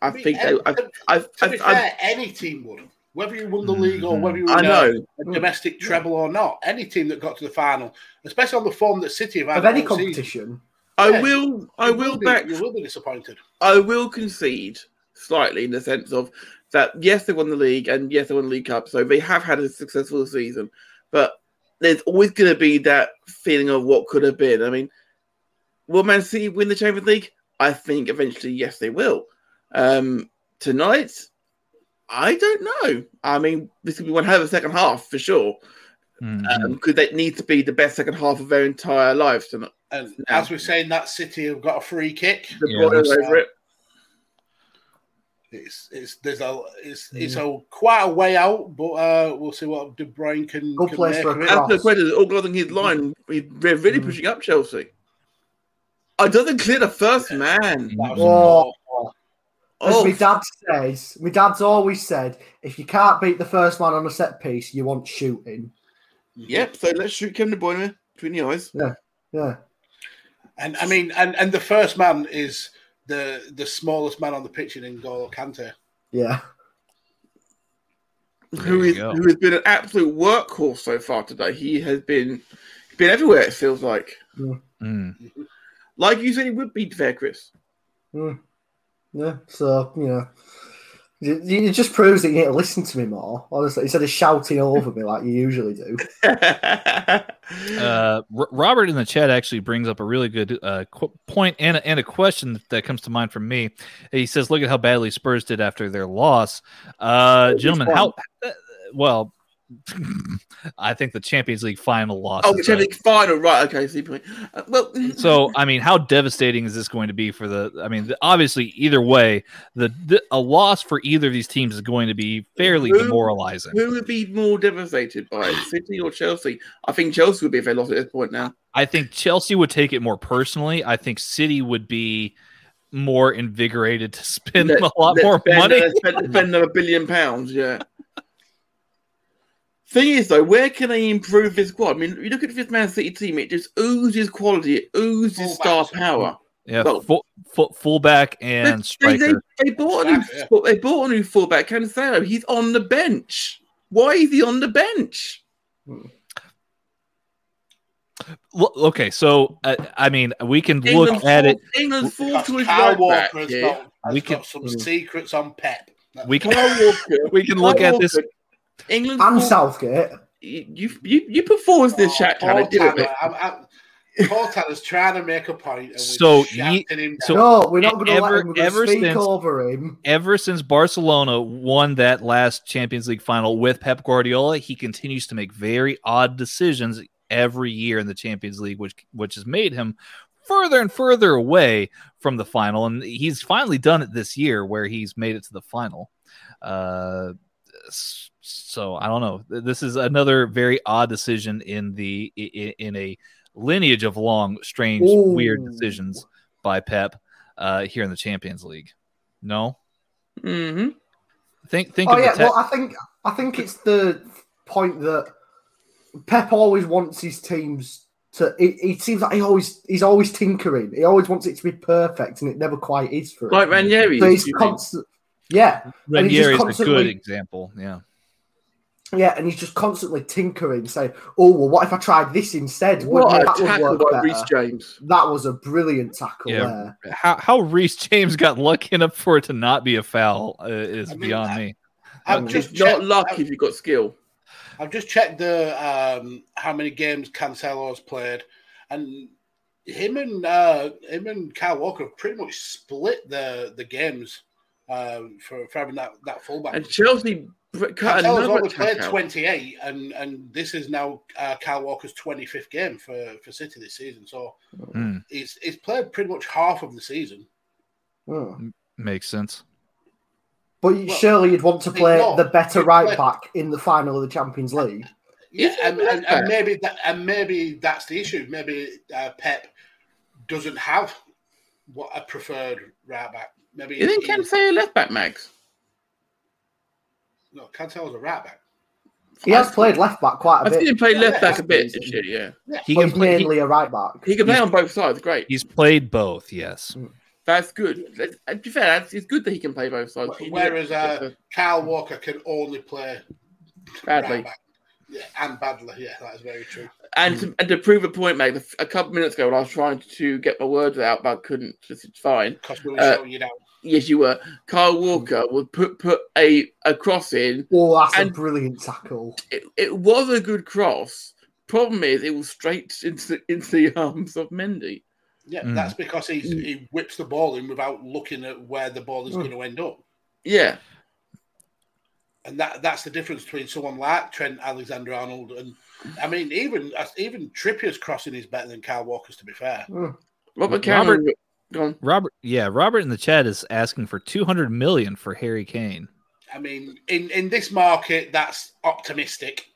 D: i
C: mean,
D: think they
C: and-
D: i
C: to
D: i
C: To be
D: I- I- Mm-hmm.
C: fair, any team would. Whether you won the league or whether you were
D: I
C: in a-
D: know.
C: a domestic treble or not, any team that got to the final, especially on the form that City have had
E: Of any
C: all season,
E: competition.
D: I
C: yeah,
D: will i
C: you
D: will
C: be-
D: back
C: You will be disappointed.
D: I will concede slightly in the sense of that yes, they won the league and yes, they won the League Cup, so they have had a successful season. But there's always going to be that feeling of what could have been. I mean, will Man City win the Champions League? I think eventually, yes, they will. Um, tonight, I don't know. I mean, this could be one hell of a second half for sure
A: Mhm.
D: because they need to be the best second half of their entire lives tonight.
C: And
D: Yeah.
C: as we're saying, that City have got a free kick.
D: The
A: Yeah,
D: Bruyne
A: that's-
D: over it.
C: it's it's there's a it's it's a quite a way out, but uh, we'll see what De Bruyne can,
E: Good
C: can
E: place
C: make
E: for a
C: of it.
E: cross.
D: That's the question. All along his
A: Mm-hmm.
D: line, we- they're really pushing up Chelsea. I doesn't clear the first
A: hmm,
D: man.
C: That was a
E: Whoa. As
D: Oh,
E: my dad says, my dad's always said, if you can't beat the first man on a set piece, you want shooting.
D: yep. So let's shoot Kevin De Bruyne between the eyes.
E: Yeah.
C: And I mean, and and the first man is the the smallest man on the pitch in N'Golo Kante.
E: Yeah.
D: who
A: you
D: is
A: go.
D: who has been an absolute workhorse so far today. He has been been everywhere. It feels like,
A: Mm.
D: like you said, he would be fair, Chris. [LAUGHS]
E: Mm. Yeah. So, you know. It it just proves that you need to listen to me more, honestly, instead of shouting over me like you usually
A: [LAUGHS]
E: do.
A: Uh, R- Robert in the chat actually brings up a really good uh, qu- point and a, and a question that comes to mind from me. He says, "Look at how badly Spurs did after their loss, uh, gentlemen.
E: one?
A: How uh, well." [LAUGHS] I think the Champions League final loss.
D: oh,
A: is
D: the
A: a-
D: Champions League final, right? Okay, see point. Uh, well,
A: So, I mean, how devastating is this going to be for the? I mean, the, obviously, either way, the, the a loss for either of these teams is going to be fairly
D: Who-
A: demoralizing.
D: who would be more devastated by it, City or Chelsea? I think Chelsea would be if they lost at this point now.
A: I think Chelsea would take it more personally. I think City would be more invigorated to spend [LAUGHS]
D: Let-
A: a lot
D: Let's
A: more
D: spend,
A: money.
D: uh, spend, spend another billion pounds, yeah. Thing is, though, where can they improve this squad? I mean, you look at this Man City team; it just oozes quality, it oozes
C: Oh,
D: star
C: wow.
D: power.
A: yeah,
D: well-
A: full, full, fullback
D: They-
A: and
D: they,
A: striker.
D: they, they bought a new
C: Striker, yeah.
D: full- they bought a new fullback, Cancelo. He's on the bench. Why is he on the bench?
A: Lo- okay, so uh, I mean, we can
D: England's
A: look at
D: fourth-
A: it.
D: England's fourth
C: Because
D: choice
C: Kyle
D: right
C: Walker
D: back.
C: has
D: yeah.
C: got, has
A: We
C: got
A: could-
E: Mm.
C: some secrets on Pep. That-
A: We can
D: Kyle Walker.
A: [LAUGHS] we can
D: Kyle
A: look at this.
D: Walker. England.
E: And
D: fourth-
E: Southgate.
D: you, you- you you put forward this
A: Oh,
D: chat,
C: Paul
D: Hannah, didn't it?
C: Tanner, I'm, I'm, Paul Tanner's trying to make a point. And we're
A: So
C: shouting
A: ye-
C: him
A: so-
C: down.
E: no, we're not going to
A: ever-
E: let him. We're
A: ever
E: going to speak
A: since-
E: over him.
A: Ever since Barcelona won that last Champions League final with Pep Guardiola, he continues to make very odd decisions every year in the Champions League, which which has made him further and further away from the final. And he's finally done it this year, where he's made it to the final. Uh, s- so I don't know. This is another very odd decision in the in, in a lineage of long, strange, weird
E: Ooh.
A: decisions by Pep uh, here in the Champions League. No,
D: hmm
A: think think
E: Oh
A: of
E: yeah,
A: the te-
E: well, I think I think it's the point that Pep always wants his teams to. It, it seems like he always he's always tinkering. He always wants it to be perfect, and it never quite is for him.
D: Like Ranieri.
E: so he's
D: you think?
E: constant. Yeah, and he's just
A: Ranieri is a good
E: constantly-
A: example. Yeah,
E: yeah, and he's just constantly tinkering, saying, "Oh well, what if I tried this instead?
D: What
E: Wouldn't-
D: a
E: that
D: tackle
E: would
D: by
E: work
D: Reece
E: better."
D: James.
E: That was a brilliant tackle
A: Yeah.
E: there.
A: how how Reese James got lucky enough for it to not be a foul uh, is
C: I mean,
A: beyond
C: I-
A: me.
C: I've
A: It's
C: just
D: It's not
C: checked-
D: luck
C: I've-
D: if you've got skill.
C: I've just checked the um, how many games Cancelo's played, and him and uh, him and Kyle Walker have pretty much split the the games um, for, for having that that fullback.
D: And Chelsea br-
C: Cancelo's
D: cut another
C: only played
D: tackle.
C: twenty eight, and and this is now uh, Kyle Walker's twenty fifth game for for City this season. So
A: Hmm,
C: he's he's played pretty much half of the season.
E: Mm.
A: makes sense.
E: But you-
C: Well,
E: surely you'd want to
C: he's
E: play
C: not.
E: the better
C: He's
E: right
C: played-
E: back in the final of the Champions League.
C: Yeah,
D: Is he
C: and,
D: a
C: and, and
D: left-back?
C: maybe that, and maybe that's the issue. Maybe uh, Pep doesn't have what a preferred right back. Maybe
D: You think
C: he-
D: Cancelo left back, Max?
C: no, Cancelo's a right back.
E: He has played left back quite a
D: I've seen
E: bit.
D: him play left back a
E: that's
D: bit this
E: amazing.
D: year, yeah.
A: He
E: but
A: can
E: he's
A: play. he-
E: mainly a right back.
D: He can play on both sides, great.
A: he's played both. Yes.
D: That's good. That- To be fair, that's, it's good that he can play both sides. He did
C: Whereas,
D: it
C: uh, Kyle Walker can only play
D: Hmm. badly.
C: right back. Yeah, and badly. Yeah, that is very true.
D: And to, and to prove a point, Max, a- a couple minutes ago when I was trying to get my words out, but I couldn't, just it's fine.
C: Because we were
D: Uh,
C: showing you down.
D: Yes, you were. Kyle Walker would put put a, a cross in.
E: Oh, that's
D: And-
E: a brilliant tackle.
D: It, it was a good cross. Problem is, it was straight into, into the arms of Mendy.
C: Yeah,
A: Mm.
C: that's because he's,
D: Hmm.
C: he whips the ball in without looking at where the ball is
E: Mm.
C: going to end up.
D: Yeah.
C: and that that's the difference between someone like Trent Alexander Arnold and I mean even even Trippier's crossing is better than Kyle Walker's to be fair.
D: Robert
A: Robert-
D: Cameron Go on.
A: Robert, yeah, Robert in the chat is asking for 200 million for Harry Kane.
C: I mean, in, in this market, that's optimistic.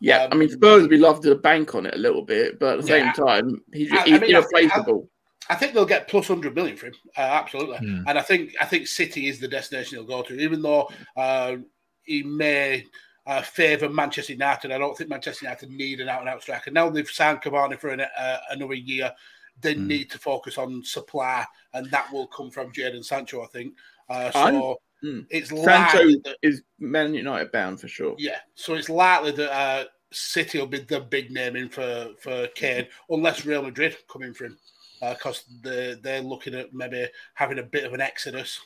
D: Yeah,
C: Um,
D: I mean Spurs would be loved to bank on it a little bit, but at the
C: Yeah.
D: same time, he's,
C: I- I
D: he's
C: mean, I-
D: irreplaceable.
C: I think they'll get plus hundred million for him, uh, absolutely.
A: Hmm.
C: And I think I think City is the destination he'll go to, even though uh, he may uh, favour Manchester United. I don't think Manchester United need an out and out striker. Now they've signed Cavani for an, uh, another year. They
A: Hmm.
C: need to focus on supply, and that will come from Jadon Sancho, I think. Uh,
D: I'm-
C: so
D: Hmm.
C: it's
D: Sancho
C: likely that
D: is Man United bound for sure.
C: yeah, so it's likely that uh, City will be the big name in for for Kane, unless Real Madrid come in for him, because they they're looking at maybe having a bit of an exodus.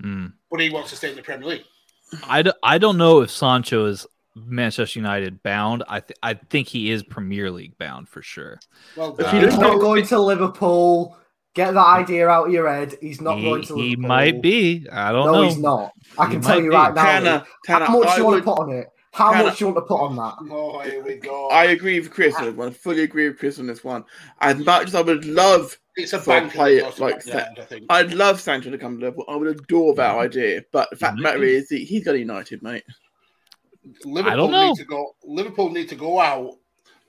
A: Hmm.
C: But he wants to stay in the Premier League.
A: I, d- I don't know if Sancho is Manchester United bound. I th- I think he is Premier League bound for sure.
C: Well,
A: If
C: uh,
A: he
E: He's
A: does-
E: not going to Liverpool. Get that idea out of your head. He's not
A: he,
E: going to Liverpool.
A: he might be. I don't
E: No,
A: know.
E: he's not. I
A: He
E: can tell
A: might
E: you
A: be.
E: right now.
D: Tanner, Tanner,
E: how much
D: I
E: you want
D: would-
E: to put on it? How
D: Tanner.
E: much you want to put on that?
C: oh, here we go.
D: I agree with Chris on this one. I fully agree with Chris on this one. As much as I would love,
C: it's a
D: for a
C: bank
D: player
C: that goes to
D: like
C: Man
D: that.
C: United, I think.
D: I'd love Sancho to come to Liverpool. I would adore that idea. But the fact of the matter is, he- he's got United, mate.
C: Liverpool
A: I don't know.
C: need to go. Liverpool need to go out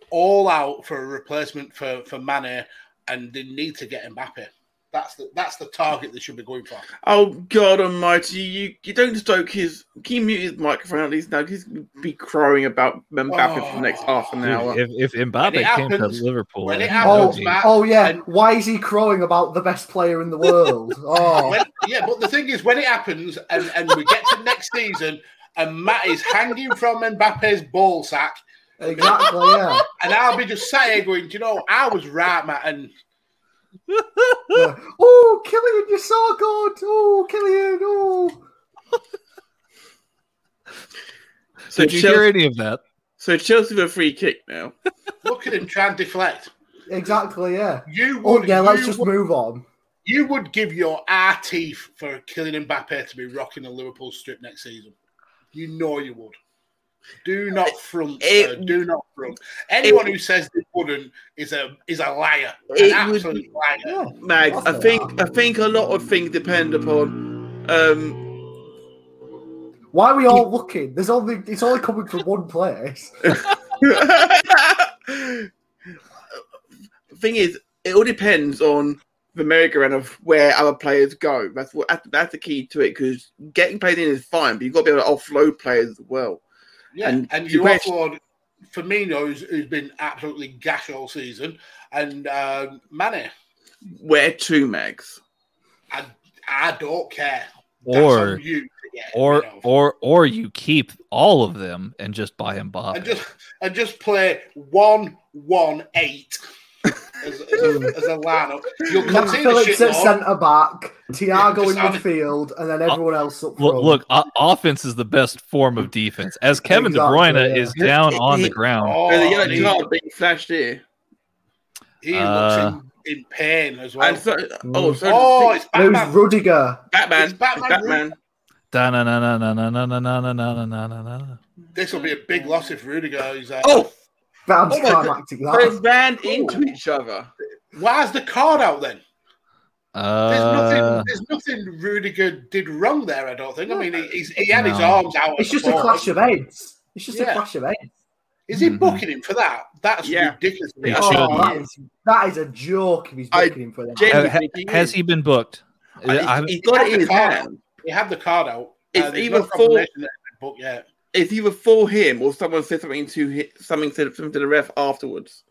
C: all out for a replacement for for Mane, and they need to get Mbappe. That's the that's the target they should be going for.
D: Oh God Almighty! You you don't stoke his. Can you mute his microphone at least now? He's be crowing about Mbappe for the next half an
A: Dude,
D: hour.
A: if if
C: When
A: Mbappe
C: it
A: came
C: happens-
A: to Liverpool,
C: when it
A: I'd
E: Oh,
C: happens,
A: be-
C: Matt,
E: oh yeah.
C: and-
E: Why is he crowing about the best player in the world? Oh,
C: when, yeah, but the thing is, when it happens and, and we get to next season and Matt is hanging from Mbappe's ball sack,
E: exactly. Yeah.
C: and I'll be just sat here going, Do you know, I was right, Matt. And
E: yeah. Oh, Killian, you're so good. Oh, Killian. Oh.
D: So
A: Did you
D: Chelsea-
A: hear any of that?
D: So Chelsea with a free kick now.
C: look at him try and deflect.
E: Exactly. Yeah.
C: You
E: Oh
C: would,
E: yeah. Let's
C: you,
E: just
C: would
E: move on.
C: you would give your eye teeth for Kylian Mbappe to be rocking a Liverpool strip next season. You know you would. Do not front,
D: It-
C: sir. Do not front. Anyone who says they wouldn't is a is a liar. An
D: It would-
C: absolute liar.
E: Yeah.
D: Mags, I
E: Awesome.
D: think I think a lot of things depend upon um [LAUGHS]
E: Why are we all looking? There's only it's only coming from one place.
D: thing is it all depends on the merry-go-round of where other players go. That's what that's, that's the key to it because getting players in is fine, but you've got to be able to offload players as well.
C: Yeah,
D: And
C: and,
D: you
C: you
D: wish-
C: offload Firmino, who's, who's been absolutely gash all season, and um, Mane.
D: Where to, Mags?
C: I, I don't care.
A: Or-
C: on you to get
A: Or
C: rid of.
A: or or you keep all of them and just buy Mbappe.
C: and just and just play one one eight as, as, a, as a lineup. You'll
E: Matt
C: concede a
E: Phillips at
C: shitload.
E: centre back, Tiago in
C: just on it.
E: midfield, and then everyone else up front.
A: Look, look o- offense is the best form of defense. As Kevin
E: Exactly,
A: De Bruyne
E: yeah.
A: is down on the ground,
C: Oh,
D: Oh, the yellow
C: he,
D: card being flashed here.
C: he
A: Uh,
C: looks in, in pain as well.
D: And so, oh, so
C: oh, it's
E: And it was
C: Batman.
E: Rudiger.
D: Batman,
C: it's Batman.
D: Batman.
A: Da na na na na na na na na na na na na na na.
C: This will be a big loss if Rudiger is uh, out.
D: Oh,
E: But I'm
D: Oh
E: just
D: my God.
E: climactic
D: they
E: that.
D: ran into each other.
C: Why's the card out then? There's
A: Uh,
C: nothing. There's nothing Rudiger did wrong there. I don't think. I mean, he, he's, he had his
A: No.
C: arms out. at
E: It's
C: the
E: just a
C: ball.
E: clash of heads. It's just
C: Yeah.
E: a clash of heads.
C: Is he
A: Mhm.
C: booking him for that? That's
D: Yeah.
C: ridiculous. to me.
A: It
E: Oh,
A: should be.
E: that, is, that is a joke if he's
D: I-
E: booking him for that.
D: James-
A: ha- ha- has he been booked? I-
D: he's got it in his hand.
C: He had the card out. Uh,
D: It's
C: there's
D: either
C: no confirmation that he booked yet.
D: it's either for him or someone said something to him, something said something to the ref afterwards.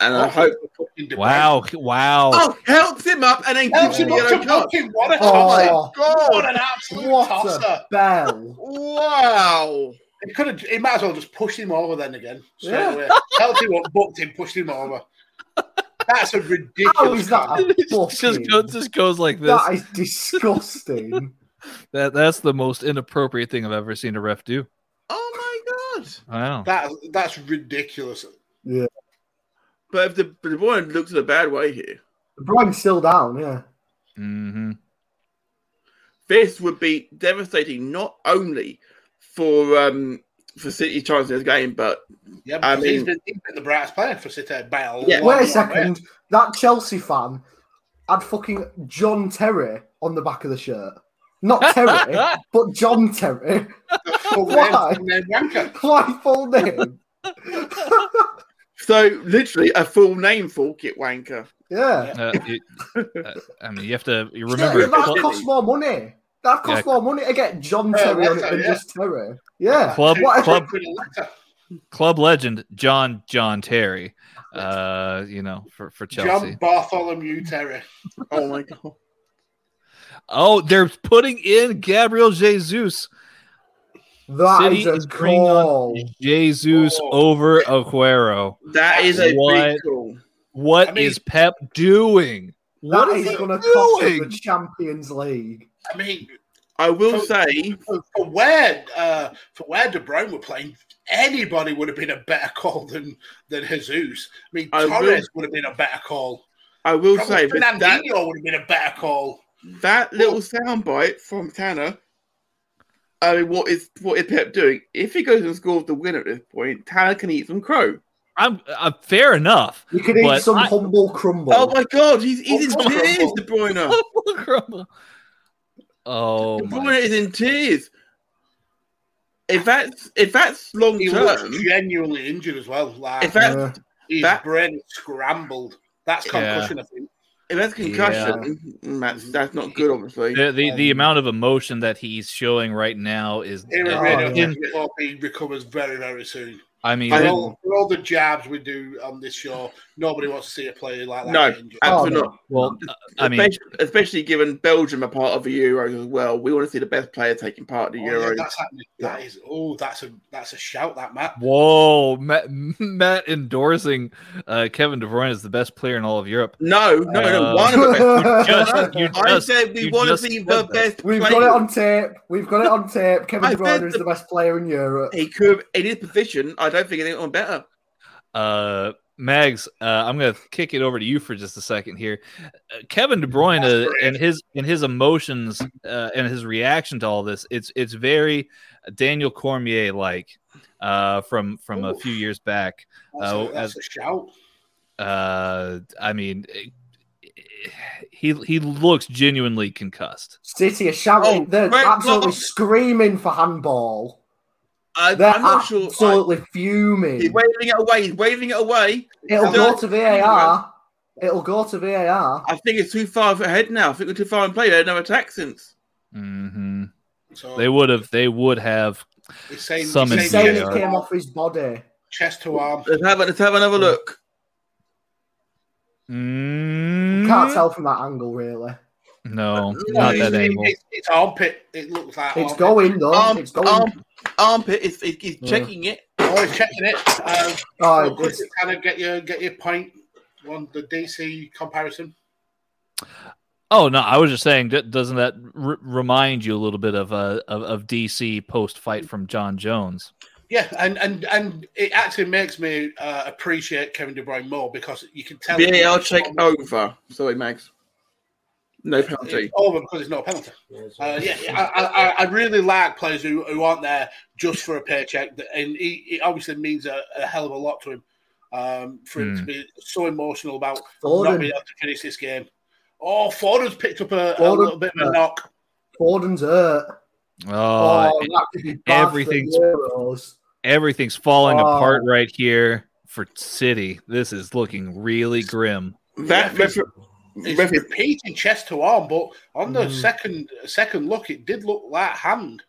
D: And
C: Oh.
D: I hope
C: Fucking debate.
A: wow, wow. [LAUGHS]
D: oh helps him up and then
C: Helps
D: gives him
C: him
D: the
C: up to
D: yellow card.
C: book him. What a tosser!
E: Oh,
C: What an absolute
E: what
C: tosser!
E: a bell.
D: Wow!
C: He could have. He might as well just pushed him over then again. Straight
E: Yeah.
C: away. Helped him up, booked him, pushed him over. That's a ridiculous.
E: How is that
C: card.
E: a
A: just
E: booking?
A: goes just goes like this.
E: That is disgusting. [LAUGHS]
A: That that's the most inappropriate thing I've ever seen a ref do.
D: Oh my god!
A: Wow.
C: That, that's ridiculous.
D: But if the, but the boy looks in a bad way here,
E: Brian's still down, yeah.
A: Mm-hmm.
D: this would be devastating not only for um for City chances there's game, but
C: Yeah,
D: I
C: because he's
D: mean-
C: been, he's been the brightest player for City by a
D: Yeah.
C: long
E: Wait a
C: way.
E: second. That Chelsea fan had fucking John Terry on the back of the shirt. Not Terry,
A: [LAUGHS]
E: but John Terry.
C: Full name,
E: [LAUGHS] Why?
C: full name wanker.
E: [LAUGHS] My full name.
D: so literally a full name for Kit Wanker.
E: Yeah.
A: Uh, it- uh, I mean, you have to you
E: Yeah,
A: remember.
E: that
A: cl-
E: costs more money. That costs more money to get John
C: Yeah,
E: Terry on it
C: that's
E: than
C: it, yeah.
E: just Terry. Yeah.
A: Club,
E: What?
A: club,
C: Could have left her.
A: club legend John John Terry, uh, you know, for, for Chelsea.
C: John Bartholomew Terry.
D: Oh my god.
A: Oh, they're putting in Gabriel Jesus.
E: That
A: City
E: is
A: is
E: a
A: bringing
E: call.
A: on Jesus
C: Oh.
A: over Aguero.
D: That is a
A: What?
D: big call.
A: What is
C: I mean-
A: Pep doing? What
E: That
A: is
E: is
A: he
E: going to cost us
A: doing?
E: the Champions League.
C: I mean,
D: I will
C: So-
D: say
C: for, for where uh, for where De Bruyne were playing, anybody would have been a better call than than Jesus. I mean,
D: I
C: Torres would have been a better call.
D: I will
C: Probably
D: say with
C: Fernandinho
D: that
C: would have been a better call.
D: that little soundbite from Tanner. I mean, what is what is Pep doing? If he goes and scores the winner at this point, Tanner can eat some crow.
A: I'm uh, fair enough. [LAUGHS]
E: You could eat
A: But
E: some
A: I-
E: humble crumble.
D: Oh my god, he's, he's
C: Oh,
D: in tears,
C: crumble.
D: De Bruyne.
A: oh
D: De
A: my!
D: Bruyne is in tears. If that's if that's long
C: He was
D: term,
C: genuinely injured as well. Like
D: if that's
E: Yeah.
C: his
D: that-
C: brain scrambled. That's concussion, I think.
D: if that's concussion, that's that's not good. Obviously,
A: The, the the amount of emotion that he's showing right now is. uh,
C: Here
E: Oh,
C: at
E: yeah.
C: Reading, I hope he recovers very, very soon.
A: I mean,
D: I
C: For
D: didn't-
C: all, for all the jabs we do on this show, nobody wants to see a player like that.
D: No,
C: get injured.
E: Oh,
D: absolutely not.
A: well, uh, I mean,
D: especially, especially given Belgium are part of the Euros as well. We want to see the best player taking part in
C: Oh,
D: the
C: yeah,
D: Euros.
C: that's happening. That is. Oh, that's a that's a shout. That Matt.
A: whoa, Matt, Matt endorsing uh, Kevin De Bruyne is the best player in all of Europe.
D: no, no, no.
A: Uh,
D: One of the
A: [LAUGHS]
D: best.
E: [LAUGHS]
A: Just, you
D: I
A: just-
D: said we
A: you
D: want to
A: just
D: see
A: said
D: the
A: that.
D: best
E: We've
D: player.
E: got it on tape. We've got it on tape. Kevin
D: I
E: De Bruyne
D: said
E: is
D: the-
E: the best player in Europe.
D: He could in his position. I don't think anyone better.
A: Uh, Mags, uh, I'm going to kick it over to you for just a second here. Uh, Kevin De Bruyne uh, and his and his emotions uh, and his reaction to all this, it's it's very Daniel Cormier like uh, from from a
C: Ooh.
A: few years back.
C: That's,
A: Oh,
C: a, that's a shout.
A: Uh, I mean, eh, eh, he he looks genuinely concussed.
E: City are shouting.
D: Oh,
E: They're
D: great
E: absolutely
D: goal.
E: screaming for handball.
D: I,
E: They're
D: I'm not sure.
E: absolutely
D: I,
E: fuming.
D: he's waving it away. He's waving it away.
E: It'll
D: They're-
E: go to VAR. It'll go to VAR.
D: I think it's too far ahead now. I think we're too far in play. They had no attack since.
A: hmm
C: So
A: They would have they would have
C: he's saying, he's
A: Some
C: saying
E: He's
A: Maybe
E: saying
A: VAR.
E: it came off his body.
C: chest to arm.
D: Let's have, a- let's have another look.
A: Mm,
E: Can't tell from that angle, really.
A: no not
D: Yeah,
A: that angle.
C: It's, it's armpit. It looks like
E: It's
C: armpit.
E: going though.
D: Arm,
E: it's going.
D: arm, armpit is, is, is checking it.
C: Oh, he's checking it. Um,
E: oh,
C: well,
E: it's,
C: Chris, kind of get your get your point on the DC comparison.
A: Oh no, I was just saying. d- Doesn't that r- remind you a little bit of uh, of, of DC post fight from John Jones?
C: Yeah, and and and it actually makes me uh, appreciate Kevin De Bruyne more because you can tell.
D: VAR check over. Sorry, Max. No penalty.
C: It's over because it's not a penalty. Uh, yeah, yeah, I, I, I really like players who, who aren't there just for a paycheck, and he, it obviously means a, a hell of a lot to him. Um, for him
A: Hmm.
C: to be so emotional about not
E: Foden.
C: being able to finish this game. Oh, Foden's picked up a, a
E: Foden-
C: little bit of a knock.
E: Foden's hurt.
A: Oh,
E: Oh, that could be bad
A: everything's-
E: For Euros.
A: everything's falling
E: Oh.
A: apart right here for City. This is looking really grim.
D: That
C: Yeah, it's-
D: refer-
C: It's
D: refer-
C: repeating chest to arm, but on the
E: Hmm.
C: second second look, it did look like hand.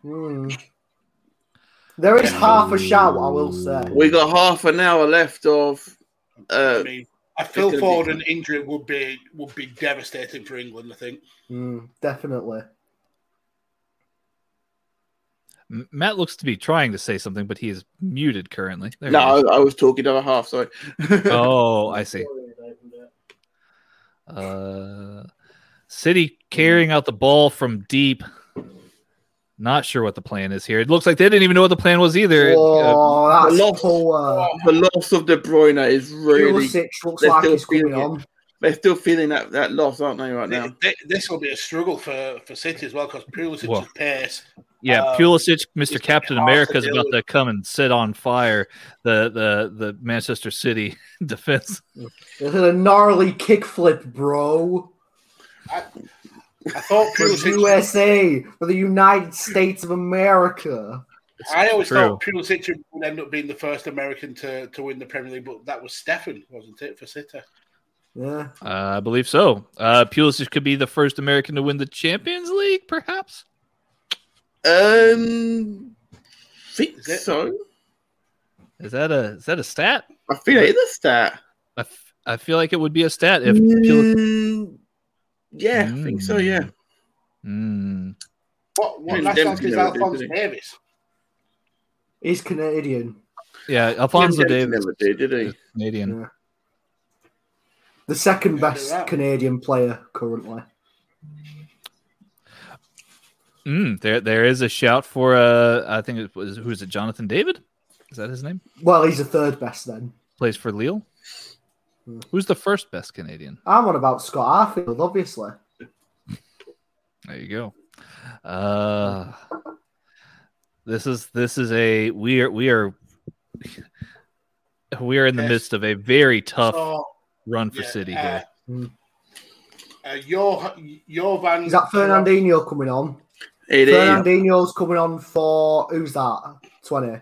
E: Hmm. There is half a shout, I will say.
D: we got half an hour left of. Uh,
C: I mean, a Phil
D: gonna be-
C: Foden injury would be would be devastating for England. I think.
E: Hmm, definitely.
A: M- Matt looks to be trying to say something, but he is muted currently. There
D: no,
A: he is.
D: I, I was talking the other half. Sorry.
A: Oh, I see. Uh, City carrying out the ball from deep. Not sure what the plan is here. It looks like they didn't even know what the plan was either. Uh,
E: Oh, that's
D: Lost.
E: poor.
D: [LAUGHS] the loss of De Bruyne is really.
E: Pulisic looks
D: they're
E: like
D: still
E: he's coming
D: feeling it.
E: on.
D: They're still feeling that, that loss, aren't they, right now?
C: This will be a struggle for, for City as well because Pulisic's
A: Whoa.
C: pace
A: Yeah,
C: Um,
A: Pulisic, Mr.
C: it's
A: Captain
C: hard to
A: America, is
C: deal
A: about
C: with.
A: to come and set on fire the the the Manchester City [LAUGHS] defense.
E: This is a gnarly kickflip, bro.
C: I thought
E: For
C: Pulisic.
E: USA, for the United States of America.
C: I always
A: True.
C: thought Pulisic would end up being the first American to, to win the Premier League, but that was Stefan, wasn't it, for City?
E: Yeah.
A: Uh, I believe so. Uh, Pulisic could be the first American to win the Champions League, perhaps.
D: Um, think
C: Is it?
D: so.
A: Is that a is that a stat?
D: I feel it is a stat.
A: I, f- I feel like it would be a stat if Pulisic.
D: Mm, yeah, I think so. Yeah,
A: Mm.
C: What, what
D: Yeah,
C: nationality is
D: Denver, you know,
C: Alphonse
D: didn't
C: Davis?
E: He's Canadian.
C: [LAUGHS]
A: Yeah, Alfonso
D: Jim Dempsey
A: Davis
D: never did, did he?
A: is Canadian.
E: Yeah. The second best
C: Yeah.
E: Canadian player currently.
A: Mm, there there is a shout for uh I think it was who is it Jonathan David? Is that his name?
E: Well, he's the third best then.
A: Plays for Lille. Who's the first best Canadian?
E: I'm on about Scott Arfield, obviously.
A: There you go. Uh, this is this is a we are we are we are in the
C: Yes.
A: midst of a very tough
C: So,
A: run for
C: yeah,
A: City
C: uh,
A: here.
E: Mm.
C: Uh, your your van
E: Is that Fernandinho coming on?
D: It is.
E: Fernandinho's coming on for who's that? Twenty.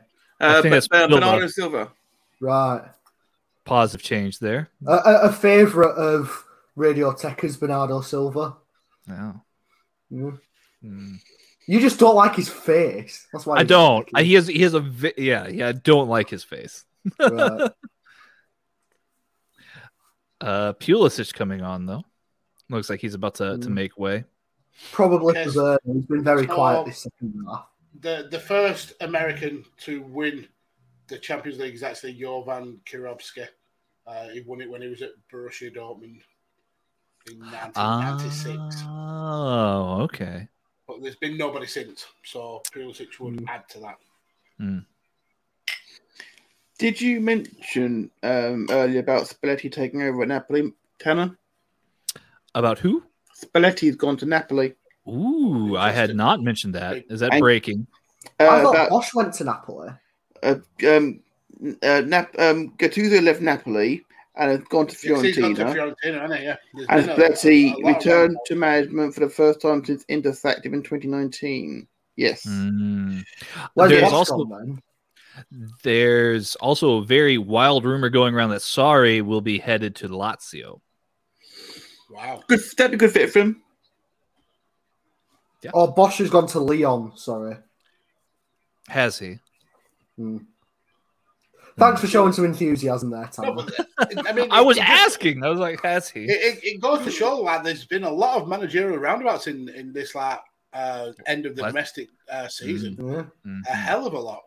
A: I
D: Uh,
A: think
D: but,
A: it's
D: uh,
A: Silva.
D: Bernardo Silva.
E: Right.
A: Positive change there.
E: A, a, a favourite of Radio Techa's Bernardo Silva.
A: No.
E: Mm.
A: Mm.
E: You just don't like his face. That's why
A: I
E: he's
A: don't. I,
E: like
A: he has he has a vi- yeah yeah. I don't like his face.
E: it. [LAUGHS] Right.
A: Uh, Pulisic coming on though. Looks like he's about to, to
E: Mm.
A: make way.
E: Probably
C: Yes.
E: Deserve. He's been very quiet
C: Oh.
E: this second half.
C: the the first American to win the Champions League is actually Jovan Kirovsky. Uh, he won it when he was at Borussia Dortmund in 1996,
A: Ah. Oh, okay.
C: but there's been nobody since. So Pulisic would
A: Mm.
C: add to that.
D: Did you mention um, earlier about Spalletti taking over at Napoli, Tanner?
A: About who?
D: Spalletti's gone to Napoli.
A: Ooh, I had
C: Interesting.
A: not mentioned that. Is that
D: I-
A: breaking?
E: I
D: Uh,
E: thought
D: about,
E: Bosch went to Napoli.
D: uh, um, uh, Nap- um, Gattuso left Napoli and has gone to
C: Yes, he's gone to
D: Fiorentina.
C: Fiorentina, hasn't he? Yeah. There's
D: And
C: been a-
D: Spalletti
C: a lot of-
D: returned to management for the first time since Inter's active in 2019. Yes.
A: Mm.
E: Where's
A: There's
E: Bosch
A: also
E: gone then?
A: there's also a very wild rumor going around that Sari will be headed to Lazio. [LAUGHS]
C: Wow.
D: Good, that'd be a good fit for him.
E: Oh, Bosch has gone to Leon. Sorry.
A: Has he?
E: Mm. Thanks for showing some enthusiasm there,
C: No,
E: Tom.
C: but I mean,
A: I was
C: it-
A: asking. I was like, has he?
C: It, it, it goes to show like there's been a lot of managerial roundabouts in in this like uh, end of the
A: What?
C: domestic uh, season.
E: yeah.
A: Mhm.
C: A hell of a lot.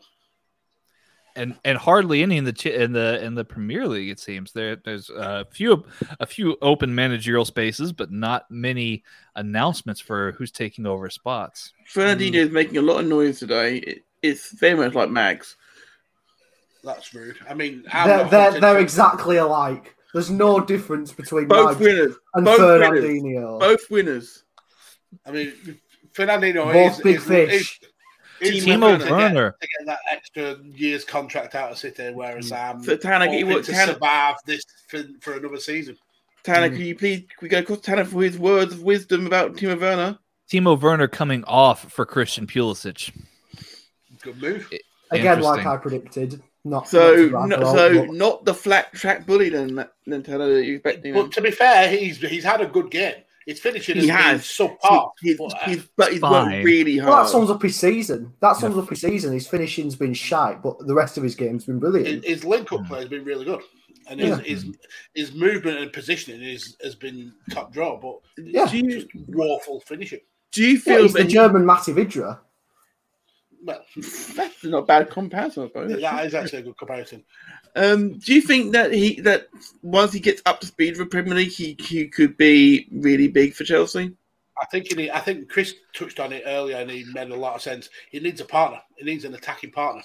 A: And and hardly any in the chi- in the in the Premier League. It seems there there's a few a few open managerial spaces, but not many announcements for who's taking over spots.
D: Fernandinho is making a lot of noise today. It, it's very much like Max.
C: That's rude. I mean, I'm
E: They're,
C: not
E: they're,
C: hunting
E: they're
C: for-
E: exactly alike. There's no difference between
D: Both
E: Mag
D: winners.
E: and
D: both winners.
E: Fernandinho.
D: Both winners.
C: I mean, Fernandino
E: Both
C: is
E: big
C: is,
E: fish.
C: Is, is
A: Timo
C: looking to get-
A: Werner.
C: to get that extra year's contract out of City, whereas I'm
D: So Tanner,
C: hoping
D: you what,
C: to
D: Tanner,
C: survive this for, for another season.
D: Tanner,
A: Mm.
D: can you please can we go across Tanner for his words of wisdom about Timo Werner?
A: Timo Werner coming off for Christian Pulisic.
C: Good move.
E: Again, like
A: Interesting.
E: I predicted. Not
D: So,
E: not
D: no,
E: to brag,
D: so
E: but-
D: not the flat track bully then, that- then Tanner that you're expecting.
C: But to be fair, he's he's had a good game. His finishing
D: He
C: has been
D: has.
C: subpar.
D: he's,
C: but, uh,
D: he's, but he's worked
A: fine.
D: really
E: Well, that
D: hard.
E: sums up his season. That sums up his season. His finishing's been shite, but the rest of his game's been
C: his,
E: brilliant.
C: his link-up play has been really good, and his,
E: Yeah.
C: his his movement and positioning is has been top draw, but
E: Yeah.
D: Do you
C: just woeful finishing.
D: do you
E: Yeah,
D: feel
E: he's the
D: that
E: German Matty Vidra.
C: Well,
D: that's not a bad comparison, I suppose.
C: that is actually a good comparison.
D: Um, do you think that he that once he gets up to speed with Premier League, he, he could be really big for Chelsea?
C: I think he need, I think Chris touched on it earlier, and he made a lot of sense. He needs a partner. He needs an attacking partner.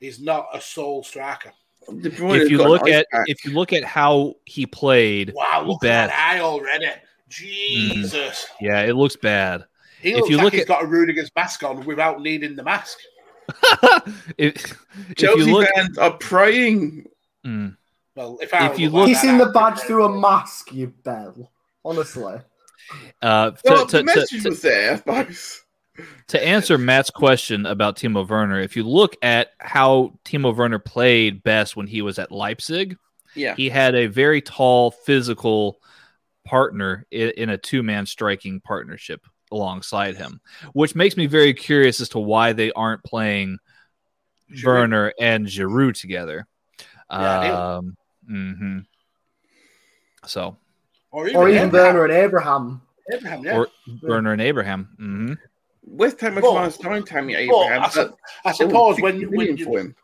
C: He's not a sole striker.
D: De Bruyne's
A: If you
D: got an
A: look
D: ice
A: at
D: pack.
A: if you look at how he played,
C: Wow, look
A: Bad.
C: at that eye already. Jesus.
A: yeah, it looks bad. [LAUGHS]
C: He
A: Hmm. If
C: looks
A: you
C: like
A: look
C: he's
A: at-
C: got a Rudiger's mask on without needing the mask.
A: if, if you
D: Chelsea
A: look,
D: fans are praying.
A: Mm.
C: Well, if I
A: If you
C: look like
E: Kissing
C: that,
E: the
C: I'd
E: badge
C: be-
E: through a mask, you bell. Honestly.
A: uh, to-
D: Well,
A: to-
D: the
A: to-
D: message
A: to-
D: was there, guys.
A: to answer Matt's question about Timo Werner, if you look at how Timo Werner played best when he was at Leipzig,
D: Yeah.
A: he had a very tall, physical partner in, in a two man striking partnership alongside him, which makes me very curious as to why they aren't playing
D: Giroud.
A: Werner and Giroud together.
C: Yeah, they-
A: um, hmm So,
C: Or even,
E: Or even
C: Abraham.
E: Werner and Abraham.
C: Abraham, yeah.
A: or Werner and Abraham. hmm
D: West Ham are
C: But-
D: trying to sign Tammy
C: But
D: Abraham.
C: I,
D: but
C: su- I
D: they
C: suppose
D: want
C: when
D: 60
C: when
D: million
C: you
D: for him.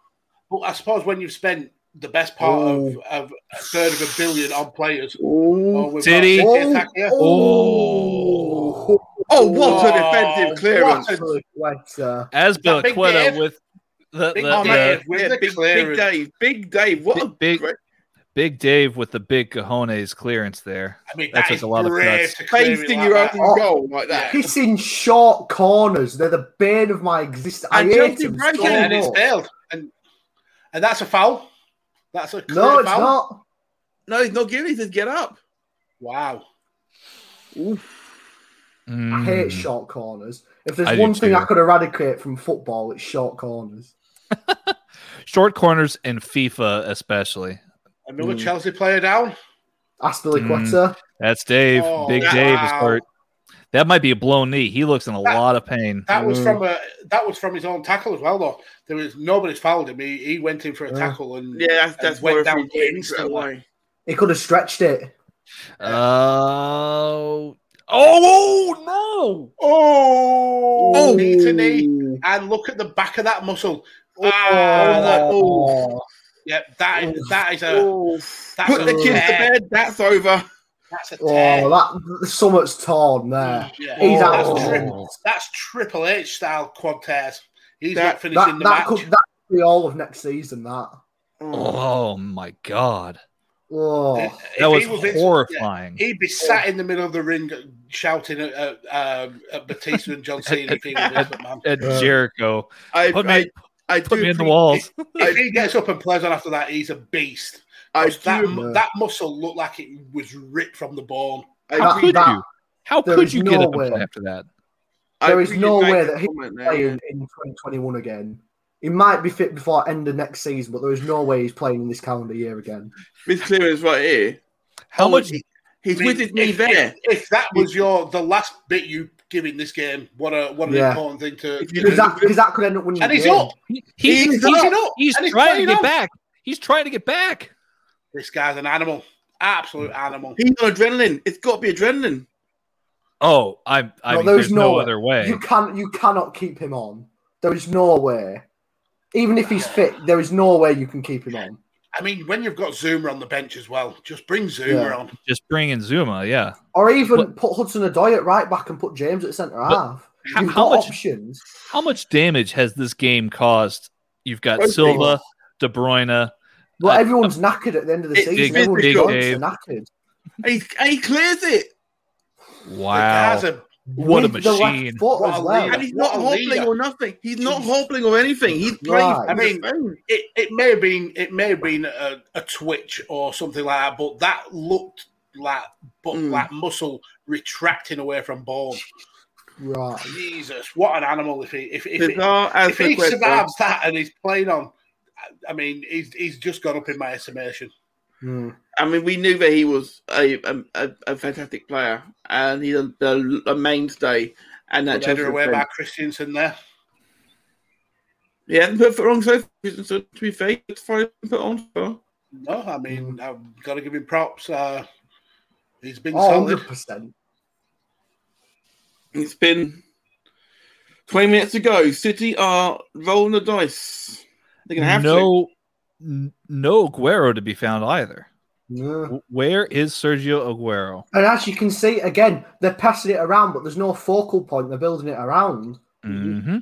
C: But I suppose when you've spent the best part of, of a third of a billion on players,
D: Oh,
C: we've got
A: Diddy.
C: City
E: Oh,
C: attack here.
E: oh.
D: oh what
C: Oh,
D: a defensive clearance!
C: what
E: Wet, uh,
A: As
C: that Big
A: Quetta
C: Dave?
A: with the,
C: Big
A: the-
C: Mama
A: the-
C: Dave with
D: Yeah,
C: the
D: big, big
C: clearance.
D: Dave, big Dave. What a
A: Big-
D: great
A: Big Dave with the big cojones clearance there.
C: I mean,
A: That
C: that
A: took
C: is
A: a lot of
C: brave
A: guts.
C: to clear it
D: based in
C: like
D: your own
C: that.
E: Oh.
D: goal like that.
E: Kissing short corners. They're the bane of my existence. I
D: And
E: hate
D: Chelsea
E: them
D: breaking
E: so
C: And then
E: much.
C: it's failed, and and that's a foul. That's a clear
E: No, it's
C: foul.
E: not.
D: No, he's not giving. He says get up.
C: Wow.
E: I
A: Mm.
E: hate short corners. If there's
A: I do
E: one thing
A: too.
E: I could eradicate from football, it's short corners.
A: Short corners in FIFA, especially.
C: Another
D: Mm.
C: Chelsea player down.
A: Hmm.
E: Aspilicueta.
A: That's Dave.
C: Oh,
A: Big
C: wow.
A: Dave is hurt. That might be a blown knee. He looks in a
C: That-
A: lot of pain.
C: That
E: Mm.
C: was from a that was from his own tackle as well, though. There was nobody's fouled him. He, he went in for a
E: Yeah.
C: tackle and
D: Yeah, that's
C: And
D: that's
C: went
D: worth
C: down
D: it. Yeah,
C: instantly.
D: why.
E: He could have stretched it.
A: Oh. oh no!
C: oh,
D: Oh.
C: knee to knee, and look at the back of that muscle.
D: Uh,
C: Ah, that-
E: Oh,
C: yeah, that is, that is a
D: Oh.
C: that's
D: Put
C: a
D: the kids to
C: tear.
D: bed. That's over.
C: That's a tear.
E: oh that summit's torn there.
C: yeah. Oh,
E: He's out.
C: that's,
E: of
C: tri-
A: Oh.
E: trim.
C: that's Triple H style quad tears. He's
D: That-
C: not finishing
E: That,
C: the
E: that
C: match.
E: could that could be all of next season. That.
A: Oh my god.
E: Oh,
A: That
C: If
A: was
C: he in-
A: horrifying.
C: yeah, he'd be sat in the middle of the ring shouting at, at, um, at Batista
A: [LAUGHS]
C: and John Cena if he was Vince McMahon.
A: At
E: Uh,
A: Jericho.
D: I,
A: Put
D: I,
A: me
D: I
A: put
D: do
A: me in the
D: think-
A: walls.
C: If he gets up and plays on after that, he's a beast.
D: I
C: that,
D: do.
C: mu- that muscle looked like it was ripped from the bone.
D: I
A: How
E: that-
D: do.
A: could
E: that-
A: you? How
E: there
A: could
E: is
A: you get
E: no
A: up and
E: way.
A: play after that?
D: I
E: there is
D: really
E: no
D: like
E: way
D: the
E: that he
D: comment there.
E: playing in 2021 again. He might be fit before end of next season, but there is no way he's playing in this calendar year again.
D: This clearance right here.
A: How much
D: He's
C: I mean,
D: with his knee
C: if-
D: there.
C: If, if that was your the last bit you give in this game, what a what an
E: Yeah.
C: important thing to.
D: If you
E: Because that, because that could end up winning.
C: and
E: the
C: he's
E: game.
C: up.
A: He-
D: He's
A: he's, he's,
C: up,
A: he's
C: and he's
A: trying to
C: playing
A: get
C: up.
A: back. He's trying to get back.
C: This guy's an animal, absolute animal.
D: He's on adrenaline. It's got to be adrenaline.
A: Oh, I, I
E: No,
A: mean,
E: there's
A: there's no,
E: no-
A: other way.
E: You can you cannot keep him on. There is no way. Even if he's fit, there is no way you can keep him on.
C: I mean, when you've got Zoomer on the bench as well, just bring Zoomer
E: Yeah.
C: on.
A: Just bring in Zuma, yeah.
E: Or even
A: But-
E: put Hudson Adoy at right back and put James at centre half.
A: how-
E: You've
A: how
E: got
A: much-
E: options.
A: How much damage has this game caused? You've got
D: Both
A: Silva, De Bruyne.
E: Well,
A: Uh,
E: everyone's knackered at the end of the
D: it- it-
E: season. Everyone's
D: it-
E: joints
A: it-
E: are knackered.
D: And, he's, and he clears it.
A: Wow,
C: The guy's a,
A: what a
E: With the left
A: machine!
E: foot
C: What
E: as
C: a
E: well.
C: leader.
D: And he's
C: What
D: not
C: a
D: hobbling
C: leader.
D: or nothing. He's not hobbling or anything. He's playing.
E: Right.
D: I
E: I
D: mean,
C: mean, it, it may have been it may have been a, a twitch or something like that, but that looked like but
E: Hmm.
D: Mm.
C: like muscle retracting away from bone.
E: Right.
C: Jesus, what an animal! If he if if, it,
D: bizarre as
C: if he
D: requested.
C: survives that and he's playing on, I- I mean, he's he's just gone up in my estimation.
E: Hmm.
D: I mean, we knew that he was a a, a, a fantastic player, and he's a, a, a mainstay. And that
C: Whether
D: Chelsea
C: away by
D: defense.
C: Christiansen there.
D: He hasn't put foot wrong so far, so to be fair, it's fine to put on for.
C: No, I mean, I've got to give him props. Uh, he's been
E: Hmm. Oh,
C: solid.
E: 100%.
D: It's been 20 minutes ago. City are rolling the dice. They're going to have to.
A: No, n- no Aguero to be found either.
E: Yeah.
A: W- Where is Sergio Aguero?
E: And as you can see, again, they're passing it around, but there's no focal point. They're building it around. Mm-hmm.
A: hmm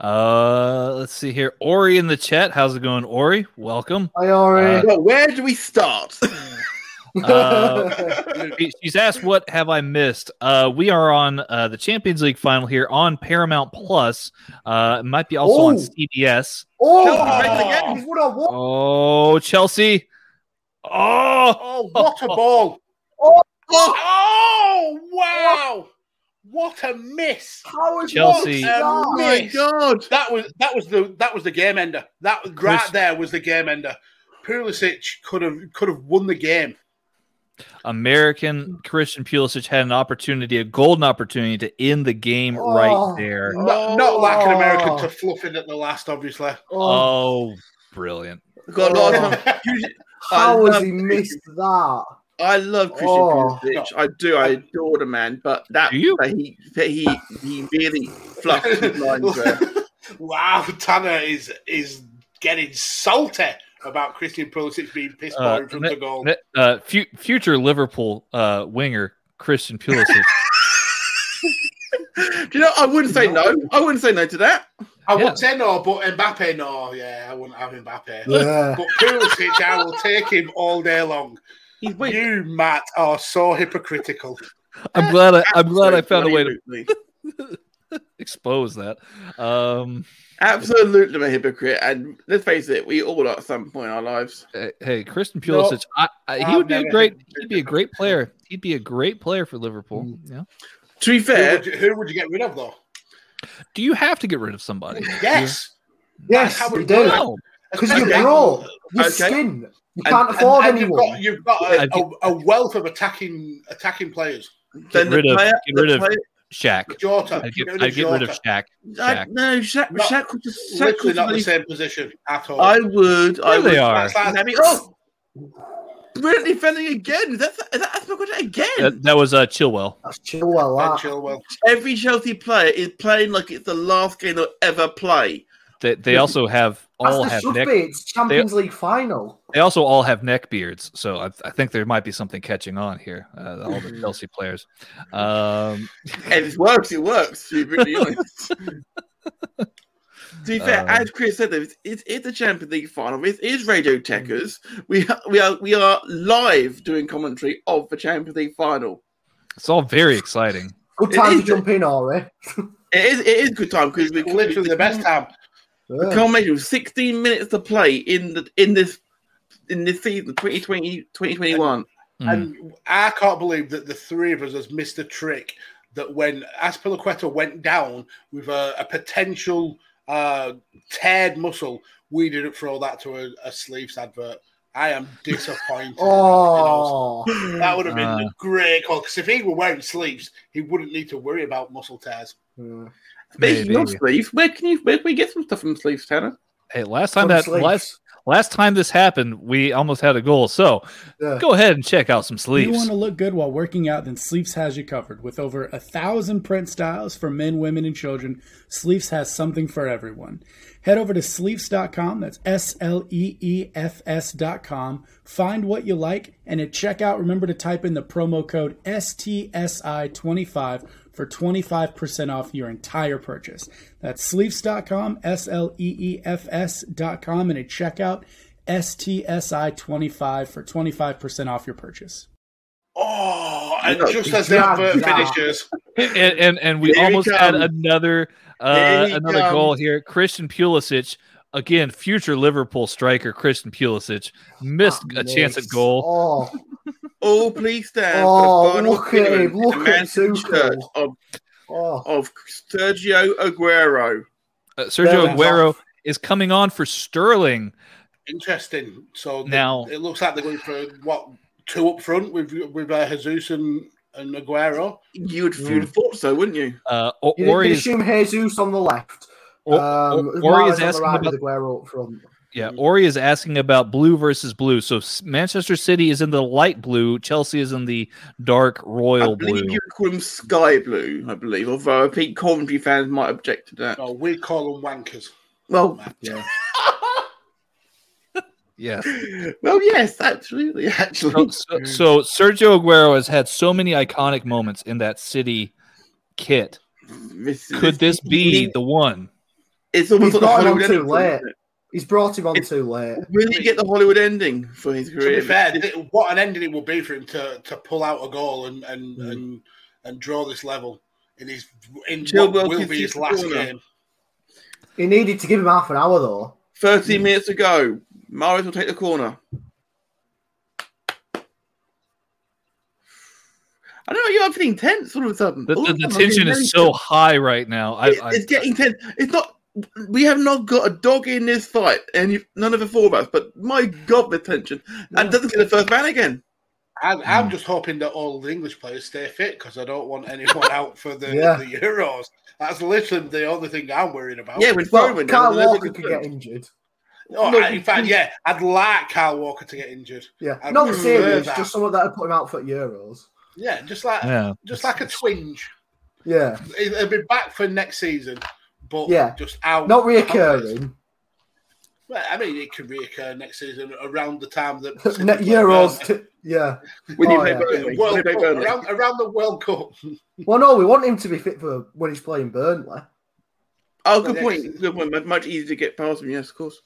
A: Uh, let's see here. Ori
E: [LAUGHS]
A: in the chat. How's it going, Ori? Welcome.
E: I already.
D: Well, where do we start?
E: [LAUGHS]
A: Uh, she- she's asked, "What have I missed?" Uh, we are on uh, the Champions League final here on Paramount Plus. Uh, it might be also on
E: Oh.
A: CBS.
E: Oh,
C: Chelsea again.
E: he's won a one.
A: Oh, Chelsea! Oh,
C: Oh, what a ball!
D: Oh,
C: Oh, wow! What a miss!
E: How is
A: Chelsea.
E: that?
C: Um,
E: Yeah.
D: Oh my
C: Nice.
D: God.
C: That was that was the that was the game ender. That
A: Chris-
C: right there was the game ender. Pulisic could have could have won the game.
A: American Christian Pulisic had an opportunity, a golden opportunity, to end the game
E: Oh.
A: right there.
C: Not, not like an American
E: Oh.
C: to fluff in at the last, obviously.
A: [LAUGHS]
E: Oh,
A: Oh, brilliant!
D: God, Lord,
E: Oh.
D: I'm- I
E: how has
D: love
E: he
D: Christian.
E: missed that?
D: I love Christian
E: Oh.
D: Pulisic. I do. I adore the man, but that,
A: Do you?
D: that he that he he really
C: [LAUGHS]
D: fluffed his lines there.
C: wow, Tanner is is getting salty about Christian Pulisic being pissed
A: Uh,
C: off in front of the goal.
A: Uh, fu- future Liverpool uh, winger Christian Pulisic.
D: Do you know? I wouldn't say no. I wouldn't say no to that.
C: I
A: yeah.
C: would say no, but Mbappe, no, yeah, I wouldn't have Mbappe.
E: Yeah.
C: But Pulisic, I will take him all day long.
D: He's waiting.
C: You, Matt, are so hypocritical.
A: I'm glad. I, I'm glad I found a way to
D: Absolutely.
A: expose that. Um,
D: Absolutely a hypocrite, and let's face it, we all are at some point in our lives.
A: hey, hey, Christian
C: No,
A: Pulisic. I, I, he
C: I've
A: would be a
C: never
A: great.
C: heard-
A: He'd be a great player. He'd be a great player for Liverpool. Yeah.
D: To be
C: Who
D: fair,
C: would, you, who would you get rid of, though?
A: Do you have to get rid of somebody?
C: Yes.
E: Yes,
C: how
E: you
C: it
E: do.
C: works.
A: No.
E: Because you're
D: Okay.
E: broke. You're
D: Okay.
E: skin. You
D: And-
E: can't
C: And-
E: afford
C: and
E: anyone.
C: You've got,
A: Yeah,
C: you've got
A: if
C: a, a, a wealth of attacking attacking players.
D: then the
A: rid of-
D: player,
A: get
D: the
A: rid of
D: player-
A: Shaq.
C: Jota.
A: I'd get,
C: rid
A: I'd get rid of
C: Jota.
A: Shaq.
D: I,
A: Shaq.
D: no, Shaq,
C: Not-
D: Shaq was just Shaq
C: Literally
D: was
C: not the
D: really-
C: same position at all.
D: I would. I
A: There
D: would.
A: they are.
C: That's like-
D: Let me- oh, brilliant defending again. That's is that Aspinaqueta again.
A: That, that was uh, Chilwell.
E: That's Chilwell.
C: Ben
E: That.
C: Chilwell.
D: Every Chelsea player is playing like it's the last game they'll ever play.
A: They, they also have all
E: That's the
A: have
E: should
A: neck.
E: be. It's Champions League final.
A: They also all have neck beards. So I, I think there might be something catching on here. Uh, all the Chelsea players. Um,
D: And it works. It works. To be really
A: [LAUGHS]
D: honest. to be fair,
A: Um,
D: as Chris said, it is the Champions League final. It is Radio Techers. We are, we are we are live doing commentary of the Champions League final.
A: it's all very exciting.
E: Good
D: It
E: time
D: is.
E: to jump in, Ori.
D: It is it is good time because we
C: Literally the best time.
E: Yeah.
D: Combination with 16 minutes to play in the in this in this season 2020 2021.
A: Mm.
C: And I can't believe that the three of us has missed a trick that when Aspilaqueta went down with a, a potential uh, teared muscle, we didn't throw that to a, a sleeves advert. I am disappointed.
E: [LAUGHS] Oh,
C: That would have been
A: Uh.
C: a great call because if he were wearing sleeves, he wouldn't need to worry about muscle tears.
E: Yeah.
D: Speaking of
A: Maybe.
D: sleeves, where can you where can we get some stuff from sleeves, Tanner?
A: Hey, last time
E: From
A: that
E: sleeves.
A: last last time this happened, we almost had a goal. So
E: Yeah.
A: go ahead and check out some
F: If you
A: sleeves.
F: [LAUGHS] want to look good while working out, then Sleeps has you covered. With over a thousand print styles for men, women, and children, Sleeps has something for everyone. Head over to sleeps.com, that's S L E E F S.com, find what you like, and at checkout, remember to type in the promo code STSI25 for 25% off your entire purchase. That's sleeps.com, S L E E F S.com, and at checkout, STSI25 for 25% off your purchase.
C: Oh, and
D: Yeah,
C: just as the advert
E: yeah.
C: finishes,
A: and, and and we
D: Here he
A: almost had
D: comes.
A: another
D: Here
A: uh,
D: he
A: another goal here. Christian Pulisic, again, future Liverpool striker Christian Pulisic missed a chance at
E: Ah, Nice.
A: goal.
E: Oh,
D: Oh, please stand.
E: Oh,
D: for the final
E: look at him,
D: appearance in the Manchester
E: look at Tuchel.
D: shirt of,
E: oh.
D: of Sergio Aguero.
A: Uh, Sergio
E: Fair
A: Aguero is coming on for Sterling.
C: interesting. So the-
A: Now-
C: it looks like they're going for what two up front with with uh, Jesus and, and Aguero.
D: You would
A: Mm.
D: you'd have thought so, wouldn't you?
A: Uh, O-
E: You
A: Ori
E: didn't
A: is,
E: assume Jesus on the left.
A: O-
E: um,
A: O- Ori is
E: Mahrez on the
A: asking
E: right
A: about
E: with Aguero up front.
A: yeah. Ori is asking about blue versus blue. So S- Manchester City is in the light blue. Chelsea is in the dark royal
D: I believe
A: blue.
D: you would call him Sky Blue, I believe. Although I think Coventry fans might object to that.
C: No, Oh, we call them wankers.
D: Well, [LAUGHS]
A: Yeah.
D: well, yes, absolutely, [LAUGHS]
A: so,
D: actually.
A: so-
C: Mm.
A: so Sergio Aguero has had so many iconic moments in that City kit.
D: This-
A: Could this be the one?
D: It's almost like
E: He's gotten
D: the
E: on
D: Hollywood
E: too
D: Edison,
E: late.
D: isn't it?
E: He's brought him on too late.
D: Will he get the Hollywood ending for his
C: To
D: career?
C: be fair, th- what an ending it would be for him to, to pull out a goal and and,
D: Hmm.
C: and and draw this level in his in
D: Joe
C: what will
D: Wilkins
C: be
D: is
C: his last
D: corner.
C: game.
E: He needed to give him half an hour though.
D: 30
C: Mm.
D: minutes to go. Mares will take the corner. I don't know. You're feeling tense all of a sudden.
A: The,
D: All
A: the,
D: of a
A: the
D: sudden, I'm
A: tension
D: feeling
A: is so high right now. I,
D: very-
A: I,
D: it's getting tense. It's not. We have not got a dog in this fight, and you, none of the four of us. But my God, the tension! And doesn't see the first man again.
C: I,
D: Hmm.
C: I'm just hoping that all the English players stay fit because I don't want
D: [LAUGHS]
C: anyone out for the,
E: Yeah.
C: the Euros. That's literally the only thing I'm worried about.
D: Yeah, when
E: Well,
D: Foden went down,
E: Carl
D: there was
E: Walker could get injured.
C: Oh,
D: no,
C: I- in fact, yeah, I'd like Kyle Walker to get injured.
E: Yeah,
C: I'd
E: not
C: prefer
E: serious.
C: that.
E: Just someone that would put him out for Euros.
C: Yeah, just like
A: yeah.
C: just like a twinge.
E: Yeah,
C: It- It'll be back for next season, but
E: Yeah.
C: just out.
E: not
C: out-
E: reoccurring.
C: Well, I mean, it could reoccur next season around the time that
E: [LAUGHS] Ne- Euros. T- yeah.
D: When you
E: Oh,
D: play
E: yeah.
D: Burnley, when you
C: World
D: play
C: Cup,
D: Burnley.
C: around, around the World Cup.
E: Well, no, we want him to be fit for when he's playing Burnley.
D: Oh, good
C: Yeah.
D: point. Good point. Much- Much easier to get past him. Yes, of course.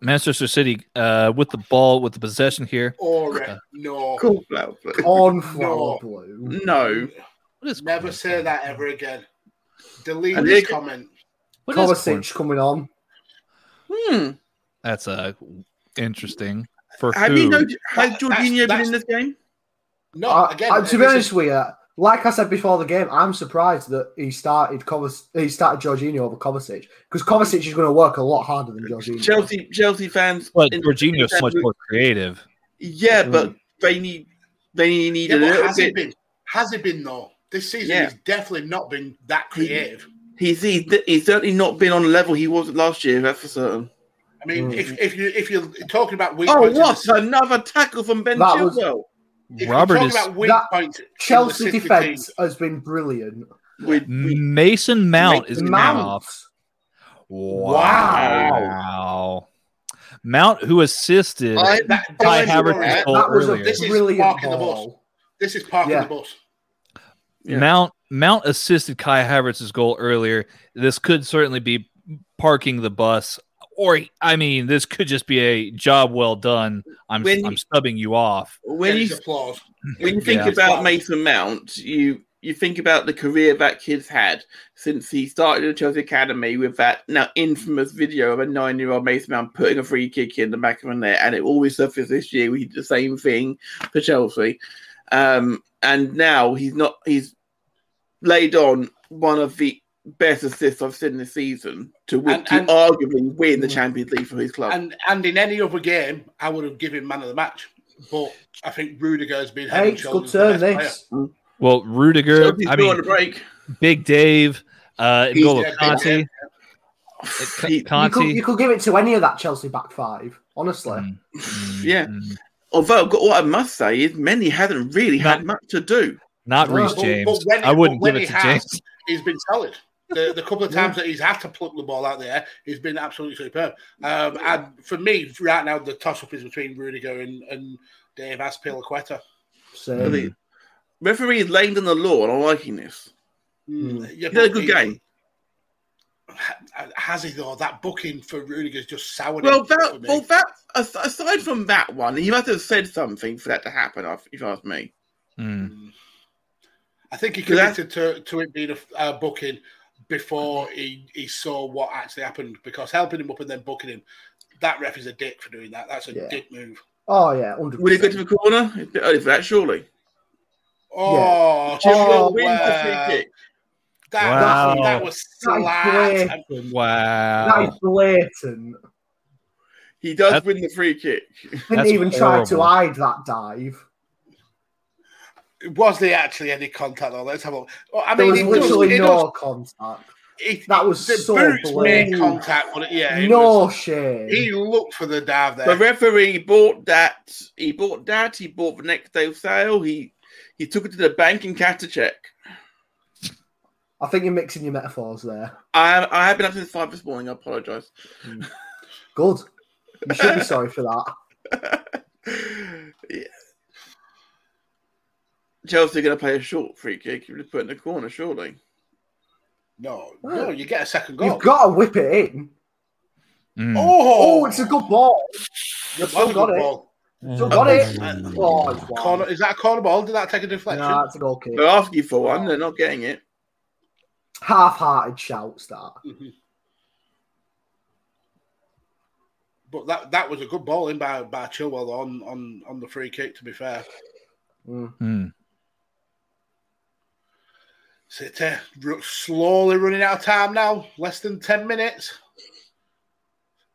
A: Manchester City uh, with the ball, with the possession here.
C: Or uh, no,
D: Cool. Well, but-
E: Cornflower
C: No.
E: blue.
D: No.
A: What is
C: never say that ever again. Delete
D: And
C: this
D: they-
C: comment.
A: What is corn?
E: Kovacic coming on.
D: Hmm.
A: That's uh, interesting. For
D: Have
A: who?
D: you noticed? Has
C: That-
D: Jorginho been
C: that's-
D: in this game?
C: No,
E: I-
C: again.
E: I- Uh, to be
C: this
E: honest
C: is-
E: with you, like I said before the game, I'm surprised that he started Kovac- he started Jorginho over Kovacic because Kovacic is going to work a lot harder than Jorginho.
D: Chelsea, Chelsea fans.
A: But
D: in-
A: Jorginho's so much more creative.
D: Yeah, but
A: Hmm.
D: they need they need
C: Yeah,
D: a
C: but
D: little
C: has it
D: bit.
C: been? Has it been though? This season
D: Yeah. Mm.
C: he's definitely not been that creative.
D: He's, he's he's certainly not been on the level he was last year. That's for certain.
C: I mean,
E: Mm.
C: if, if you if you're talking about weak
D: Oh,
C: points, in
D: what
C: the-
D: another tackle from Ben
E: That was-
D: Chilwell!
C: if
A: Robert
C: you're
A: is
C: talking about weak
E: That-
C: points, in the
E: Chelsea
C: City
E: defense
C: team,
E: has been brilliant.
D: We,
A: Mm.
D: we,
A: Mason Mount is
E: Mount.
A: now off. Wow. Mount, who assisted
D: I,
C: that-
A: Kai
C: that-
A: Havertz's goal
E: that was
A: earlier.
E: a
C: This is
E: brilliant
C: parking the bus.
E: ball.
C: This is parking
E: Yeah.
C: the bus.
D: Yeah.
A: Mount Mount assisted Kai Havertz's goal earlier. This could certainly be parking the bus, or I mean, this could just be a job well done. I'm
D: When-
A: I'm stubbing you off.
D: when
C: Hence
D: you
C: applause.
D: when you think
A: Yeah.
D: about Mason Mount, you you think about the career that kid's had since he started at Chelsea Academy with that now infamous video of a nine year old Mason Mount putting a free kick in the back of the net, and it always surfaced this year. We did the same thing for Chelsea, um, and now he's not he's laid on one of the best assists I've seen this season to win,
C: And-
D: to
C: and-
D: arguably win the Champions League for his club.
C: And and in any other game, I would have given man of the match. But I think Rudiger's been head
E: Hey,
C: and
E: it's good
C: shoulders
E: turn
C: the best
E: this.
A: Well, Rudiger,
D: Chelsea's
A: I
D: been on
A: mean,
D: a break.
A: Big Dave, uh,
C: He's
A: N'Golo
C: dead, Big
A: Conte,
C: Dave.
A: K-
D: [SIGHS] He-
E: You could, you
A: Conte.
E: could give it to any of that Chelsea back five, honestly.
A: Mm, mm,
D: Yeah.
A: mm.
D: Although I've got- what I must say is Mendy hasn't really had much to do.
A: Not
E: No,
A: Reece
E: but-
C: but
A: James.
C: when-
A: I wouldn't
C: but when
A: give it to
C: he has-
A: James.
C: he's been solid. The, the
E: [LAUGHS]
C: couple of times that he's had to pluck the ball out there, he's been absolutely superb. Um, and for me, right now, the toss up is between Rudiger and, and Dave Aspilaqueta.
E: So,
D: I
A: Mm.
D: think Referee is laying down the law, and I'm liking this.
E: Hmm.
C: Mm. Yeah,
D: He had a
C: but
D: good
C: he-
D: game.
C: ha- Has he, though? That booking for Rudiger's just soured
D: Well,
C: him for
D: that,
C: me.
D: well, that as- aside from that one, he must have said something for that to happen. if- If you ask me,
A: Mm.
C: I think he
D: Cause that-
C: committed to, to it being a f- a booking before he, he saw what actually happened because helping him up and then booking him, that ref is a dick for doing that. That's a
E: Yeah.
C: dick move.
E: oh yeah, 100%.
D: will he go to the corner? It's a bit early for that, surely.
C: Oh,
E: Oh,
D: Chilwell wins the
C: well.
D: free kick.
C: That,
A: Wow.
C: that, that was
E: That is
C: slat.
E: blatant. That
A: Wow.
E: is blatant.
D: He does
A: That's-
D: win the free kick.
E: Didn't
A: That's
E: even try to
A: horrible.
E: hide that dive.
C: Was there actually any contact though? Let's have a look. Well, I
E: There
C: mean,
E: was
C: it does,
E: literally
C: it
E: no
C: does,
E: contact.
C: it,
E: That was
C: the
E: so
C: boots made
E: blatant.
C: contact, but it, yeah, it
E: no
C: was-
E: shame.
C: he looked for the dive
D: The
C: there.
D: referee bought that. He bought that. He bought the next day of sale. He he took it to the bank and cashed a check.
E: I think you're mixing your metaphors there.
D: I I have been up since five this morning. I apologise.
E: Good. You should
C: [LAUGHS]
E: be sorry for that.
D: [SIGHS] yeah. Chelsea going to play a short free kick. You just put it in the corner, surely.
C: no, no, you get a second goal.
E: You've got to whip it in.
C: Oh,
A: Mm,
E: Oh, it's a good ball.
C: That's
E: still
C: a
E: got
C: good
E: it.
C: ball.
E: Still got it. Oh, it's wide.
C: Corner, is that a corner ball? Did that take a deflection?
E: Nah, it's a goal kick.
D: They're asking for one. They're not getting it.
E: Half-hearted shouts that.
C: But that that was a good ball in by by Chilwell on on on the free kick. To be fair, Oh,
A: Hmm.
C: City ru- slowly running out of time now. Less than ten minutes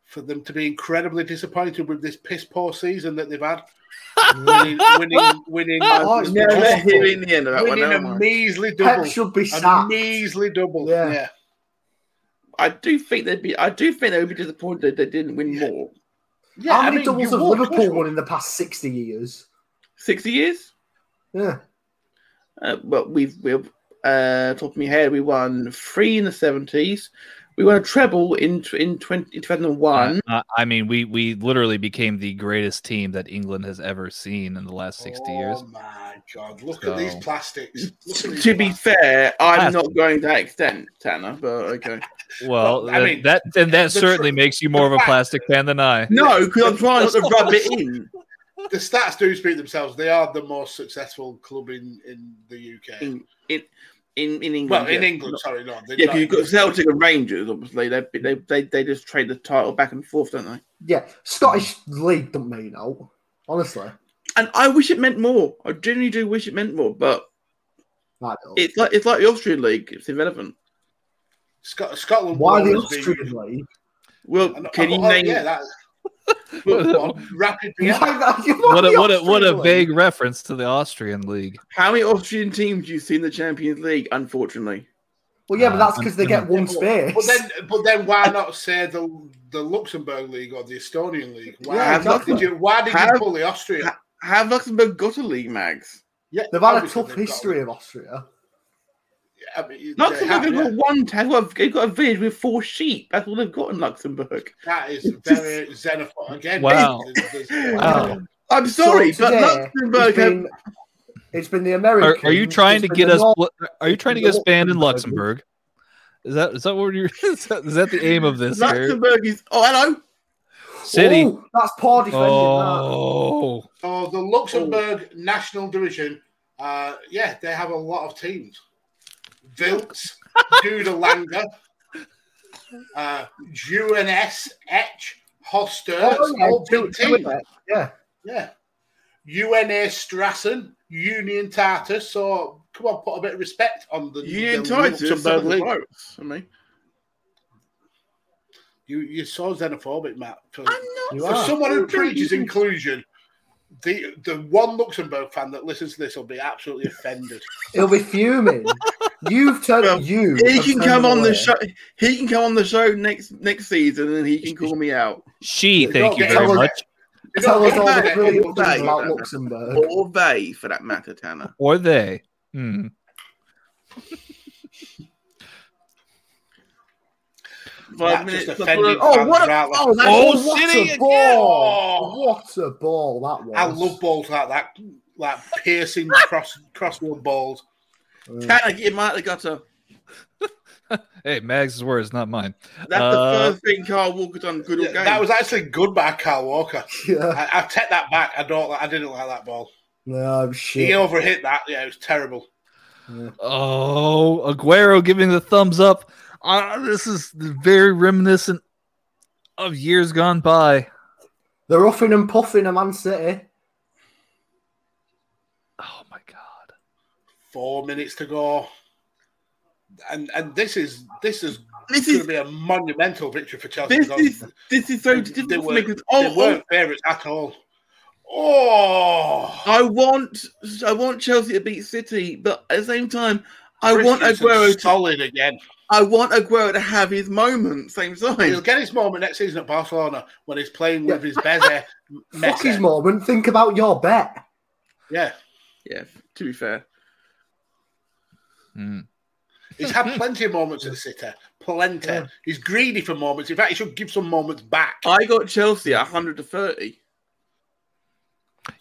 C: for them to be incredibly disappointed with this piss poor season that they've
E: [LAUGHS]
C: had. winning, winning, winning.
E: Oh, it's
D: Never
E: awful.
D: hearing the end of that one.
C: winning
D: am
C: a
D: I?
C: measly double.
E: Pep should be
C: A
E: sacked.
C: measly double.
E: Yeah.
C: yeah.
D: I do think they'd be. I do think they would be disappointed that they didn't win more.
C: Yeah,
E: How
C: I
E: many
C: mean,
E: doubles
C: you
E: have
C: would,
E: Liverpool
C: wouldn't
E: won in the past 60 years?
D: Sixty years.
E: Yeah.
D: Uh, well, we've we've uh, top of my head, we won three in the seventies. We won a treble in tw- in 20, 2001.
A: Uh, I mean, we we literally became the greatest team that England has ever seen in the last sixty years.
C: Oh my god! Look
A: So-
C: at these plastics. Look at
D: T-
C: these
D: to be
C: plastics.
D: fair, I'm
A: That's-
D: not going to that extent, Tanner. But okay,
A: Well,
C: Well, I
A: uh,
C: mean,
A: that and that
C: the
A: certainly
C: tr-
A: makes you more of a
C: fact-
A: plastic fan than I.
D: no, because I'm trying not to rub it in.
C: the stats do speak themselves. They are the most successful club in in the UK.
D: In in in, in England.
C: well, in
D: yeah.
C: England, sorry, no. they're
D: Yeah,
C: not-
D: because you've got Celtic and Rangers. Obviously, they they they, they just trade the title back and forth, don't they?
E: Yeah. Scottish League don't mean out. Honestly.
D: And I wish it meant more. I genuinely do wish it meant more, but
E: I don't.
D: it's like it's like the Austrian league. It's irrelevant.
C: Scot- Scotland.
E: Why the
C: will always be-
E: Austrian League?
D: Well,
C: I know-
D: can
C: I
D: you
C: know-
D: name?
C: oh, Yeah, that,
A: what
C: on rapid.
E: Why the- why
A: a what a
E: the
A: what a
E: Austrian League?
A: vague reference to the Austrian league.
D: How many Austrian teams do you see in the Champions League? Unfortunately,
E: Well, yeah, but that's because they
A: Uh,
E: get one
C: but-
E: space.
C: But then, but then, why not say the the Luxembourg League or the Estonian League? Why,
E: Yeah,
D: exactly.
C: did you? Why did
D: Have-
C: you pull the Austria?
D: ha- have Luxembourg got a league, Mags?
C: yeah,
E: They've had a
C: obviously
E: tough
C: they've got-
E: history of Austria.
C: I mean, they
D: Luxembourg
C: have,
D: have
C: yeah.
D: got one. They've got, a, they've got a village with four sheep. That's all they've got in Luxembourg.
C: That is very xenophobic again.
A: Wow.
C: There's- there's-
A: Wow.
D: I'm sorry,
E: So
D: but
E: today,
D: Luxembourg
E: it's
D: have
E: been, it's been the American.
A: Are, are you trying
E: it's
A: to
E: been
A: get
E: the
A: us?
E: North-
A: bl- Are you trying to get us banned in Luxembourg?
E: Luxembourg.
A: Is that is that what you're? [LAUGHS] Is that, is that the aim of this? Here?
D: Luxembourg is. Oh, hello.
A: City.
E: Ooh, that's poor defending. that.
A: Oh,
C: So the Luxembourg
E: Oh.
C: National Division, uh, yeah, they have a lot of teams.
E: [LAUGHS]
C: Vilts, Dudelanga, uh, UNS, Etch, Hoster,
E: Oh, yeah,
C: all
E: do-
C: big
E: do it
C: teams.
E: there. yeah.
C: Yeah. UNA Strassen, Union Tartus. So come on, put a bit of respect on the
D: Union
C: the
D: Titus.
C: Luxembourg League.
D: I mean,
C: You, you're so xenophobic, Matt. For,
D: I'm
E: You
C: for
E: are.
C: someone who preaches inclusion, the the one Luxembourg fan that listens to this will be absolutely offended.
E: He'll be fuming. You've turned
D: Well,
E: you.
D: He
E: have
D: can
E: turned
D: come on
E: away.
D: the show. He can come on the show next next season, and he can call me out.
A: she. Thank you
C: Okay,
A: very
E: well,
A: much.
C: You
E: Tell
C: know,
E: us all
D: Yeah,
E: the
D: yeah,
E: brilliant
D: yeah,
E: things
D: yeah.
E: about Luxembourg.
D: or they for that matter, Tanner.
A: Or they. Hmm.
D: Five
C: That
D: minutes.
C: just
D: before-
C: offended
D: oh,
C: fans
D: what a,
C: right left.
D: oh, that's
A: Oh,
D: all-
E: what
A: City
E: a
A: again!
E: ball! What a ball that was.
C: I love balls like that, like
D: [LAUGHS]
C: piercing cross crossword balls.
D: Oh, Tanner, get him out of the gutter.
A: Hey, Mags' words, not mine.
D: That's
A: Uh,
D: the first thing Carl Walker done. Good all
C: Yeah,
D: game.
C: that was actually good by Carl Walker.
E: Yeah.
C: I, I take that back. I don't. like- I didn't like that ball.
E: No
C: He
E: shit.
C: overhit that. Yeah, it was terrible.
A: Oh, Aguero giving the thumbs up. Uh, this is very reminiscent of years gone by.
E: They're huffing and puffing a Man City.
A: Oh my god.
C: Four minutes to go, and and this is this is
D: this
C: going to
D: is
C: be a monumental victory for Chelsea.
D: this
C: because
D: is this is so
C: they
D: difficult for me
C: weren't,
D: because
C: they weren't
D: oh,
C: favourites at all. Oh,
D: I want I want Chelsea to beat City, but at the same time, I want
C: Christensen
D: Aguero. To,
C: solid again.
D: I want Aguero to have his moment. Same
C: He'll
D: time.
C: get his moment next season at Barcelona when he's playing with his
D: [LAUGHS]
C: Beze.
E: Fuck his
C: Messi.
E: moment. Think about your bet.
C: Yeah,
D: Yeah. To be fair.
A: Hmm.
C: he's had plenty of moments at City. Plenty.
E: Yeah.
C: He's greedy for moments. In fact, he should give some moments back.
D: I got Chelsea at 100 to 30.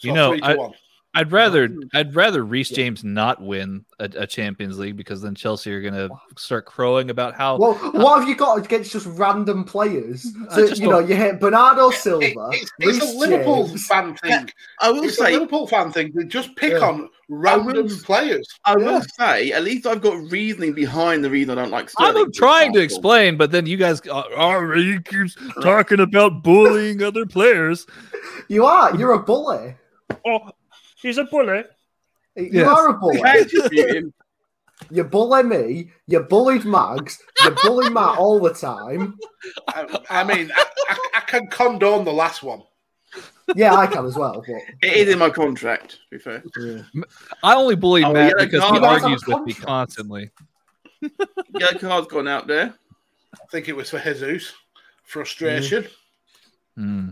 A: You know,
C: three to
A: I-
C: one.
A: I'd rather I'd rather Reese James not win a, a Champions League because then Chelsea are gonna start crowing about how
E: Well, what have you got against just random players?
A: I
E: So,
A: just
E: you know,
A: don't-
E: you hit Bernardo
C: It-
E: Silva.
C: it's it's
E: Reece
C: a Liverpool
E: James.
C: [LAUGHS] fan thing.
D: I will
C: It's a
D: say,
C: Liverpool fan thing. They just pick
E: Yeah.
C: on random
D: will-
C: players.
D: I will
E: Yeah.
D: say, at least I've got reasoning behind the reason I don't like Sterling.
A: I'm
D: for
A: trying to
D: example.
A: explain, but then you guys uh, oh, he
D: [LAUGHS]
A: keeps talking about bullying other players.
E: You are. You're a bully.
G: Oh, he's a bully.
E: You
A: Yes.
E: are a bully.
D: I attribute him-
E: You bully me. You bullied Mags. You bully Matt all the time.
C: I, I mean, I, I, I can condone the last one.
E: Yeah, I can as well. But
D: It is in my contract, to be fair.
A: I only bully
D: Oh,
A: Matt
D: yeah,
A: because
D: God,
A: he
E: that's our
A: argues with me
E: contract.
A: constantly.
D: Yellow card's gone out there.
C: I think it was for Jesus. Frustration.
A: Hmm.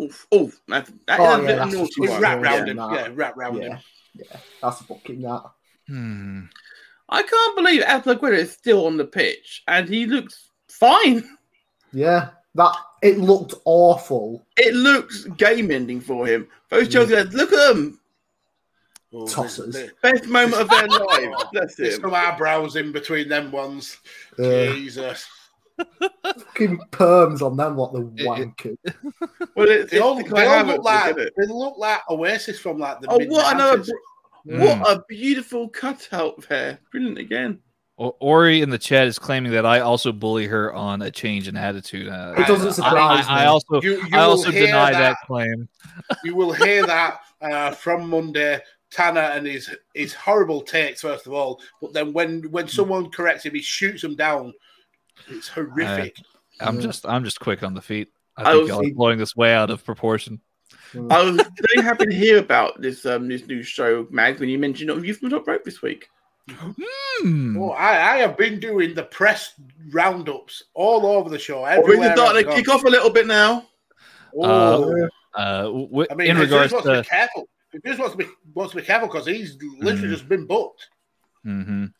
D: Oof, oof. That, that
E: Oh,
D: is a
E: yeah,
D: bit
E: that's-
D: naughty
C: We
E: Yeah,
D: one.
C: wrap round
E: yeah,
C: him.
E: nah.
C: Yeah, wrap round
E: yeah,
C: him.
E: yeah, that's fucking that.
A: Hmm.
D: I can't believe Atletico is still on the pitch, and he looks fine.
E: Yeah, that it looked awful.
D: It looks game-ending for him. Those Chelsea guys, look at them.
C: Oh,
E: Tossers.
C: there's-
D: Best moment of their life. Bless
C: There's
D: him.
C: some eyebrows in between them ones.
E: Uh,
C: Jesus.
E: fucking perms on them, what the wankers.
D: Well, it's,
C: They all,
D: it's the
C: they
D: kind
C: all
D: of
C: look like
D: outlook,
C: they
D: isn't it?
C: look like Oasis from like the
D: Oh,
C: mid
D: what another
C: 90s.
A: Mm.
D: What a beautiful cutout there. Brilliant again.
A: O- Ori in the chat is claiming that I also bully her on a change in attitude. Uh,
E: It doesn't
A: I-
E: surprise
A: I, I,
E: me.
A: also
C: You, you
A: [LAUGHS] I also
C: will hear
A: deny that.
C: that.
A: claim.
C: You will hear that uh, from Monday. Tanner and his his horrible takes first of all, but then when
A: Hmm.
C: when someone corrects him, he shoots him down. It's horrific.
A: I'm
E: Yeah.
A: just I'm just quick on the feet.
D: I
A: I think
D: was-
A: y'all are blowing this way out of proportion.
D: I was very happy to hear about this um this new show, Mags, when you mentioned it on Youth from the Top Rope this week.
A: Hmm.
C: oh, I, I have been doing the press roundups all over the show.
A: Oh,
D: We're
C: Everywhere
D: starting
C: I've
D: to
C: gone.
D: kick off a little bit now.
C: Oh,
A: Uh, w-
C: I mean,
A: in
C: in
A: regards
C: wants
A: to
C: to be careful. He just wants to be wants to be careful because he's literally
A: Mm.
C: just been booked.
A: Mhm.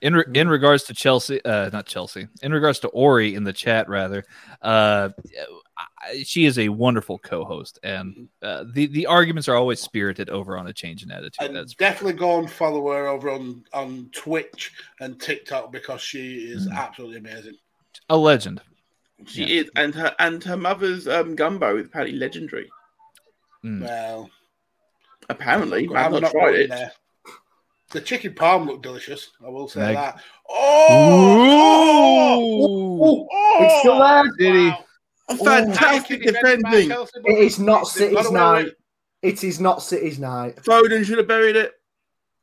A: In, re- in regards to Chelsea, uh, not Chelsea. In regards to Ori in the chat, rather, uh, I- she is a wonderful co-host, and uh, the the arguments are always spirited over on a change in attitude.
C: And
A: That's
C: definitely go and follow her over on, on Twitch and TikTok because she is
A: Hmm.
C: absolutely amazing.
A: a legend.
D: She is, and her and her mother's um gumbo is apparently legendary.
A: Mm.
C: Well,
D: Apparently,
C: I'm
D: I've not, tried
C: going
D: it.
C: there. The chicken palm looked delicious. I will say
A: Meg.
C: that. Oh,
A: Ooh.
C: Oh!
E: It's still there,
A: Diddy.
C: Wow.
D: Oh,
E: Ooh.
D: fantastic
C: Taking defense by
D: defending.
C: Chelsea, but
E: It is not
C: they've got
E: City's
C: away with
E: night.
C: it.
E: It is not City's night.
D: Foden should have buried it.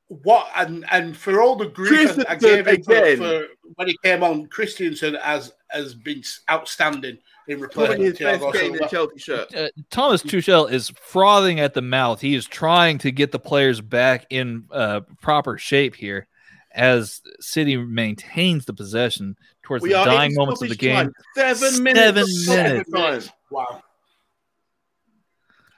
C: What and and for all the grief I- I
D: Christensen
C: gave him for,
D: again.
C: for when he came on, Christiansen has has been outstanding in
D: Probably
C: replacing
D: his best
C: Thiago
D: game in
C: Silva.
D: a Chelsea shirt.
A: Uh, Thomas Tuchel is frothing at the mouth. He is trying to get the players back in uh, proper shape here, as City maintains the possession towards
D: We
A: the
D: are
A: dying
D: in
A: moments of the
D: stoppage
A: game.
D: time. Seven
A: Seven
D: minutes. of stoppage
C: minutes.
D: time.
C: Wow.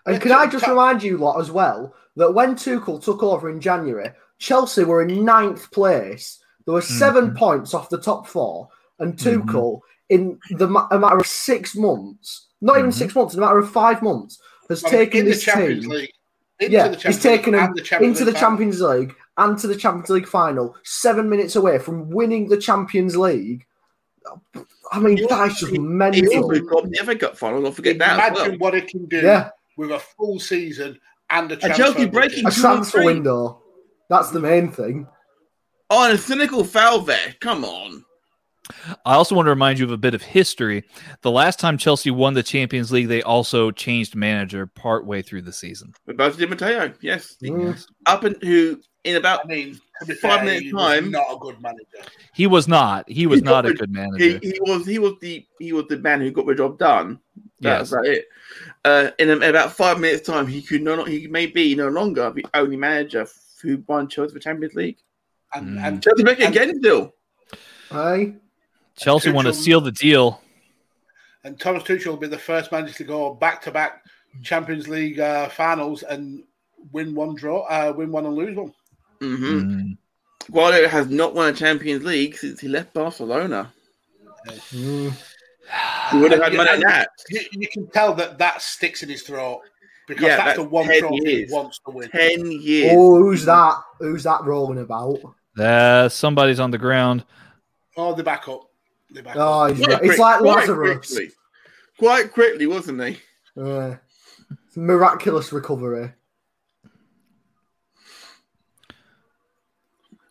E: And
C: Yeah,
E: can I just
C: Tuchel-
E: remind you lot as well that when Tuchel took over in January, Chelsea were in ninth place. There were 7 points off the top four, and Tuchel in the ma- a matter of six months, not even
A: Mhm.
E: six months, in a matter of five months, has
C: I mean,
E: taken
C: in the
E: this
C: Champions
E: team.
C: League. Into
E: yeah,
C: the Champions
E: he's taken
C: League
E: them
C: and the Champions
E: into the
C: League
E: Champions League and to the Champions League final, seven minutes away from winning the Champions League. I mean,
D: He
E: that is just
D: he-
E: mental.
D: He also got the FA Cup final. Don't forget that. as
C: Imagine
D: well.
C: what it can do
E: Yeah.
C: with a full season and a
D: Chelsea
C: transfer window.
D: breaking-
E: a
D: two or
E: transfer
D: three.
E: window. That's the main thing.
D: Oh, and a cynical foul there. Come on.
A: I also want to remind you of a bit of history. The last time Chelsea won the Champions League, they also changed manager partway through the season.
D: We're both Di Matteo. Yes.
E: Mm.
D: Up and who in
C: I
D: about
C: mean, to be
D: Five
C: fair,
D: minutes
C: he was
D: time.
C: Not a good manager.
A: He was not. He was not a good
D: he,
A: manager.
D: he was he was the he was the man who got the job done.
A: Yes.
D: That's about it. Uh, in about five minutes' time, he could no he may be no longer the only manager who won Chelsea for Champions League.
C: And,
A: Mm.
C: and
D: Chelsea make it
C: And-
D: again still.
E: Aye.
A: Chelsea want to
C: Tuchel-
A: seal the deal.
C: and Thomas Tuchel will be the first manager to go back to back Champions League uh, finals and win one draw, uh, win one and lose one.
D: Mm-hmm.
A: Mm.
D: Guardiola has not won a Champions League since he left Barcelona.
E: Mm.
D: He would have had
C: Yeah,
D: money
C: and-
D: that.
C: You, you can tell that that sticks in his throat. because
D: Yeah,
C: that's
D: that's
C: the one
D: 10
C: trophy
D: years.
C: he wants to win.
D: Ten years.
E: Oh, who's that? Who's that rolling about?
A: Uh, somebody's on the ground.
C: Oh, the back up. The back
E: Oh,
C: up.
E: he's
D: Quite
E: right.
D: quick-
E: it's like
D: quite
E: Lazarus.
D: quickly. Quite quickly, wasn't he?
E: Yeah. Miraculous recovery.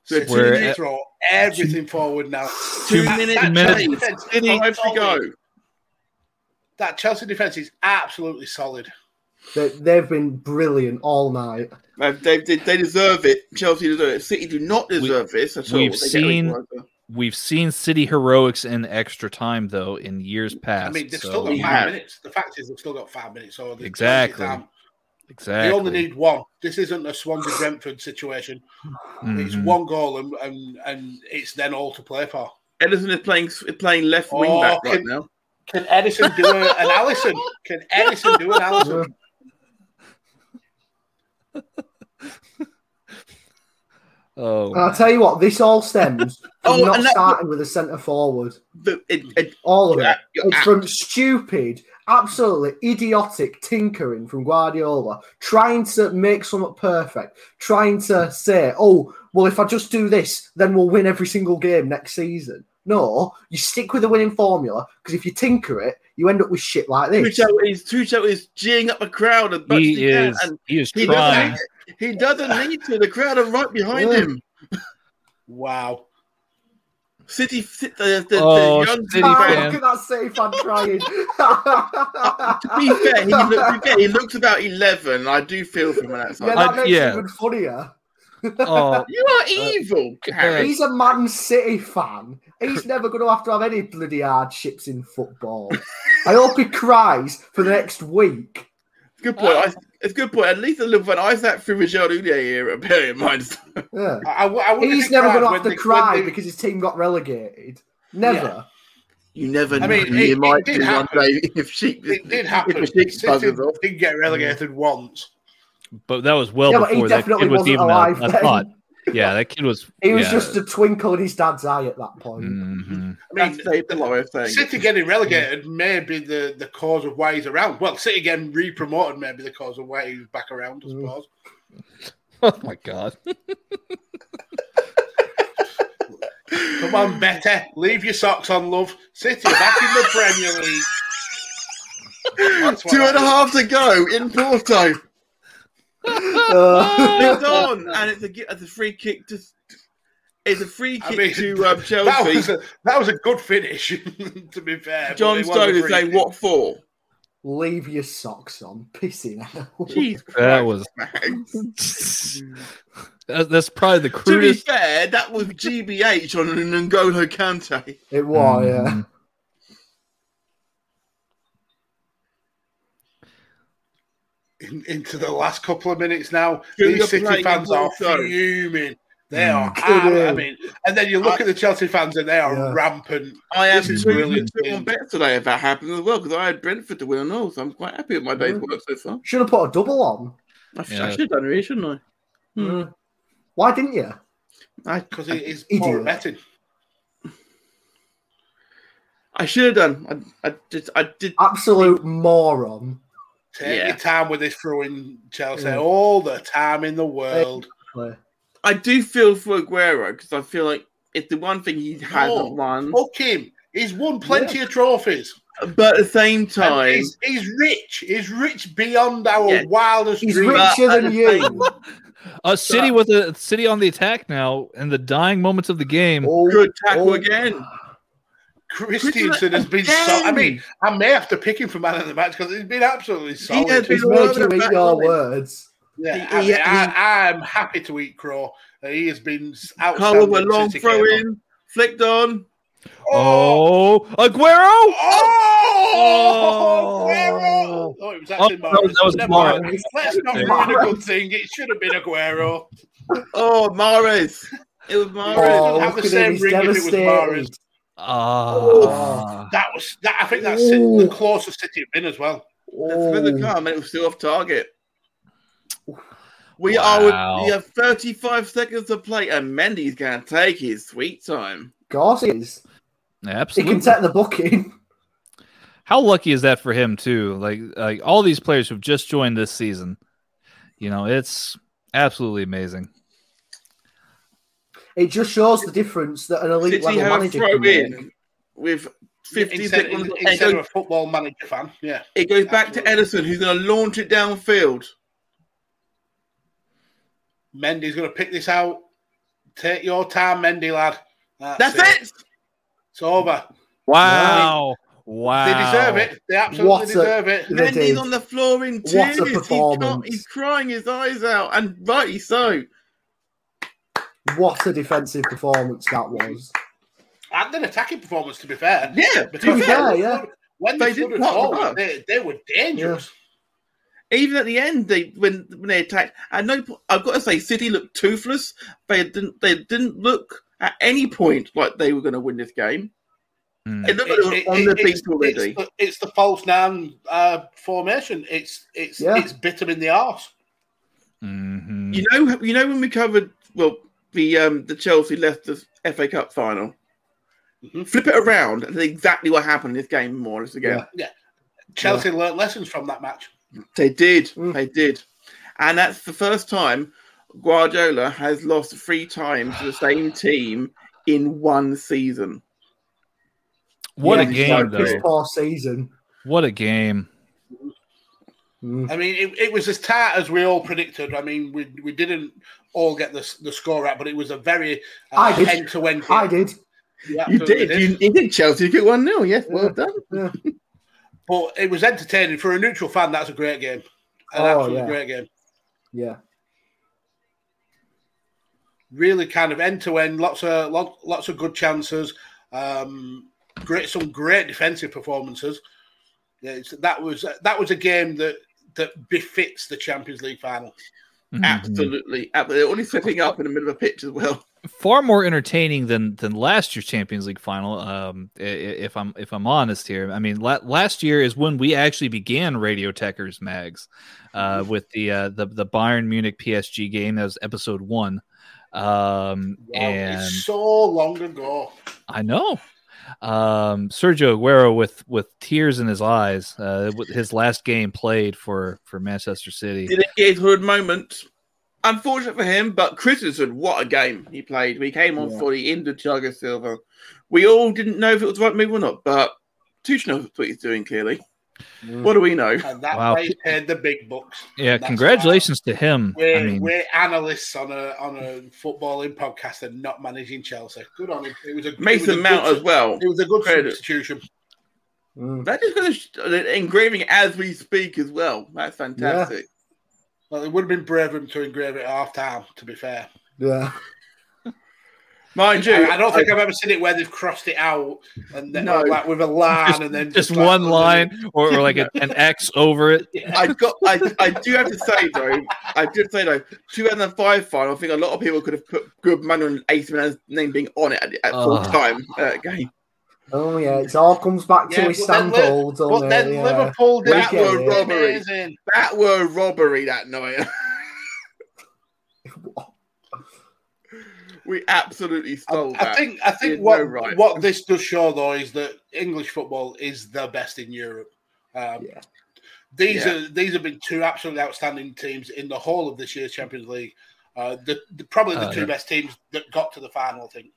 D: So
C: City
D: two,
A: We're
C: need to
A: at-
C: throw everything forward now.
D: two
C: That-
D: minutes.
C: that
A: minutes.
C: Chelsea
D: Defense,
C: defense is
D: Five to
C: solid.
D: go.
C: That Chelsea defense is absolutely solid.
E: They, they've been brilliant all night.
D: Uh, They, they, they deserve it. Chelsea deserve it. City do not deserve this at all.
A: we've
D: They get
A: seen-
D: away with it.
A: We've seen City heroics in extra time though in years past.
C: I mean, they've
A: so-
C: still got
D: We
C: five
D: have.
C: minutes. The fact is, they've still got five minutes. So they've
A: Exactly.
C: got it down.
A: exactly.
C: They only need one. This isn't a Swansea Brentford situation. It's
D: Mm-hmm.
A: Mhm.
C: one goal, and, and and it's then all to play for.
D: Ederson is playing is playing left wing
C: Oh,
D: back right
C: can-
D: now.
C: Can Edison do a, an Allison? Can Edison do an Allison?
A: Oh,
E: And I'll tell you what, this all stems from
D: Oh,
E: not
D: and that-
E: starting with a centre forward.
D: The- it- it-
E: All of it.
D: you're
E: It's
D: apt.
E: from stupid, absolutely idiotic tinkering from Guardiola, trying to make something perfect, trying to say, oh, well, if I just do this, then we'll win every single game next season. No, you stick with the winning formula because if you tinker it, you end up with shit like this.
D: Tuchel is Tuchel is geeing up a crowd as much as
A: he
D: he can,
A: is.
D: and
A: He is
D: he
A: trying.
E: [LAUGHS]
D: doesn't. He doesn't need to. The crowd are right behind
E: Yeah.
D: him.
A: Mm.
C: Wow.
D: City, City the, the,
A: Oh,
D: the young
A: City
D: City
E: [LAUGHS] Ah,
A: fan.
D: fan.
E: look at that City fan crying.
D: [LAUGHS] To be
E: [LAUGHS]
D: fair, he, look, to be fair, he looks about eleven. I do feel for him on that
E: yeah,
D: side.
E: that
A: I- [LAUGHS]
E: makes
A: yeah.
E: it even funnier.
A: Oh,
D: you are evil, Harry.
E: He's a Man City fan.
A: [LAUGHS]
E: He's never going to have to have any bloody hardships in football. I hope he cries for the next week.
D: Good point.
C: Ah.
D: I, it's a good point. At least the Liverpool Isaac through Richard Udier here. Bear in mind,
E: Yeah.
C: I, I, I wonder if
E: He's
C: he
E: never
C: cried
E: going to
C: when
E: have to
C: they-
E: cry
C: when they-
E: because his team got relegated. Never.
D: [LAUGHS] you never.
C: I mean,
D: know.
C: it-
D: You
C: it
D: might
C: did
D: do one
C: happen.
D: day [LAUGHS] if sheep.
C: It did happen.
D: If a sheep
C: City
D: buzzes off.
C: did get relegated
D: Mm-hmm.
C: once.
A: but that was well
E: Yeah, but he
A: before that
E: definitely
A: kid was
E: wasn't
A: even
E: alive
A: a, a
E: then.
A: thought. Yeah, that kid was.
E: He was
A: yeah.
E: just a twinkle in his dad's eye at that point. [LAUGHS]
A: Mhm.
D: I mean, saved the life thing.
C: City getting relegated may be the, the cause of why he's around. Well, City getting re-promoted may be the cause of why he's back around, I
D: Mm-hmm.
E: Mm.
C: suppose.
A: Oh my [LAUGHS] god.
C: Come on, Betty, leave your socks on, love. City are back in the Premier League. That's what
D: Two and a
C: I-
D: half to go
C: [LAUGHS]
D: in Porto.
E: Uh, [LAUGHS]
D: It's on, and it's a, gi- it's a free kick to. It's a free
C: I
D: kick
C: mean, [LAUGHS]
D: to um,
C: That was,
D: Chelsea.
C: a, that was a good finish, [LAUGHS] to be fair. but
D: John
C: it was a
D: Stone is
C: free
D: saying,
C: kick. [LAUGHS]
D: "What for?"
E: leave your socks on. Pissing out.
D: Jeez,
A: That was.
D: Christ.
A: That- That's probably the
D: to be
A: crudest.
D: fair, that was GBH on an N'Golo Kante.
E: [LAUGHS] It was, yeah.
A: Mhm.
C: In, into the last couple of minutes now,
D: Who
C: these
D: you're
C: City
D: playing
C: fans are
D: also.
C: fuming. They
D: Mm. [LAUGHS]
C: are.
E: Kidding.
C: I, I mean, and then you look at the Chelsea fans and they are
E: Yeah.
C: rampant.
D: I have
C: This
D: two
C: is
D: really
C: brilliant.
D: two on bet today if that happened as well because I had Brentford to win and all, so I'm quite happy with my day's work so far.
E: Should have put a double on.
D: I, sh-
A: Yeah.
D: I should have done really, shouldn't I? Hmm.
E: Why didn't you?
D: I,
C: Because it is more
E: Idiot.
C: betting.
D: I should have done. I, I just I did.
E: Absolute moron.
C: Take
D: Yeah.
C: your time with this throwing Chelsea
E: Yeah.
C: all the time in the world.
D: I do feel for Aguero because I feel like it's the one thing he hasn't
C: No.
D: won.
C: Fuck him. He's won plenty of trophies.
D: But at the same
C: And
D: time,
C: he's, he's rich. He's rich beyond our
D: Yeah.
C: wildest
E: He's
C: dreams.
D: But
E: richer
D: at
E: than
D: the
E: you.
D: same-
C: uh,
A: A city with a city on the attack now in the dying moments of the game.
E: Oh,
D: good tackle
E: oh.
D: again.
C: Christiansen has been so.
D: Again.
C: I mean, I may have to pick him for man of the match because he's been absolutely solid.
D: has been
E: He's
D: all over
E: making
D: the
E: eat
D: back
E: your
D: line.
E: words.
C: yeah,
D: he-
C: I, mean,
D: he-
C: I, I'm happy to eat Crow. Uh, He has been
D: Come
C: outstanding.
D: with a long
C: since he came
D: throw
C: on.
D: in, flicked on.
C: Oh,
A: Oh, Aguero!
C: oh,
A: Oh.
C: Aguero! Oh, it was
A: Oh,
C: actually
A: that was, that was
C: Never
A: Mara.
C: mind. Let's
A: [LAUGHS]
C: not ruin a good thing. It should have been Aguero.
D: Oh, Mares. It was Mares.
E: Oh,
C: have the
E: look at
C: same
E: him. He's
C: ring if it was
E: devastated.
C: Mahrez.
A: Ah.
C: That was. That, I think that's it, the
E: Ooh.
C: closest City have been as well.
D: That's with the
E: Oh.
D: car, and it was still off target. We
A: Wow.
D: are we have 35 seconds to play, and Mendy's gonna take his sweet time.
E: Of course he is. He
A: Absolutely.
E: can take the booking.
A: how lucky is that for him too? Like like all these players who've just joined this season, you know, it's absolutely amazing.
E: It just shows the difference that an elite
D: Did he
E: level
D: have a
E: manager can
D: throw
E: make.
D: in with 50
C: instead,
D: seconds?
C: in-
D: It
C: instead of
D: goes,
C: a football manager fan. Yeah,
D: it goes back to Edison, who's going to launch it downfield.
C: Mendy's going to pick this out. Take your time, Mendy lad.
D: That's it.
C: It's over.
A: Wow. Wow.
C: They deserve it. They absolutely
E: What a-
C: deserve it.
E: They
D: Mendy's
E: did.
D: on the floor in tears.
E: What a
D: He's, not,
E: performance.
D: he's crying his eyes out, and rightly so.
E: What a defensive performance that was.
C: And an attacking performance, to be fair.
D: Yeah,
E: To
C: Because
E: be
D: Yeah.
E: fair, yeah.
C: when they,
D: They did
C: flooded
D: what
C: forward,
D: work.
C: they, they were dangerous.
D: Even at the end, they when when they attacked, at no po- I've got to say, City looked toothless. They didn't. They didn't look at any point like they were going to win this game.
A: Hmm.
D: It looked like
C: It-
D: they were on
C: it-
D: the
C: it's-
D: beat already.
C: It's the, it's the false nine uh, formation. It's it's
E: Yeah.
C: it's bit them in the arse.
A: Mhm.
D: You know, you know when we covered well the um the Chelsea Leicester FA Cup final.
C: Mhm.
D: Flip it around, and that's exactly what happened in this game more or less again.
C: Chelsea learnt lessons from that match.
D: They did,
E: Mm.
D: they did, and that's the first time Guardiola has lost three times to the same team in one season.
A: What a
E: Yeah,
A: game
D: exactly.
A: though.
E: This poor season.
A: What a game.
E: Mm.
C: I mean, it, it was as tight as we all predicted. I mean, we we didn't all get the s- the score right, but it was a very
E: I did.
C: end to end.
E: I did.
D: You did. You, you did, Chelsea. You get 1 0. Yes, well
E: Yeah.
D: done.
C: But it was entertaining for a neutral fan. That's a great game. An
E: Oh,
C: absolutely
E: yeah.
C: great game.
E: Yeah.
C: Really, kind of end to end. Lots of lot, lots of good chances. Um, great, some great defensive performances. Yeah, it's, that was that was a game that that befits the Champions League final.
D: Mm. Absolutely. Absolutely. They're only setting up in the middle of a pitch as well.
A: far more entertaining than than last year's Champions League final. Um, i- i- if I'm if I'm honest here, I mean la- last year is when we actually began Radio Techers Mags, uh, with the uh, the the Bayern Munich PSG game. That was episode one. Um,
C: Wow,
A: and
C: it's so long ago.
A: I know. Um, Sergio Aguero with with tears in his eyes, uh, with his last game played for for Manchester City.
D: [LAUGHS] Did it get his moment? Unfortunate for him, but Christensen, what a game he played. We came on
E: Yeah.
D: for the end of Thiago Silva. We all didn't know if it was the right move or not, but Tuch knows what he's doing, clearly.
E: Mm.
D: What do we know?
C: And that
A: Wow.
C: place paid the big bucks.
A: yeah,
C: That's
A: congratulations to him.
C: We're,
A: I mean,
C: we're analysts on a on a footballing podcast and not managing Chelsea. Good on him. It was a it was a
D: Mason Mount
C: good,
D: as well.
C: It was a good
D: Credit.
C: substitution.
E: Mm.
D: That is going to an engraving as we speak as well. That's fantastic.
C: Well, it would have been brave of him to engrave it at half time. To be fair,
E: Yeah.
D: Mind you,
C: I, I don't think I've ever seen it where they've crossed it out and then
D: No.
C: like with a line
A: Just-
C: and then
A: just
C: like-
A: one line or, or like a, an X over it.
D: I got. I, I do have to say though. I do have to say though. 2005 final. I think a lot of people could have put good money on AC Milan's name being on it at, at full
A: Ugh.
D: time uh, game.
E: Oh yeah, it all comes back
C: Yeah,
E: to
C: but then
E: Istanbul,
C: But
E: doesn't
C: then
E: it? Oh, Yeah.
C: Liverpool did
D: That
C: it. It was
D: were robbery.
C: amazing.
D: That were robbery that night. [LAUGHS] we absolutely
C: I,
D: stole
C: I
D: that.
C: think I think
D: You're
C: what
D: no right.
C: what this does show though is that English football is the best in Europe. Um,
E: Yeah.
C: These
D: Yeah.
C: are these have been two absolutely outstanding teams in the whole of this year's Champions League. Uh, the, the probably the
A: Uh,
C: two
A: yeah.
C: best teams that got to the final. I think.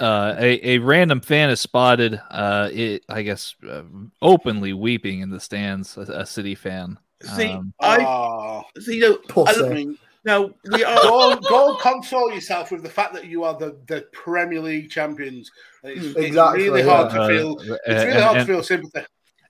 A: Uh, a, a random fan is spotted, uh, it, I guess, uh, openly weeping in the stands, a, a City fan.
D: see,
A: um,
D: I
C: Oh,
D: see. You know, I
E: Pussy.
C: I
D: look-
C: mean,
D: now we are.
C: go, go console yourself with the fact that you are the, the Premier League champions. It's, it's
E: Exactly,
C: really
E: yeah.
C: hard
A: Uh,
C: to feel. It's really
A: and-
C: hard
A: and-
C: to feel sympathy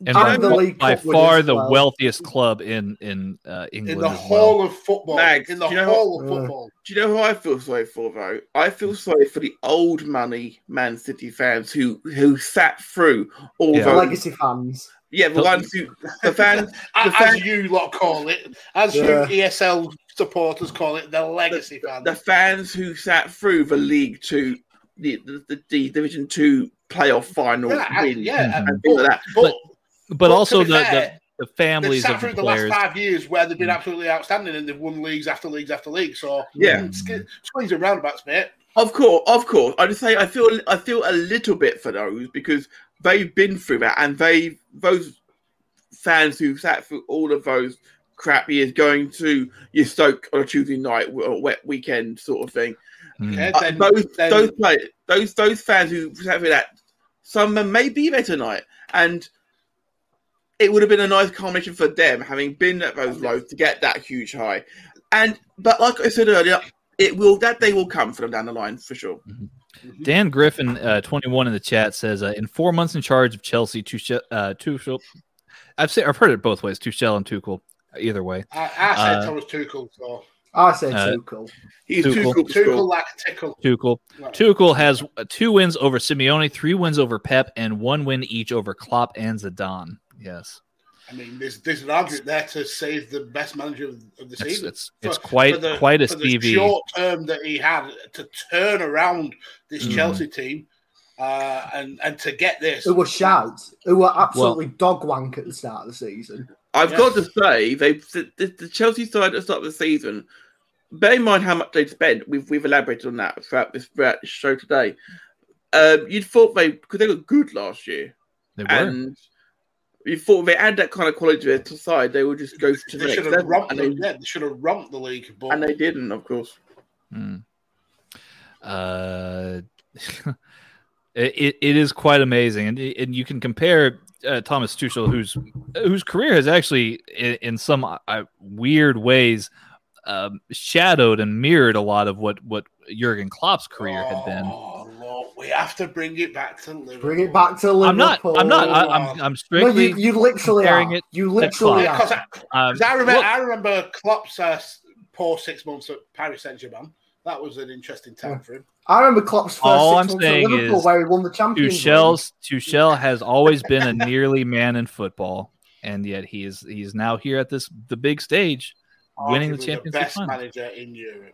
A: and
E: I'm
A: by-
E: the league
A: by
E: cup winners
A: far
E: as
A: the
E: well.
A: wealthiest club in in uh, England.
C: in the
A: as well.
C: whole of football.
D: Mags,
C: in the
D: do you know
C: whole of
E: what-
C: football.
D: Do you know who I feel sorry for though? I feel sorry for the old money Man City fans who who sat through all
A: Yeah.
E: The
D: those.
E: legacy fans.
D: Yeah, the
A: Don't-
D: ones who the fans
C: A- as
D: The fact-
C: you lot call it, as
E: Yeah.
C: you ESL supporters call it, the legacy fan.
D: the fans who sat through the League Two, the the, the, the Division Two playoff final
C: yeah, I-
D: win,
C: yeah, uh,
A: Mhm.
D: and things like that.
C: but,
A: But also
C: to be
A: the,
C: fair,
A: the
C: They've
A: families
C: sat
A: of
C: through
A: the
C: the
A: players. Mm.
C: last five years where they've been absolutely outstanding and they've won leagues after leagues after leagues. So
D: Yeah.
C: mm, sk- swings and roundabouts, mate.
D: Of course, of course. I just say I feel I feel a little bit for those because they've been through that, and they those fans who sat through all of those crap years going to your Stoke on a Tuesday night or wet weekend sort of thing.
A: Mm.
C: Yeah,
D: Uh,
C: then-
D: those
C: then-
D: those players, those those fans who sat through that, some may be there tonight, and it would have been a nice combination for them having been at those lows to get that huge high. And but like I said earlier, it will that day will come for them down the line for sure.
A: Dan Griffin, uh, 21 in the chat says, uh, in four months in charge of Chelsea, Tuchel, uh, Tuchel. I've said I've heard it both ways, Tuchel and Tuchel. Either way,
C: I, I said
A: Uh,
C: Thomas Tuchel, so
E: I say
A: Uh,
E: too cool.
D: He's too
A: Tuchel.
D: cool to
C: Tuchel
D: score.
C: like a tickle.
A: Tuchel. Tuchel has uh, two wins over Simeone, three wins over Pep, and one win each over Klopp and Zidane. Yes,
C: I mean, there's there's an argument there to save the best manager of, of the
A: it's
C: season.
A: it's, it's quite quite a Stevie.
C: short term that he had to turn around this
E: Mm.
A: Mhm.
C: Chelsea team uh, and and to get this.
E: Who were shout, who were absolutely dog wank at the start of the season.
D: I've
C: Yeah.
D: got to say, they the, the- the Chelsea side at the start of the season. Bear in mind how much they spent. We've we've elaborated on that throughout this, throughout this show today. Um, you'd thought they because they were good last year,
A: They were.
D: and you thought they had that kind of quality to their side, they would just go to the
C: They should
D: next
C: have
D: level,
C: romped.
D: and
C: the,
D: they,
C: yeah, they should have romped the league, but
D: and they didn't, of course.
A: Mm. Uh, [LAUGHS] it, it is quite amazing, and and you can compare uh, Thomas Tuchel, whose whose career has actually, in, in some uh, weird ways, um, shadowed and mirrored a lot of what what Jurgen Klopp's career had been.
C: Oh, Lord, we have to bring it back to Liverpool.
E: Bring it back to Liverpool.
A: I'm not. I'm not. I, I'm. I'm
E: No,
A: strictly.
E: you, you literally
A: comparing
E: are.
A: it
E: you literally
A: Klopp.
E: are.
C: Because I,
A: um,
C: 'cause I remember,
A: look,
C: I remember Klopp's uh, poor six months at Paris Saint Germain. That was an interesting time for him.
E: I remember Klopp's 1st
A: All
E: six
A: I'm
E: months at
A: saying
E: Liverpool
A: is
E: where he won the Champions League.
A: Tuchel's Tuchel has always been a nearly man in football, and yet he is he is now here at this the big stage, winning the
C: Arguably
A: Champions League
C: best
A: final.
C: manager in Europe.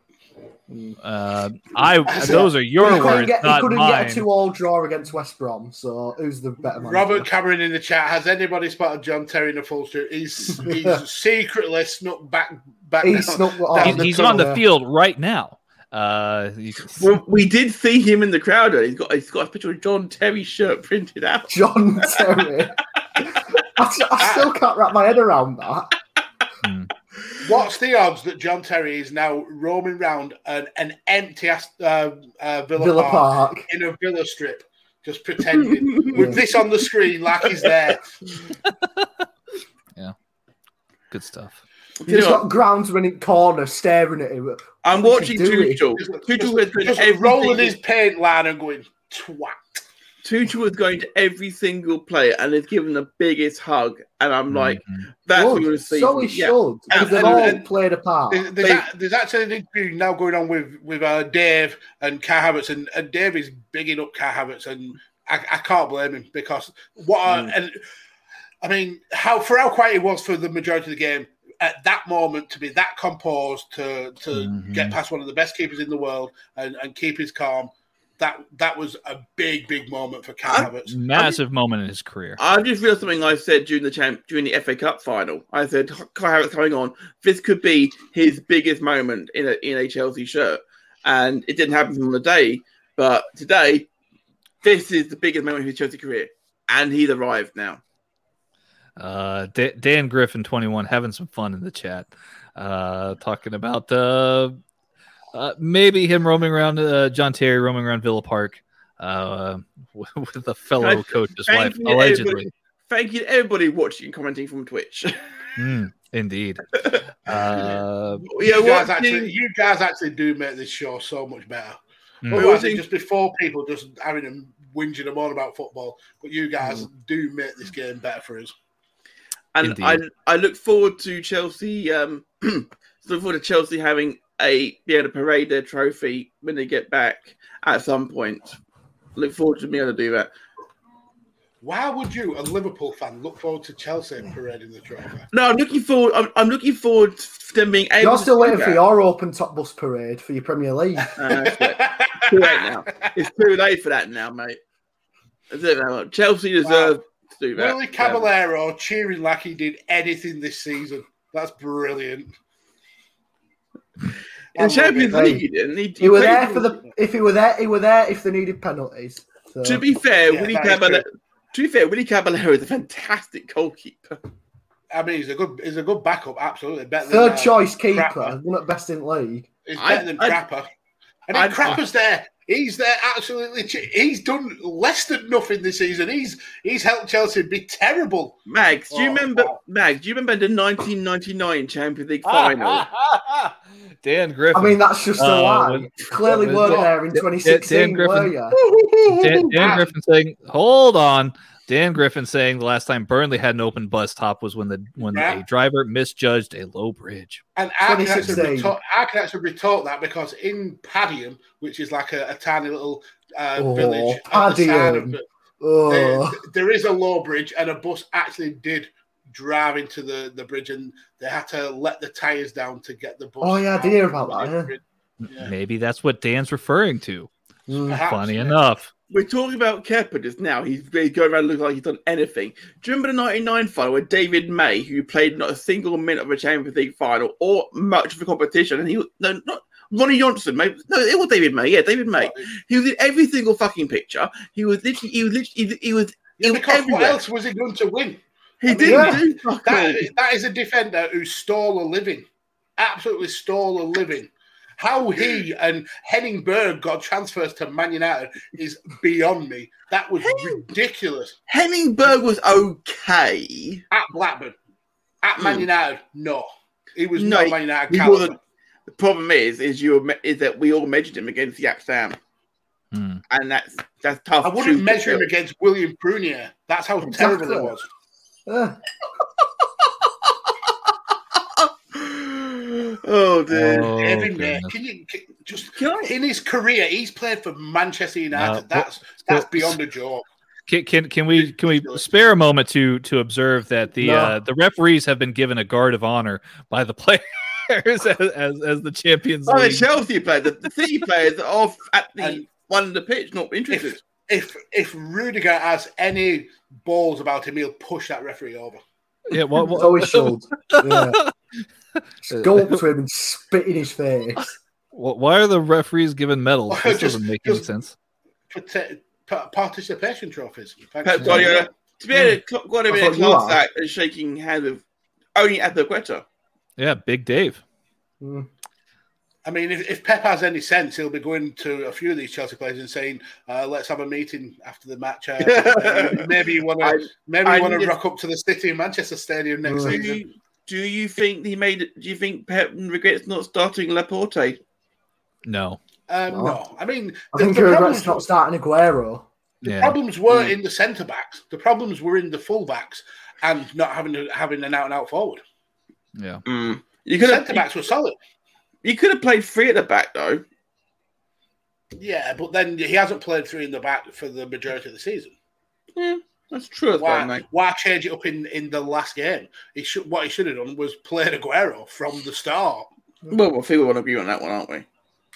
A: Uh, I
C: That's it.
A: those are
E: He
A: your
E: couldn't
A: words,
E: get, he
A: not
E: couldn't
A: mine.
E: get a two-all draw against West Brom, so who's the better man?
C: Robert Cameron in the chat. Has anybody spotted John Terry in the full suit? He's he's secretly snuck back back.
E: He
C: down-
E: snuck- oh,
C: down
A: He's,
E: the
A: he's on the
E: corner.
A: field right now. Uh, you can-
D: Well, we did see him in the crowd. earlier. He's got he's got a picture of John Terry's shirt
C: [LAUGHS]
D: printed out.
E: John Terry. I, t- I still can't wrap my head around that.
C: What's the odds that John Terry is now roaming round an, an empty ast- uh, uh, Villa,
E: Villa
C: Park,
E: Park.
C: in a Villa strip, just
D: [LAUGHS]
C: pretending with this on the screen like he's there?
A: good stuff.
D: You
E: He's
D: know,
E: got groundsman in corner staring at him.
D: I'm
E: what you
D: watching
E: doing?
D: Tuchel.
C: Just-
D: Tuchel has been
C: Just
D: every
C: rolling
D: single-
C: his paint line and going twat.
D: Tuchel was going to every single player and has given the biggest hug, and I'm like,
A: Mhm.
D: that's what
E: Good.
D: you want to see.
E: so he
D: Yeah.
E: should. Because they've
D: And-
E: all
C: and-
E: played a part.
C: There's, there's, a- there's actually an interview now going on with with uh, Dave and Kai Havertz, and, and Dave is bigging up Kai Havertz, and I, I can't blame him because what a- and I mean how for how quiet he was for the majority of the game at that moment to be that composed to to
A: Mhm.
C: uh, get past one of the best keepers in the world and, and keep his calm. That that was a big big moment for Kai
D: I-
C: Havertz.
A: Massive moment in his career.
D: I've just realised something I said during the champ during the FA Cup final. I said Kai Havertz coming on, this could be his biggest moment in a in a Chelsea shirt, and it didn't happen on the day, but today, this is the biggest moment of his Chelsea career, and he's arrived now.
A: Uh, Da- Dan Griffin, 21, having some fun in the chat, uh, talking about uh, uh, maybe him roaming around, uh, John Terry roaming around Villa Park uh, [LAUGHS] with a fellow
D: Thank-
A: coach's
D: thank
A: wife,
D: you,
A: allegedly.
D: everybody. Thank you to everybody watching and commenting from Twitch. [LAUGHS]
A: Mm, indeed. Uh,
D: yeah,
C: you guys
D: watching,
C: actually you guys actually do make this show so much better.
A: Mm.
C: Otherwise,
D: Watching-
C: it'd just be four people just having them whinging them on about football. But you guys
D: Mm.
C: do make this game better for us.
D: and
A: Indeed.
D: I I look forward to Chelsea. Um, [CLEARS THROAT] look forward to Chelsea having a be able to parade their trophy when they get back at some point. Look forward to being able to do that.
C: Why would you, a Liverpool fan, look forward to Chelsea
D: Mm.
C: parading the trophy?
D: No, I'm looking forward. I'm, I'm looking forward to them being able.
E: You're
D: to
E: still
D: do
E: waiting for
D: that.
E: your open top bus parade for your Premier League.
D: [LAUGHS] Uh, that's
C: [LAUGHS]
D: it. It's too late now. It's too late for that now, mate. It's too late now. Chelsea deserve to do that.
C: Willie Caballero cheering like he did anything this season. That's brilliant.
D: In
E: I'm
D: Champions
E: with you.
D: League, he didn't. He, he
E: He were
D: played-
E: there for the. If he were there, he were there if they needed penalties. So,
D: To be fair,
C: Yeah,
D: Willie
C: that is
D: Caballero. To be fair, Willie Caballero is a fantastic goalkeeper.
C: I mean, he's a good he's a good backup, absolutely. Better than,
E: third
C: uh,
E: choice keeper,
C: Crapper.
E: one at best in league.
C: He's
D: I-
C: better than
D: I-
C: Crapper. And then
D: I-
C: Crapper's there. He's there absolutely. che- He's done less than nothing this season. He's he's helped Chelsea be terrible.
D: Mags, do you
C: Oh,
D: remember?
C: wow.
D: Mags, do you remember the 1999 Champions League
C: Ah,
D: final?
A: [LAUGHS] Dan Griffin.
E: I mean, that's just a
A: Uh,
E: lie.
A: when-
E: Clearly,
A: when-
E: weren't
A: Dan-
E: there in
A: Dan-
E: 2016,
A: Dan Griffin-
E: were you?
A: Dan, Dan Griffin saying, "Hold on." Dan Griffin saying the last time Burnley had an open bus top was when the when
C: Yeah.
A: a driver misjudged a low bridge.
C: And I can, actually
E: 2016.
C: retort, I can actually retort that because in Paddium, which is like a, a tiny little uh,
E: Oh,
C: village, at the side of
E: Paddium.
C: it, there- [LAUGHS]
E: Oh,
C: there is a low bridge, and a bus actually did drive into the, the bridge, and they had to let the tires down to get the bus.
E: Oh, yeah, I
C: out
E: did hear about
C: of the
E: that,
C: bridge. Yeah.
A: Maybe that's what Dan's referring to.
E: Mm.
C: Perhaps,
A: Funny
C: yeah.
A: enough,
D: We're talking about Kepa just now. He's he's going around looking like he's done anything. Do you remember the 99 final where David May, who played not a single minute of a Champions League final or much of a competition, and he was, no, not Ronnie Johnson, mate. No, it was David May. Yeah, David May. He was in every single fucking picture. He was literally, he was literally, he, he was,
C: Yeah,
D: he was
C: because
D: everywhere.
C: what else was he going to win?
D: He
C: mean,
D: didn't
E: yeah.
D: do fuck all.
C: That, that is a defender who stole a living, absolutely stole a living. How he and Henning Berg got transfers to Man United is beyond me. That was ridiculous.
D: Henning Berg was okay.
C: At Blackburn, at Man
D: Hmm.
C: United, no, he was
D: No,
C: not Man United.
D: he
C: caliber.
D: wasn't. The problem is, is you were- is that we all measured him against Yap Sam,
A: Hmm.
D: and that's that's tough.
C: I wouldn't
D: to-
C: measure him against William Prunier. That's how terrible
E: Exactly.
C: he was.
E: Eh.
D: [GASPS] oh dear.
A: Oh,
C: Every man,
A: goodness.
C: can you can- just
D: Can I-
C: in his career, he's played for Manchester
A: but-
C: United. that's that's
A: but-
C: beyond a joke.
A: can, can can we can we spare a moment to to observe that the
E: No.
A: uh, the referees have been given a guard of honor by the [LAUGHS] players as, as, as the champions
D: Oh, the
A: league.
D: Chelsea players, the, the City players are off at the
C: And-
D: one of the pitch, not interested.
C: If if if Rudiger has any balls about him, he'll push that referee over.
A: Yeah, what, what-
E: So he should. Yeah. Just go up to him and spit in his face.
A: wh- why are the referees given medals? This
C: Just-
A: doesn't make any
C: just-
A: sense.
C: Prote- pa- participation trophies. Thanks.
D: Pep Guardiola, to be able to got him
E: I
D: in a
E: thought you
D: class
E: are.
D: act and shaking hands with only Atletico.
A: Yeah, Big Dave.
E: Mm.
C: I mean, if, if Pep has any sense, he'll be going to a few of these Chelsea players and saying, uh, "Let's have a meeting after the match. Uh,
D: [LAUGHS]
C: maybe- maybe you want
D: I-
C: to maybe
D: I
C: you want
D: need-
C: to rock up to the City in Manchester Stadium next
D: Do
C: season."
D: you, do you think he made? Do you think Pep regrets not starting Laporte?
A: No.
C: Um, no.
E: No.
C: I mean,
E: I
C: the,
E: think
C: the
E: he regrets
C: problems,
E: not Mm. starting Aguero.
A: Yeah.
C: problems were in the centre backs. The problems were in the full backs and not having to, having an out and out forward.
A: Yeah.
D: Mm. You could
C: Centre
D: have.
C: backs were solid.
D: You could have played three at the back though.
C: Yeah, but then he hasn't played three in the back for the majority of the season.
D: That's true. as well,
C: Why,
D: mate.
C: why change it up in, in the last game? He should what he should have done was played Aguero from the start.
D: Well, I think we want to agree on that one, aren't we?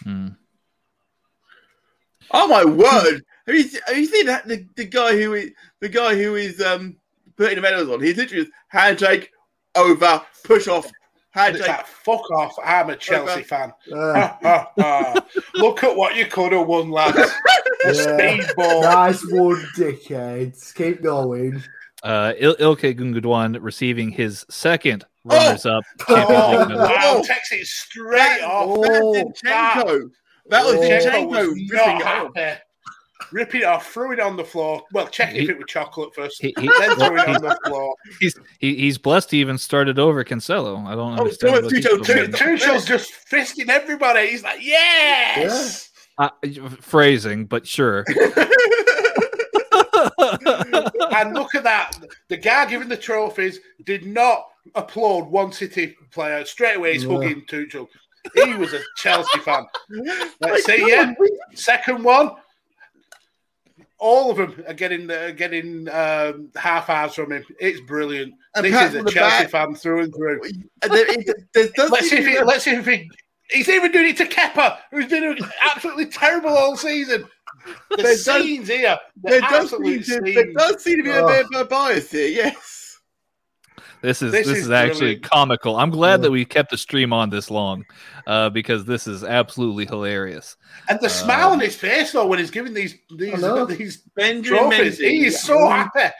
A: Hmm.
D: Oh my word! Have you, se- have you seen that the, the guy who is the guy who is um putting the medals on? He's literally just handshake over, push off,
C: And it's
D: handshake.
C: like, fuck off, I'm a Chelsea
D: Okay.
C: fan.
D: [LAUGHS]
E: Uh,
C: Ha, ha, ha. Look at what you could have won, lads.
E: yeah.
C: Speedball.
E: Nice one, dickheads. Keep going.
A: Uh, Il- Ilke Gungunduan receiving his second runners up Champions
C: Oh, [LAUGHS]
A: League medal.
C: wow,
D: Oh.
C: takes it straight
D: Oh,
C: off.
D: that's Zinchenko. That was
E: Oh.
C: Zinchenko
D: Zinchenko
C: was
D: ripping
C: not
D: it off.
C: happy. Ripping it off, threw it on the floor. Well, checking if it was chocolate first,
A: He, he,
C: then threw it
A: he-
D: [LAUGHS]
C: on the floor.
A: he's, he, he's blessed he even started over Cancelo. I don't
D: Oh,
A: understand.
D: so
A: what
D: it's
A: he's
D: Tuchel
A: doing.
D: too.
C: Two Tuchel's just fisting everybody. He's like, yes.
A: [LAUGHS] Uh, phrasing, but sure.
C: and look at that. The guy giving the trophies did not applaud one City player. Straight away, he's
E: Yeah.
C: hugging Tuchel. He was a Chelsea
D: [LAUGHS]
C: fan. Let's see, yeah.
D: God, we-
C: Second one. All of them are getting are getting um, half hours from him. It's brilliant.
D: And
C: this
D: pat
C: is a
D: on the
C: Chelsea
D: back.
C: fan through and through.
D: And there is- there does
C: Let's see
D: seem
C: if
D: to
C: he,
D: be a-
C: let's see if he, he's even doing it to Kepper, who's been absolutely terrible all season. The
D: There does-
C: scenes here, the
D: There does, seem
C: absolute
D: to,
C: scenes.
D: there does seem to be a
E: Oh.
D: bit of a bias here, yes.
A: This is this,
C: This
A: is,
C: is
A: actually
C: brilliant.
A: comical. I'm glad
E: Yeah.
A: that we kept the stream on this long, uh, because this is absolutely hilarious.
C: and the
A: Uh,
C: smile on his face though when he's giving these
E: I
C: these
E: know.
C: these
D: Benjamin
C: trophies, he is
D: Menzies.
C: so happy.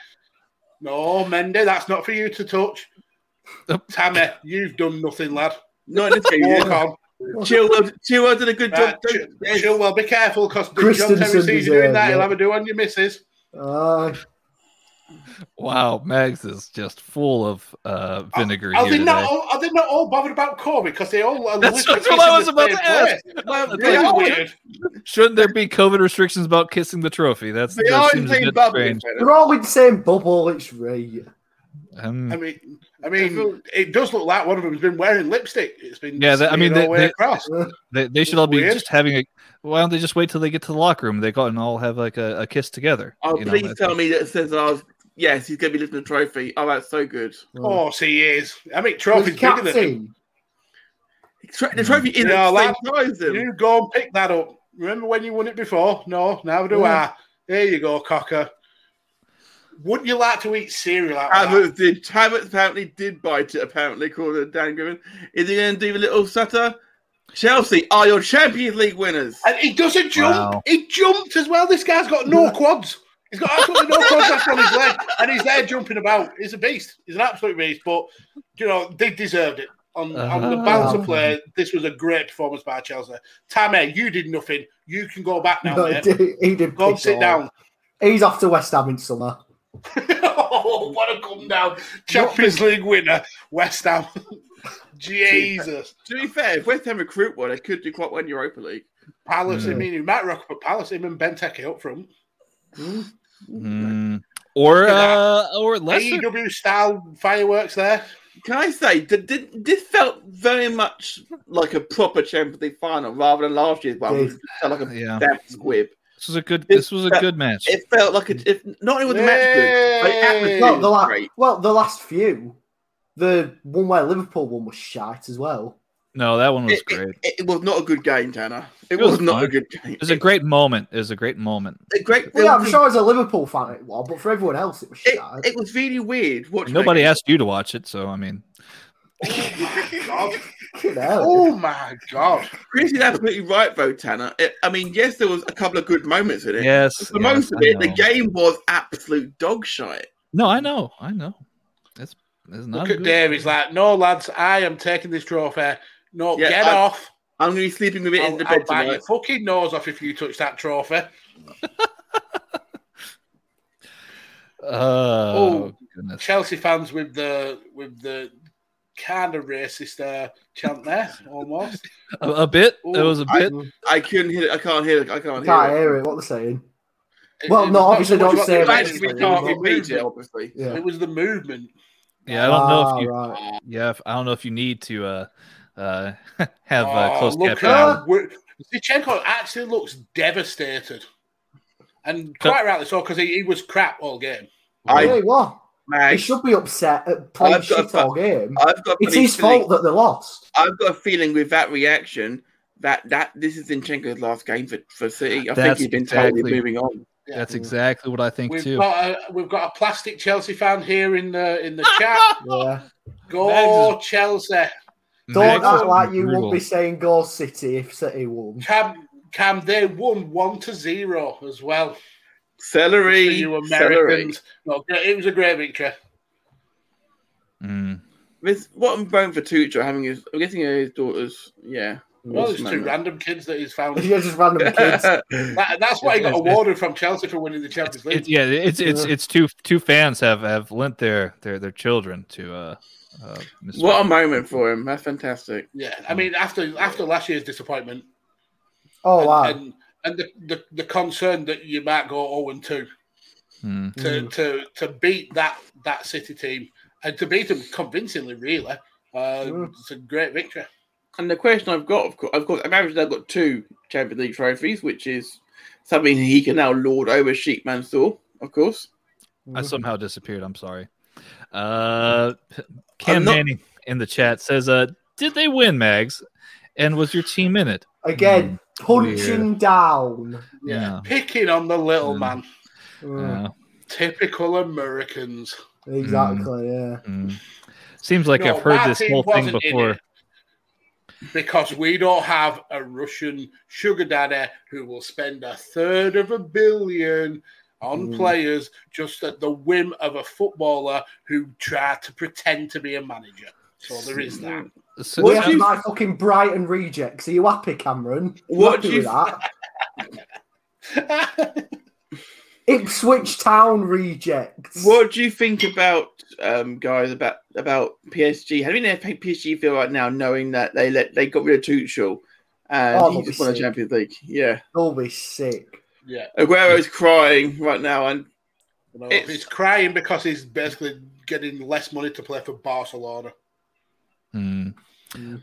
C: No, Mendy, that's not for you
A: [LAUGHS]
C: to touch. Tammy, you've done nothing, lad.
D: Not in the
C: Walk
D: table.
C: on.
D: Chilwell, Chilwell did a good job.
C: Uh, Oh. Ch- Chilwell, be careful because John Terry
E: Christensen
C: sees
E: is
C: you doing
E: there,
C: that.
E: yeah.
C: He'll have a do on your missus.
E: Uh,
A: Wow, Mags is just full of uh, vinegar.
C: Are
A: here
C: they not?
A: today.
C: all- Are they not all bothered about Corey because they all? Are
A: [LAUGHS] That's
C: literally
A: just what I was
C: kissing the
A: about to
C: same
A: ask.
C: place.
A: They
C: They are
A: are.
C: weird.
A: Shouldn't there be COVID restrictions about kissing the trophy? That's
D: They
A: that
D: are in
A: seems
D: the
A: a
D: same
A: bit
D: bubble.
A: strange.
E: they're all in the same bubble. It's right.
A: Um,
C: I mean, I mean, it does look like one of them's been wearing lipstick. It's been
A: Yeah, that- I mean,
C: smeared all
A: they-
C: the way
A: they-
C: across.
A: they, they should all be
C: Weird.
A: just having a. Why don't they just wait till they get to the locker room? They go and all have like a, a kiss together.
D: Oh,
A: you know,
D: please
A: that's-
D: tell me that it says that I was. Yes, he's going to be lifting the trophy. Oh, that's so good.
C: Of course he is. I mean,
E: Was
C: trophy's Oh, bigger than him.
E: captain.
D: Tra-
A: Mm.
D: the trophy is
C: Yeah,
D: the same
C: lad.
D: size as him.
C: You go and pick that up. Remember when you won it before? No, now do I.
E: Yeah.
C: There you go, cocker. Wouldn't you like to eat cereal out of that?
D: Havertz did. Havertz apparently did bite it. Apparently, according to Dan Griffin, is he going to do a little stutter? Chelsea are your Champions League winners.
C: And he doesn't jump.
A: Wow.
C: He jumped as well. This guy's got no quads. He's got absolutely no quads left on his leg, and he's there jumping about. He's a beast. He's an absolute beast. But you know they deserved it. On, on the
E: Ah.
A: Uh-huh.
C: balance of play, this was a great performance by Chelsea. Tammy, you did nothing. You can go back now.
E: [LAUGHS] No,
C: mate.
E: he did- he did
C: Go and
E: piss
C: sit
E: all.
C: down. [LAUGHS]
E: He's off to West Ham in summer.
C: oh, what a come down! Champions League winner, West
E: [LAUGHS]
C: Ham. Jesus,
D: To be fair, if West Ham recruit one, they could do quite well in Europa League.
C: Palace. I mean, you might rock up at Palace. Him and Benteke up front.
A: Mm. Or
C: Look at that.
A: uh, or Leicester.
C: AEW E style fireworks there.
D: Can I say that did- this felt very much like a proper Champions League final rather than last year's one, which felt like a
A: Yeah,
D: damn squib.
A: this was a good. This was a
D: That-
A: good match.
D: It felt like a, if not only was the match good, but the atmosphere
E: Well, the
D: was
E: la-
D: great.
E: well, the last few, the one where Liverpool one was shite as well.
A: No, that one was
D: It,
A: great. It,
D: it- it was not a good game, Tanner. It,
A: It
D: was,
A: was
D: not a
A: fun.
D: good game.
A: was a great moment. It was a great moment.
D: a great.
E: Well, yeah, I'm
D: it-
E: sure as a Liverpool fan it was, but for everyone else it was
D: It,
E: shite.
D: it was really weird. Watching that
A: Nobody
D: game.
A: asked you to watch it, so I mean,
C: God.
E: Fucking hell.
C: Oh my god!
D: Chris is absolutely right, though, Tanner. It, I mean, yes, there was a couple of good moments in it.
A: yes,
D: For
A: yes,
D: most of
A: I
D: it, the
A: know.
D: game was absolute dog shit.
A: No, I know, I know. It's it's not
C: Look
A: a
C: at
A: good-
C: Dave. He's like, "No, lads, I am taking this trophy. No,
D: Yeah,
C: get
D: I-
C: off!
D: I'm going to be sleeping with it in
E: Oh,
C: I'll,
D: the
C: I'll
D: bed
C: bite your
D: tonight.
C: fucking nose off if you touch that trophy."
A: Oh,
C: Oh.
A: goodness.
C: Chelsea fans with the with the kind of racist uh, chant there, almost.
A: A, a bit. it
C: Oh,
A: was a
D: I-
A: bit.
D: I couldn't hear it. I can't hear it. I can't
E: Mm, Can't
D: hear it.
E: hear it. What they're saying?
C: It-
E: Well,
C: it
E: no,
C: was
E: obviously
C: not so
E: don't
C: much about
E: say it.
C: the
D: Actually,
E: Imagine
D: we
C: movement,
D: can't
C: it was
D: repeat
C: the
D: it,
C: movement.
D: obviously.
E: Yeah.
C: It was the movement.
A: yeah, I don't know if you.
E: Ah, right.
A: Yeah, if, I don't know if you need to uh, uh, [LAUGHS] have uh,
C: Oh,
A: close
C: look
A: caption.
E: at-
A: on.
C: how wo- Zichenko actually looks devastated, and
A: So-
C: quite rightly so because he, he was crap all game.
E: Yeah,
D: I,
E: he was. He
D: man,
E: should be upset at playing
D: I've got a
E: shit all game.
D: I've got,
E: It's
D: a
E: his
D: feeling-
E: fault that they lost.
D: I've got a feeling with that reaction that, that this is Zinchenko's last game for, for City. I think
A: That's
D: he's been totally
A: exactly-
D: moving on.
C: Yeah.
A: That's exactly what I think
C: We've
A: too.
C: got a, we've got a plastic Chelsea fan here in the
A: [LAUGHS]
C: in the chat.
E: Yeah.
C: Go Chelsea!
E: Don't
A: Max
E: act
A: is
E: like you
A: brutal.
E: won't be saying go City if City won.
C: Cam Cam, they won one to zero as well. for
D: Celery,
C: you
D: celery.
C: Americans. No, it was a great victory.
A: Mm.
D: This what I'm going for Tuchel having his I'm guessing his daughter's yeah.
C: Well,
D: Yes,
C: it's two
D: man.
C: random kids that he's found.
A: [LAUGHS]
E: Yeah, just random
D: [LAUGHS]
E: kids.
C: That, that's why he got
A: Yes, yes,
C: awarded from Chelsea for winning the Champions
A: It,
C: League.
A: yeah, it's it's
E: Yeah.
A: it's two two fans have have lent their their their children to uh, uh Mr.
D: what a moment for him. That's fantastic.
C: Yeah, I mean, after after last year's disappointment,
E: Oh
C: and,
D: [LAUGHS]
E: wow. Mm.
C: and, and the, the, the concern that you might go zero and two
A: Mm.
C: to, to to beat that that City team and to beat them convincingly, really, uh,
E: Mm.
C: it's a great victory.
D: And the question I've got, of course, of course, I've now got two Champions League trophies, which is something he can now lord over Sheik Mansour, of course.
A: I
C: Mhm.
A: somehow disappeared. I'm sorry. Uh, Cam
D: I'm not-
A: Manning in the chat says, "Uh, did they win, Mags? And was your team in it?"
E: Again, Punching down. Mm,
A: Yeah.
C: Picking on the little
A: Mm.
C: man. Mm.
A: Yeah.
C: Typical Americans.
E: Exactly,
A: Mm. Seems like
C: No,
A: I've heard
C: my
A: this
C: team
A: whole thing
C: wasn't in
A: before.
C: it. Because we don't have a Russian sugar daddy who will spend a third of a billion on
E: Mm.
C: players just at the whim of a footballer who tried to pretend to be a manager. So there is that.
A: So-
E: yeah. We
A: so-
E: have my fucking Brighton rejects. Are you happy, Cameron? You
D: What
E: happy
D: do you-
E: with that?
D: [LAUGHS]
E: Ipswich Town rejects.
D: What do you think about um, guys about about PSG? How do you know how PSG feel right now, knowing that they let they got rid of Tuchel and
E: Oh,
D: he
E: they'll
D: just
E: be
D: won the
E: sick.
D: Champions League? Yeah,
E: They'll be sick.
C: Yeah.
D: Aguero's crying right now, and
C: You know,
D: It's-
C: he's crying because he's basically getting less money to play for Barcelona.
A: Mm.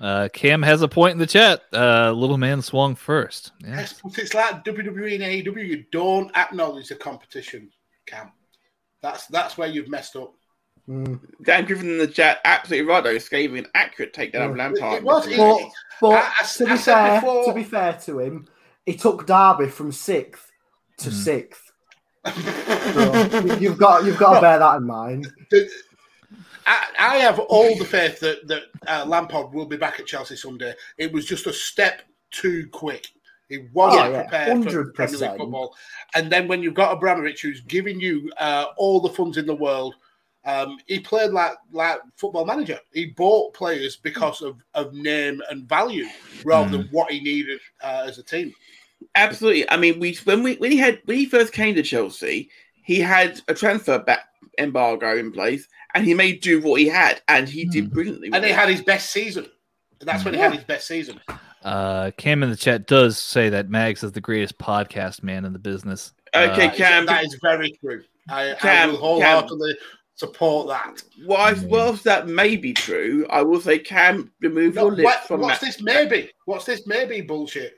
A: Uh, Cam has a point in the chat. Uh, little man swung first. Yeah.
C: Yes, but it's like WWE and AEW. You don't acknowledge the competition, Cam. That's that's where you've messed up.
E: Mm.
D: Dan Griffin in the chat, absolutely right though. gave an accurate takedown of
E: Yeah.
D: Lampard.
C: It was
E: But,
C: easy.
E: but
C: I- I-
E: to,
C: I
E: be
C: said
E: fair,
C: before-
E: to be fair to him, he took Derby from sixth to
A: Mhm.
E: sixth. [LAUGHS] So you- you've got you've got to bear that in mind.
C: I, I have all the faith that that uh, Lampard will be back at Chelsea someday. It was just a step too quick. He wasn't
E: Oh, yeah,
C: prepared for Premier
E: 100%.
C: League football. And then when you've got Abramovich, who's giving you uh, all the funds in the world, um, he played like like football manager. He bought players because of, of name and value rather than
E: Hmm.
C: what he needed uh, as a team.
D: Absolutely. I mean, we when we when he had when he first came to Chelsea, he had a transfer back embargo in place, and he made do what he had, and he did brilliantly. with
C: And he
D: it.
C: had his best season. That's when he had his best season.
A: Uh, Cam in the chat does say that Mags is the greatest podcast man in the business.
D: Okay,
A: Uh,
D: Cam.
C: that is very true. I,
D: Cam,
C: I will wholeheartedly support that.
D: whilst, whilst that may be true, I will say, Cam, remove
C: No,
D: your lips
C: what-
D: from
C: what's
D: that.
C: this maybe? What's this maybe bullshit?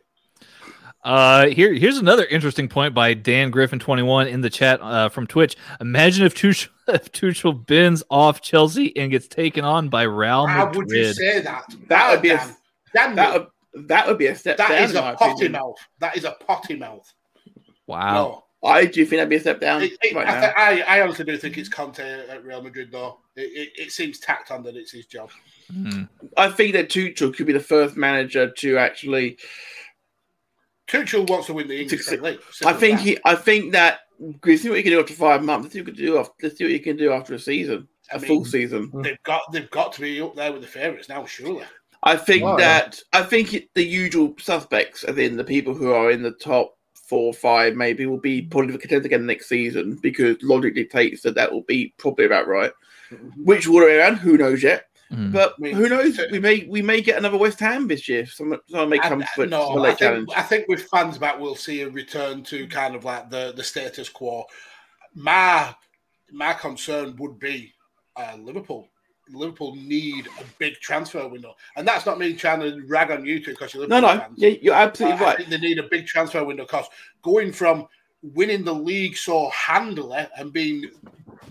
A: Uh, here, here's another interesting point by Dan Griffin 21 in the chat uh, from Twitch. Imagine if Tuchel, [LAUGHS] if Tuchel bends off Chelsea and gets taken on by Real
C: How would you
A: Madrid.
C: say that?
D: That would be a-
C: Dan, Dan,
D: That would, that would be a step
C: that
D: down.
C: is
D: in my
C: a potty
D: opinion.
C: mouth. That is a potty mouth.
A: Wow.
D: I do think that'd be a step
C: No,
D: down.
C: It- it-
D: right
C: I,
D: now.
C: thi- I, I honestly do think it's Conte at Real Madrid though. It, it, it seems tacked on that it's his job.
A: Mm.
D: I think that Tuchel could be the first manager to actually.
C: Tuchel wants to win the English Premier League.
D: I
C: Simple
D: think
C: as
D: he. I think that. Let's see what you can do after five months. Let's see what you can do. After, let's see what you can do after a season,
C: I
D: a
C: mean-
D: full season.
C: that. they've got they've got to be up there with the favourites now. Surely,
D: I think
E: Wow.
D: that I think it- the usual suspects, as in the people who are in the top four or five, maybe will be probably the contenders again next season because logic dictates that that will be probably about right.
C: Mm-hmm.
D: Which will around? Who knows yet?
A: Mm.
D: But
C: Mm.
D: who knows? We may we may get another West Ham this year. Someone, someone may
C: I-
D: come
C: I-
D: for for a
C: no, I
D: late
C: think,
D: challenge.
C: I think with fans back, we'll see a return to kind of like the, the status quo. My my concern would be uh, Liverpool. Liverpool need a big transfer window, and that's not me trying to rag on you two because you're
D: No,
C: Liverpool
D: no,
C: fans.
D: yeah, you're
C: I-
D: absolutely
C: I
D: right.
C: think they need a big transfer window because going from winning the league so handily and being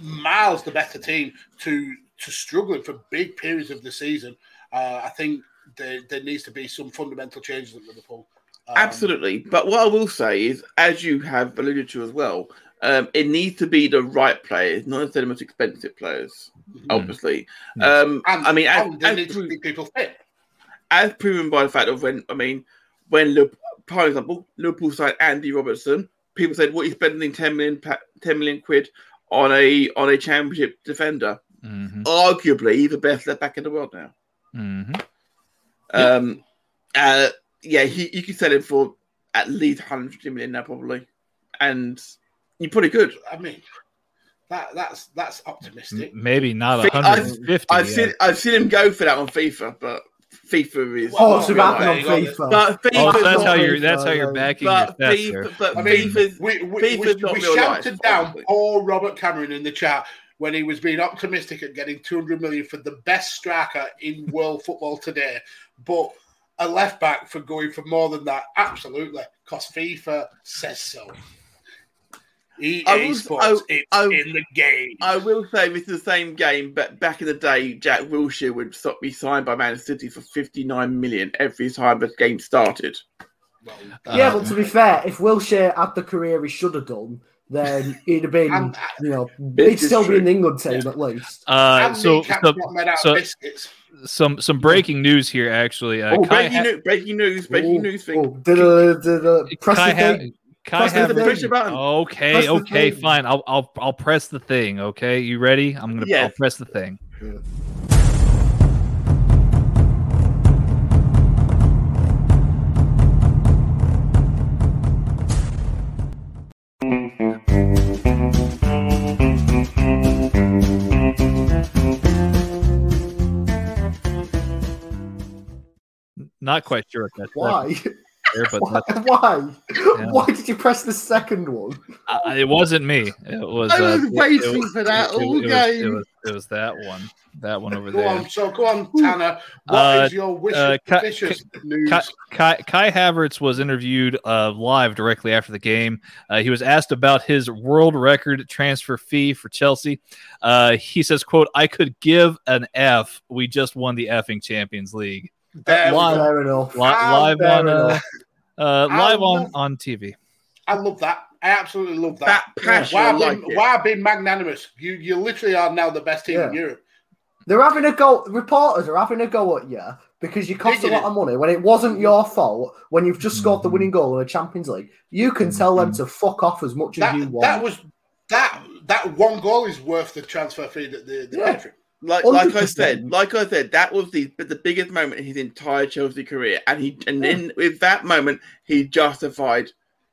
C: miles the better team to to struggling for big periods of the season, uh, I think there, there needs to be some fundamental changes at Liverpool. Um,
D: Absolutely. But what I will say is, as you have alluded to as well, um, it needs to be the right players, not necessarily the most expensive players, obviously.
A: Yes.
D: Um,
C: Mm-hmm. And,
D: I mean, as,
C: and
D: as
C: they need to
D: proven-
C: keep people fit.
D: as proven by the fact of when I mean, when Liverpool, for example, Liverpool signed Andy Robertson, people said, "What are you spending 10 million, pa- 10 million quid on a on a championship defender?
A: Mhm.
D: Arguably the best left back in the world now."
A: Mhm.
D: Um, uh, yeah, he, you could sell him for at least 150 million now, probably, and you're pretty good.
C: I mean, that that's
D: Mm-hmm.
C: that's optimistic.
A: M- Maybe not
D: Think- I've-
A: 150.
D: I've
A: yeah.
D: seen I've seen him go for that on FIFA, but FIFA is
C: Oh,
E: Oh,
C: it's
E: it's
C: a
E: about
C: bad
E: on
C: one.
E: FIFA.
D: but FIFA,
A: Oh, so
E: But-
A: that's how you're.
E: but-
A: That's how you're
E: but-
A: backing your stats
D: but
A: there.
D: FIFA, but
A: Mm.
D: FIFA's
C: We, we, we,
D: FIFA's not
C: we
D: real life,
C: shouted down
D: obviously.
C: poor Robert Cameron in the chat when he was being optimistic at getting 200 million for the best striker
A: [LAUGHS]
C: in world football today, but a left back for going for more than that, absolutely, because FIFA says so. EA
D: I was-
C: Sports,
D: I-
C: it's
D: I-
C: in the game.
D: I will say this is the same game, but back in the day, Jack Wilshere would stop, be signed by Man City for 59 million every time the game started.
E: Yeah,
A: Uh,
E: but to be fair, if Wilshire had the career he should have done, then he'd have been,
C: And-
E: you know, he'd still be in the England team at least.
A: Uh,
C: And
A: so,
C: me, Cap's
A: so
C: not made out of
A: so-
C: biscuits.
A: some some breaking news here actually. Uh,
D: Oh,
A: Kai,
D: breaking,
A: ha-
D: news, breaking news! Breaking news! Thing.
E: Oh, da-da-da-da-da. Press
A: Kai,
E: the
A: ha-
E: thing.
A: Kai
E: Press the
A: Havertz.
E: thing.
D: Press the button.
A: Okay,
E: Press the
A: okay,
E: thing.
A: fine. I'll I'll I'll press the thing. Okay, you ready? I'm gonna I'll
D: Yes.
A: press the thing. Not quite sure what that's
E: Why?
A: there, but
E: Why?
A: that's-
E: [LAUGHS] Why?
A: Yeah.
E: Why did you press the second one?
A: I- it wasn't me. It was. uh,
D: I was
A: it- it
D: waiting
A: was-
D: for that all
A: was- It
D: game.
A: was, it was that one. That one over
C: Go
A: there.
C: on, so go on, Tanner. What
A: Uh,
C: is your wish,
A: uh, Ca-
C: vicious news?
A: Kai, Kai, Kai Havertz was interviewed uh, live directly after the game. Uh, he was asked about his world record transfer fee for Chelsea. Uh, he says, "quote I could give an F. We just won the effing Champions League.
C: There we
A: Why?
C: go.
E: Fair enough.
A: Li- live
E: fair
A: on, uh,
E: enough.
A: uh, live on
C: love-
A: on TV.
C: I love that. I absolutely love that.
D: That passion,
C: Why
D: I
C: I've
D: like
C: been,
D: it.
C: why I've been magnanimous? You you literally are now the best team in
E: Yeah.
C: Europe.
E: They're having a go. Reporters are having a go at you because you cost a
C: Digging
E: lot of money when it wasn't your fault. When you've just scored the winning goal in a Champions League, you can tell them to fuck off as much as
C: That
E: you want.
C: that was that that one goal is worth the transfer fee that the, the
E: Yeah.
D: Like, like I
E: 100%.
D: said, like I said, that was the the biggest moment in his entire Chelsea career, and he and then with that moment, he justified.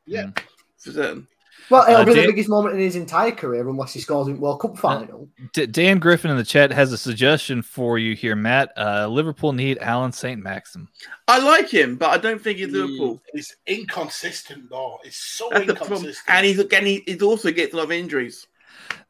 C: Yeah.
D: For certain.
E: Well, it'll
A: Uh,
E: be
A: Dan-
E: the biggest moment in his entire career unless he scores in World Cup final.
A: D- Dan Griffin in the chat has a suggestion for you here, Matt. Uh, Liverpool need Alan Saint Maxim.
D: I like him, but I don't think he's Liverpool.
C: It's inconsistent though. It's so
D: [LAUGHS] That's the problem.
C: inconsistent.
D: And he's again, he, he also gets a lot of injuries.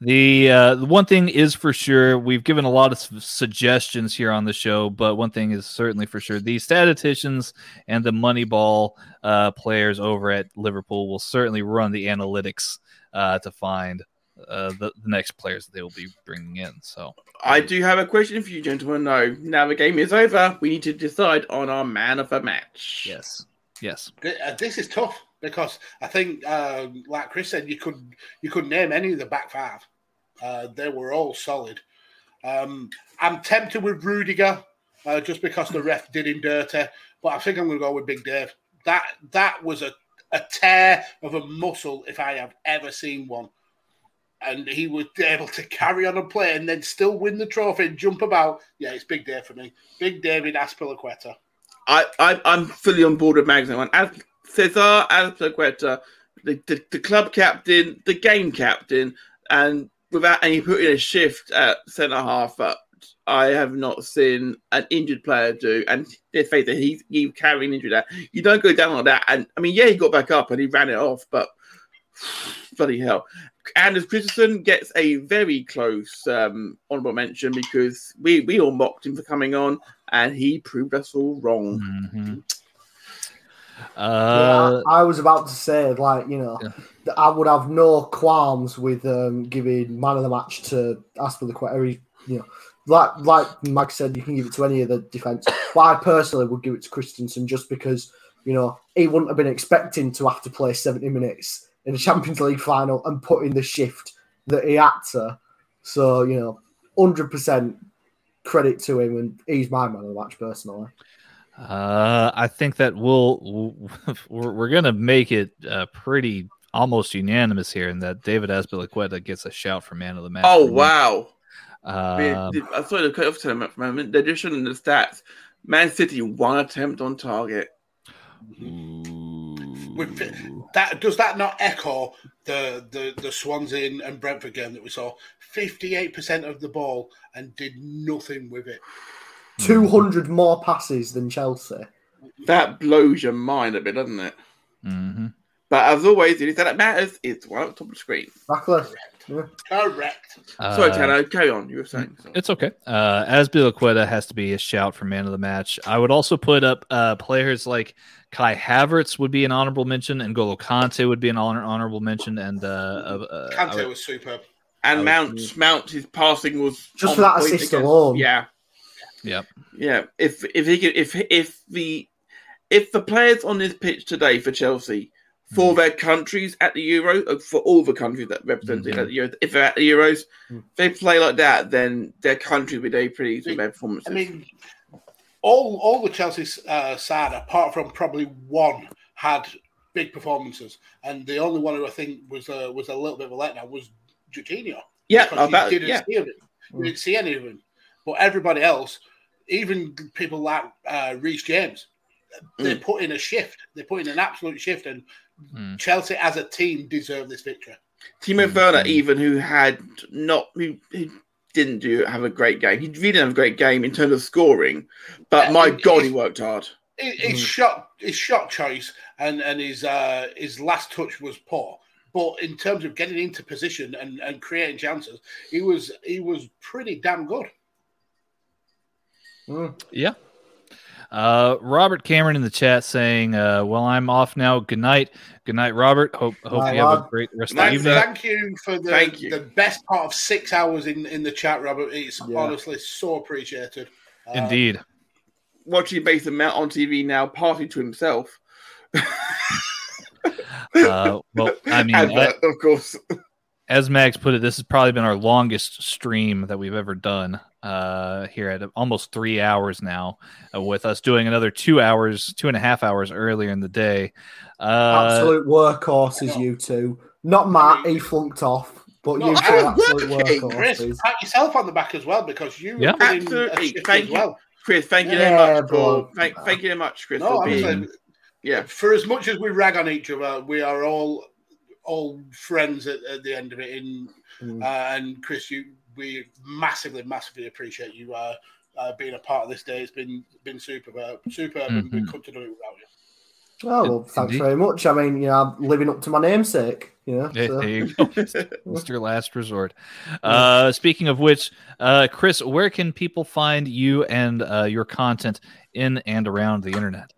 A: The uh, the one thing is for sure, we've given a lot of s- suggestions here on the show, but one thing is certainly for sure: the statisticians and the Moneyball uh, players over at Liverpool will certainly run the analytics uh, to find uh, the, the next players that they will be bringing in. So,
D: I do have a question for you, gentlemen. No, now the game is over. We need to decide on our man of the match.
A: yes, yes,
C: Th- uh, this is tough because I think, um, like Chris said, you could you could name any of the back five. Uh, they were all solid. Um, I'm tempted with Rudiger uh, just because the ref did him dirty, but I think I'm going to go with Big Dave. That that was a, a tear of a muscle if I have ever seen one. And he was able to carry on and play and then still win the trophy and jump about. Yeah, it's Big Dave for me. Big David Aspilaqueta.
D: I, I I'm fully on board with Magnus. on that one. As Cesar Azpilicueta, the, the the club captain, the game captain, and without any put in a shift at centre half, uh, I have not seen an injured player do. And let's face it, he's he carrying injury there. You don't go down like that. And I mean, yeah, he got back up and he ran it off, but [SIGHS] bloody hell. Anders Christensen gets a very close um, honourable mention because we, we all mocked him for coming on and he proved us all wrong.
A: Mhm.
E: Yeah,
A: Uh,
E: I, I was about to say, like, you know,
A: Yeah.
E: that I would have no qualms with um, giving man of the match to Aspilicueta. He- You know, like like Mag said, you can give it to any of the defence. but I personally would give it to Christensen just because you know he wouldn't have been expecting to have to play seventy minutes in a [LAUGHS] Champions League final and put in the shift that he had to. So you know, hundred percent credit to him, and he's my man of the match personally.
A: Uh, I think that we'll [LAUGHS] we're, we're gonna make it uh, pretty almost unanimous here, in that David Azpilicueta gets a shout for man of the match.
D: Oh wow!
A: Um,
D: I saw the cut off time at the moment. They're just showing the stats. Man City one attempt on target.
C: With- That does that not echo the the the Swansea and Brentford game that we saw? Fifty eight percent of the ball and did nothing with it.
A: Mm.
E: Two hundred more passes than Chelsea.
D: That blows your mind a bit, doesn't it?
A: mhm.
D: But as always, it is that matters. It's one up top of the screen.
E: Backless.
C: Correct.
D: Sorry,
A: Uh,
D: Tanner. Carry on. You were saying. sorry.
A: It's okay. Uh, Azpilicueta has to be a shout for man of the match. I would also put up uh, players like Kai Havertz would be an honorable mention, and Golo Kante would be an honor- honorable mention, and uh, uh, uh, I
C: Kante
A: would-
C: was superb.
D: And
A: Oh,
D: Mount,
A: yeah.
D: Mount, his passing was
E: Just
D: on
E: for that
D: point
E: assist
D: again.
E: alone.
D: Yeah,
A: Yep.
D: yeah. If if he could, if if the if the players on this pitch today for Chelsea, for their countries at the Euro, uh, for all the countries that represent it at the Euro, if they're at the Euros,
E: Mm.
D: they play like that, then their country will be very pleased with their performances.
C: I mean, all all the Chelsea uh, side, apart from probably one, had big performances, and the only one who I think was uh, was a little bit of a letdown was Jorginho.
D: yeah,
C: because you
D: about,
C: didn't
D: yeah,
C: see him. You didn't see any of him. But everybody else, even people like uh, Reece James, they
D: Mm.
C: put in a shift. They put in an absolute shift, and
A: Mm.
C: Chelsea as a team deserve this victory.
D: Timo Werner, even who had not who, who didn't do have a great game. He really didn't have a great game in terms of scoring, but
C: Yeah,
D: my
C: Uh, it-
D: god,
C: it-
D: he worked hard.
C: His, his
D: Mm.
C: shot, his shot choice, and and his uh, his last touch was poor. But in terms of getting into position and, and creating chances, he was he was pretty damn good.
A: Yeah. Uh, Robert Cameron in the chat saying, uh, "Well, I'm off now. Good night, good night, Robert. Hope hope
E: Bye,
A: you have a
E: Rob.
A: great rest of the
C: Thank,
A: evening."
C: thank you for the,
D: Thank you.
C: the best part of six hours in, in the chat, Robert. It's
E: Yeah.
C: honestly so appreciated. Uh,
A: Indeed.
D: Watching Mason Mount on TV now, partly to himself.
A: Uh, well, I mean, I-
D: Advert, uh, of course.
A: as Max put it, this has probably been our longest stream that we've ever done uh, here at almost three hours now, uh, with us doing another two hours, two and a half hours earlier in the day. Uh,
E: Absolute workhorses, you two. Not Matt, he flunked off, but
C: No,
E: you two
D: I'm
E: are absolute
D: working,
C: Chris,
E: workhorses.
C: pat yourself on the back as well because you
A: Yeah.
C: were put in
D: Absolutely.
C: a shift
D: Thank
C: as
D: you.
C: well.
D: Chris, thank you
E: Yeah,
D: very much for
E: bro.
D: thank, thank you very much, Chris,
C: No,
D: for being
C: honestly,
D: yeah.
C: for as much as we rag on each other, we are all all friends at, at the end of it. In
E: Mm.
C: uh, and Chris, you we massively, massively appreciate you uh, uh, being a part of this day. It's been been superb, superb, and we
D: Mm-hmm.
A: Mhm.
C: couldn't have done it without you.
E: Oh, well, thanks
A: Indeed.
E: very much. I mean, you know, I'm living up to my namesake. You know,
A: eh,
E: so.
A: there you go, Mr. Last Resort. Uh, speaking of which, uh, Chris, where can people find you and uh, your content in and around the internet?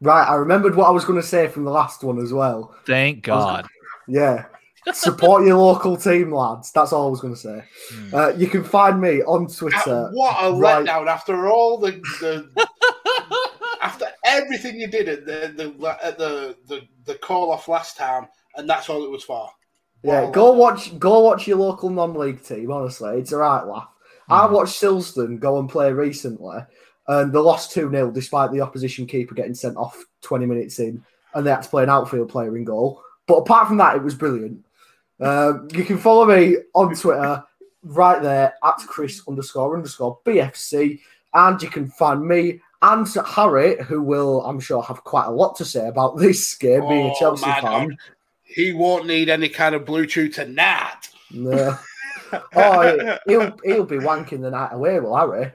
E: Right, I remembered what I was going to say from the last one as well.
A: Thank God.
E: Yeah. Support your local team, lads. That's all I was going to say.
A: Hmm.
E: Uh, you can find me on Twitter.
C: Ah, what a
E: right-
C: letdown after all the,
E: [LAUGHS]
C: the after everything you did at the the at the, the the call off last time, and that's all it was for.
E: Yeah,
C: Wow.
E: go watch go watch your local non-league team. Honestly, it's a right laugh.
A: Hmm.
E: I watched Silsden go and play recently, and they lost two 0 despite the opposition keeper getting sent off twenty minutes in, and they had to play an outfield player in goal. But apart from that, it was brilliant. Um, you can follow me on Twitter, right there at Chris underscore underscore BFC, and you can find me and Harry, who will I'm sure have quite a lot to say about this game, being a
C: Oh,
E: Chelsea
C: my
E: fan.
C: God. He won't need any kind of Bluetooth tonight.
E: No. oh, he- he'll he'll be wanking the night away, will Harry?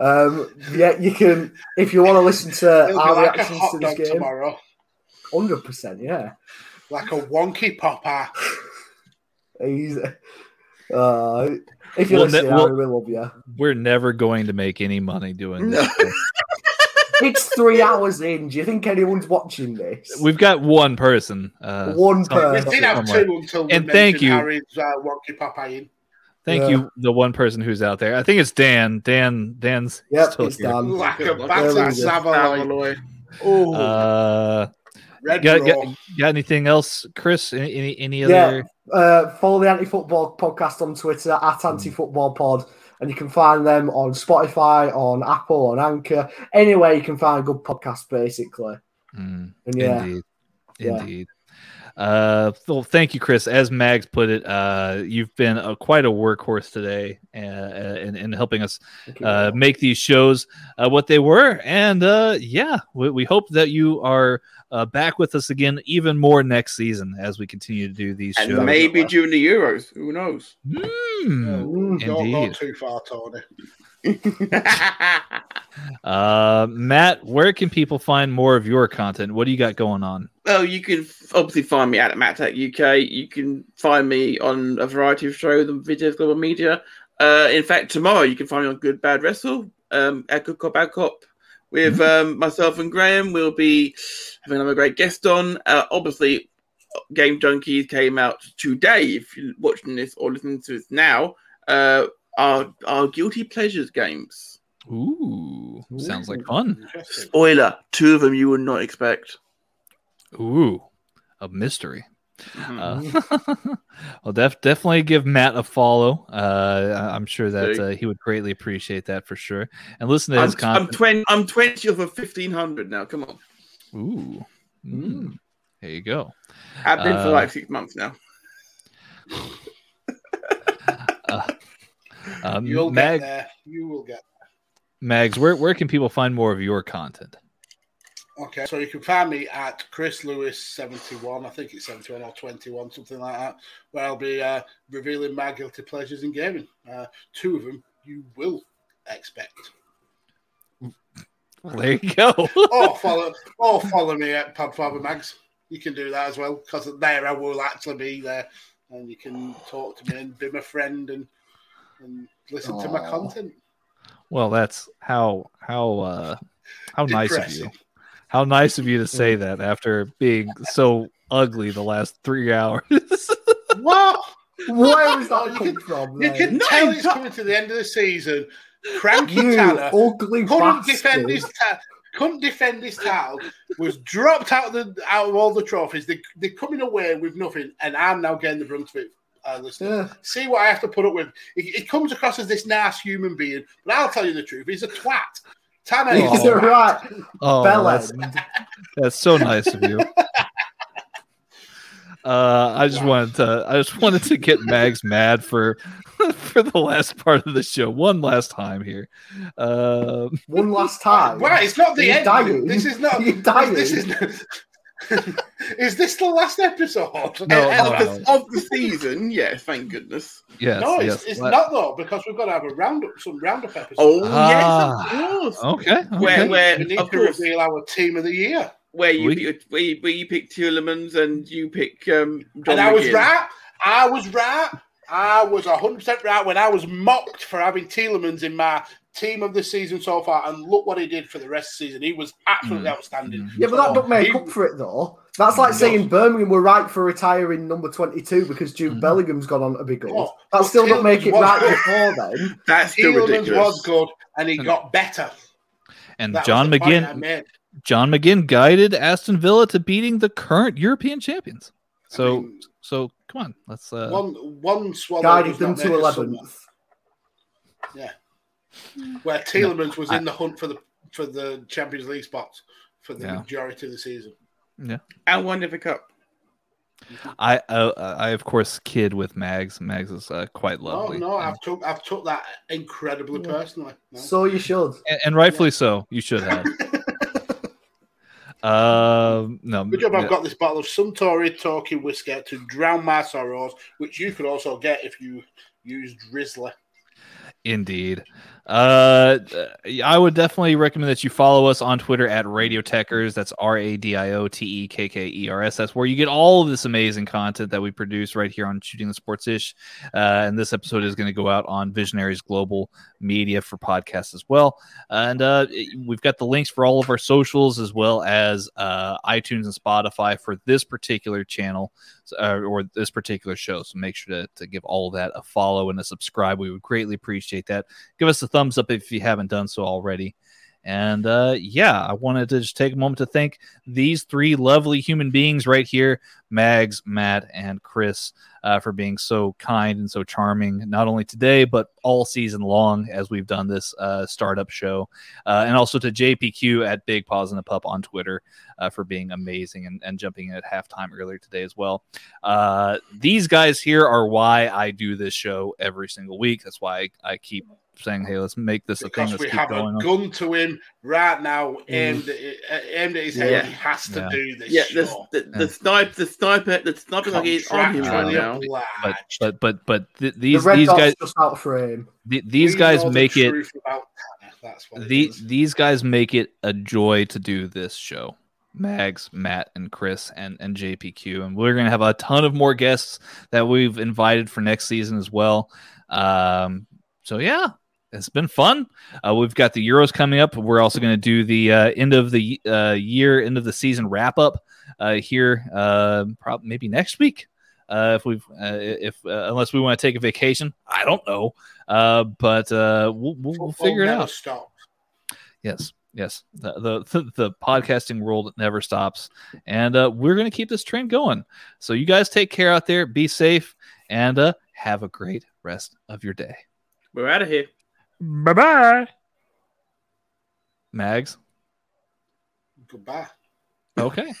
E: Um, yeah, you can if you want to listen to
C: He'll be
E: our
C: like a
E: reactions to
C: hot
E: this
C: dog
E: game.
C: tomorrow,
E: Hundred percent, yeah.
C: like a wonky
E: [LAUGHS]
C: popper.
E: He's uh, if you
A: We'll
E: listen,
A: ne-
E: Harry,
A: we'll-
E: we love you.
A: Mm. We're never going to make any money doing this.
E: [LAUGHS] It's three hours in. Do you think anyone's watching this?
A: We've got one person. Uh,
E: One
A: some-
E: Uh,
C: we
E: person.
C: did have
A: somewhere.
C: two until we
A: Oh And
C: mentioned
A: thank you.
C: Harry's uh, wonky popper in.
A: Thank
E: Yeah.
A: you, the one person who's out there. I think it's Dan. Dan. Dan's
E: Yep,
A: still
E: it's
A: here.
E: done.
C: Like a
D: Good luck.
C: battered
E: Very good.
C: Savaloy.
D: Alloy.
C: Oh,
A: Uh,
C: red
A: got,
C: raw.
A: got, got anything else, Chris? Any any, any
E: Yeah.
A: other?
E: Uh, follow the Anti Football Podcast on Twitter at
A: Hmm.
E: Anti Football Pod, and you can find them on Spotify, on Apple, on Anchor, anywhere you can find good podcasts, basically.
A: Mm,
E: And yeah,
A: Indeed.
E: Yeah.
A: Indeed. Uh, so thank you, Chris. As Mags put it, uh, you've been a, quite a workhorse today, uh, in, in helping us
E: thank you.
A: uh, make these shows uh, what they were. And uh, yeah, we, we hope that you are uh, back with us again, even more next season as we continue to do these
D: And
A: shows. Uh,
D: maybe during the Euros. Who
E: [LAUGHS]
D: knows? [LAUGHS]
E: Oh.
A: Mm.
C: Don't go
A: Indeed.
C: too far, Tony.
A: Uh, Matt, where can people find more of your content? What do you got going on?
D: Well, you can f- obviously find me out at MatTech UK. You can find me on a variety of shows and videos, global media. Uh, in fact, tomorrow you can find me on Good Bad Wrestle, um, at Good Cop, Bad Cop, with um, myself and Graham. We'll be having another great guest on. Uh, obviously, Game Junkies came out today. If you're watching this or listening to this now, uh, our our guilty pleasures games.
A: Ooh, sounds like fun.
C: Interesting.
D: Spoiler: two of them you would not expect.
A: Ooh, a mystery.
D: Mm-hmm.
A: Uh, [LAUGHS] well, def- definitely give Matt a follow. Uh, I- I'm sure that uh,
D: Okay.
A: he would greatly appreciate that for sure. And listen to
D: I'm,
A: his
D: I'm
A: content.
D: twenty. I'm twenty over fifteen hundred now. Come on,
A: Ooh,
D: Hmm.
A: Mm. there you go.
D: I've been for
A: Uh,
D: like six months now.
A: Um,
C: You'll get
A: Mag-
C: there. You will get.
A: Mags, where where can people find more of your content?
C: Okay, so you can find me at Chris Lewis seventy one. I think it's seventy one or twenty one, something like that. Where I'll be uh, revealing my guilty pleasures in gaming. Uh, two of them you will expect.
A: There you go. [LAUGHS]
C: Or follow, or follow me at Podfather Mags. You can do that as well because there I will actually be there, and you can talk to me and be my friend and and listen to my
A: Aw.
C: content.
A: well, that's how how uh, how nice of you.
C: Depressing.
A: How nice of you to say
D: Mm.
A: that after being so ugly the last three hours. [LAUGHS]
C: What? [LAUGHS]
E: Where is
C: Oh, You
E: that coming
C: can-
E: from?
C: You
E: then?
C: can
D: No,
C: tell it's
D: but-
C: coming to the end of the season. Cranky
E: you
C: Tanner
E: ugly
C: couldn't defend
E: bastard.
C: his ta- couldn't defend his title. Was dropped out of the out of all the trophies. They they're coming away with nothing, and I'm now getting the brunt of it. Uh, listener. [LAUGHS]
E: Yeah.
C: See what I have to put up with. It, it comes across as this nice human being, but I'll tell you the truth. He's a twat. Tanner is a
E: You're
C: twat.
E: right.
A: Oh, that's,
E: Bellend.
A: that's so nice of
C: [LAUGHS]
A: you. Uh, I just wanted to I just wanted to get Mags mad for [LAUGHS] for the last part of the show one last time here. Um,
E: One last time.
C: Right, it's not the
E: You're
C: end.
E: dying.
C: This is not.
E: You're dying.
C: This is. [LAUGHS] is this the last episode?
A: No,
C: Hell,
A: no,
C: this-
A: no.
D: Of the season, yes. Thank goodness.
A: yes,
C: No, it's,
A: yes.
C: it's
A: la-
C: not though because we've got to have a roundup, some roundup episode.
D: Oh
A: Ah.
D: yes, of course.
A: Okay.
D: Where,
A: okay.
D: where,
C: we need
D: of
C: to
D: course,
C: reveal our team of the year,
D: where you
A: We-
D: pick, where you, where you pick Tielemans and you pick um. John
C: and I was
D: McGinn.
C: right. I was right. I was hundred percent right when I was mocked for having Telemans in my team of the season so far, and look what he did for the rest of the season. He was absolutely
A: Mm.
C: outstanding.
A: Mm-hmm.
E: Yeah, but that don't make
C: Oh,
E: up for it though. That's like saying Birmingham were right for retiring number twenty-two because Jude
A: Hmm.
E: Bellingham's gone on to be good.
C: Oh,
E: that still don't make it
C: Taylor's
E: right
C: was-
E: before then.
D: That's still
C: Telemans
D: ridiculous.
C: was good, and he got better.
A: and
C: That was
A: John
C: the point I
A: McGinn
C: made.
A: John McGinn guided Aston Villa to beating the current European champions. So
C: mean-
A: so come on, let's uh
C: One one swallow
E: Guided
C: does
E: them
C: not
E: to
C: make a
E: eleventh.
C: summer. Where Telemans was in the hunt for the for the Champions League spots for the
A: Yeah.
C: majority of the season.
D: And won the cup.
A: I uh, I of course kid with Mags. Mags is uh, quite lovely.
C: Oh no, I've took I've took that incredibly personally. No.
E: So you should.
A: and, and rightfully so. You should
C: [LAUGHS]
A: have. um, no,
C: Good job. I've
A: yeah,
C: got this bottle of Suntory Talking Whiskey to drown my sorrows, which you could also get if you use Drizzler.
A: indeed. Uh, I would definitely recommend that you follow us on Twitter at Radio Techers. That's R A D I O T E K K E R S. That's where you get all of this amazing content that we produce right here on Shooting the Sports Ish. Uh, and this episode is going to go out on Visionaries Global Media for podcasts as well. And uh, it- we've got the links for all of our socials as well as uh, iTunes and Spotify for this particular channel uh, or this particular show. So make sure to, to give all that a follow and a subscribe. We would greatly appreciate that. Give us a thumbs up if you haven't done so already. And uh, yeah, I wanted to just take a moment to thank these three lovely human beings right here Mags, Matt, and Chris uh, for being so kind and so charming, not only today, but all season long as we've done this uh, startup show. Uh, and also to JPQ at Big Paws and a Pup on Twitter uh, for being amazing and, and jumping in at halftime earlier today as well. Uh, these guys here are why I do this show every single week. That's why I, I keep saying, hey, let's make this a thing.
C: Because
A: Let's
C: we
A: keep
C: have a
A: going on.
C: gun to him right now, aimed, at, uh, aimed at his head.
D: Yeah.
C: He has to
A: Yeah.
C: do this.
D: Yeah, the,
C: show.
D: the, the sniper, the sniper, the sniper dog is on him right
C: Contractually
D: now.
A: but
C: obliged.
A: but but but th-
E: The
A: these
E: red
A: these
E: dot's
A: guys
E: just out of frame.
A: th- these
C: We
A: guys
C: know the
A: make it
C: truth about Tanner, That's what it
A: the,
C: is.
A: these guys make it a joy to do this show mags matt and chris and and jpq and we're gonna have a ton of more guests that we've invited for next season as well um so yeah it's been fun uh, we've got the euros coming up we're also going to do the uh, end of the uh, year end of the season wrap up uh, here uh, prob- maybe next week uh, if we've uh, if uh, unless we want to take a vacation i don't know uh, but uh, we'll, we'll, we'll
C: Football
A: figure it
C: never
A: out
C: stops.
A: Yes, yes. The the, the podcasting world never stops, and uh, we're going to keep this trend going. So you guys take care out there, be safe, and uh, have a great rest of your day.
D: We're out of here.
G: Bye bye.
A: Mags.
C: Goodbye.
A: Okay.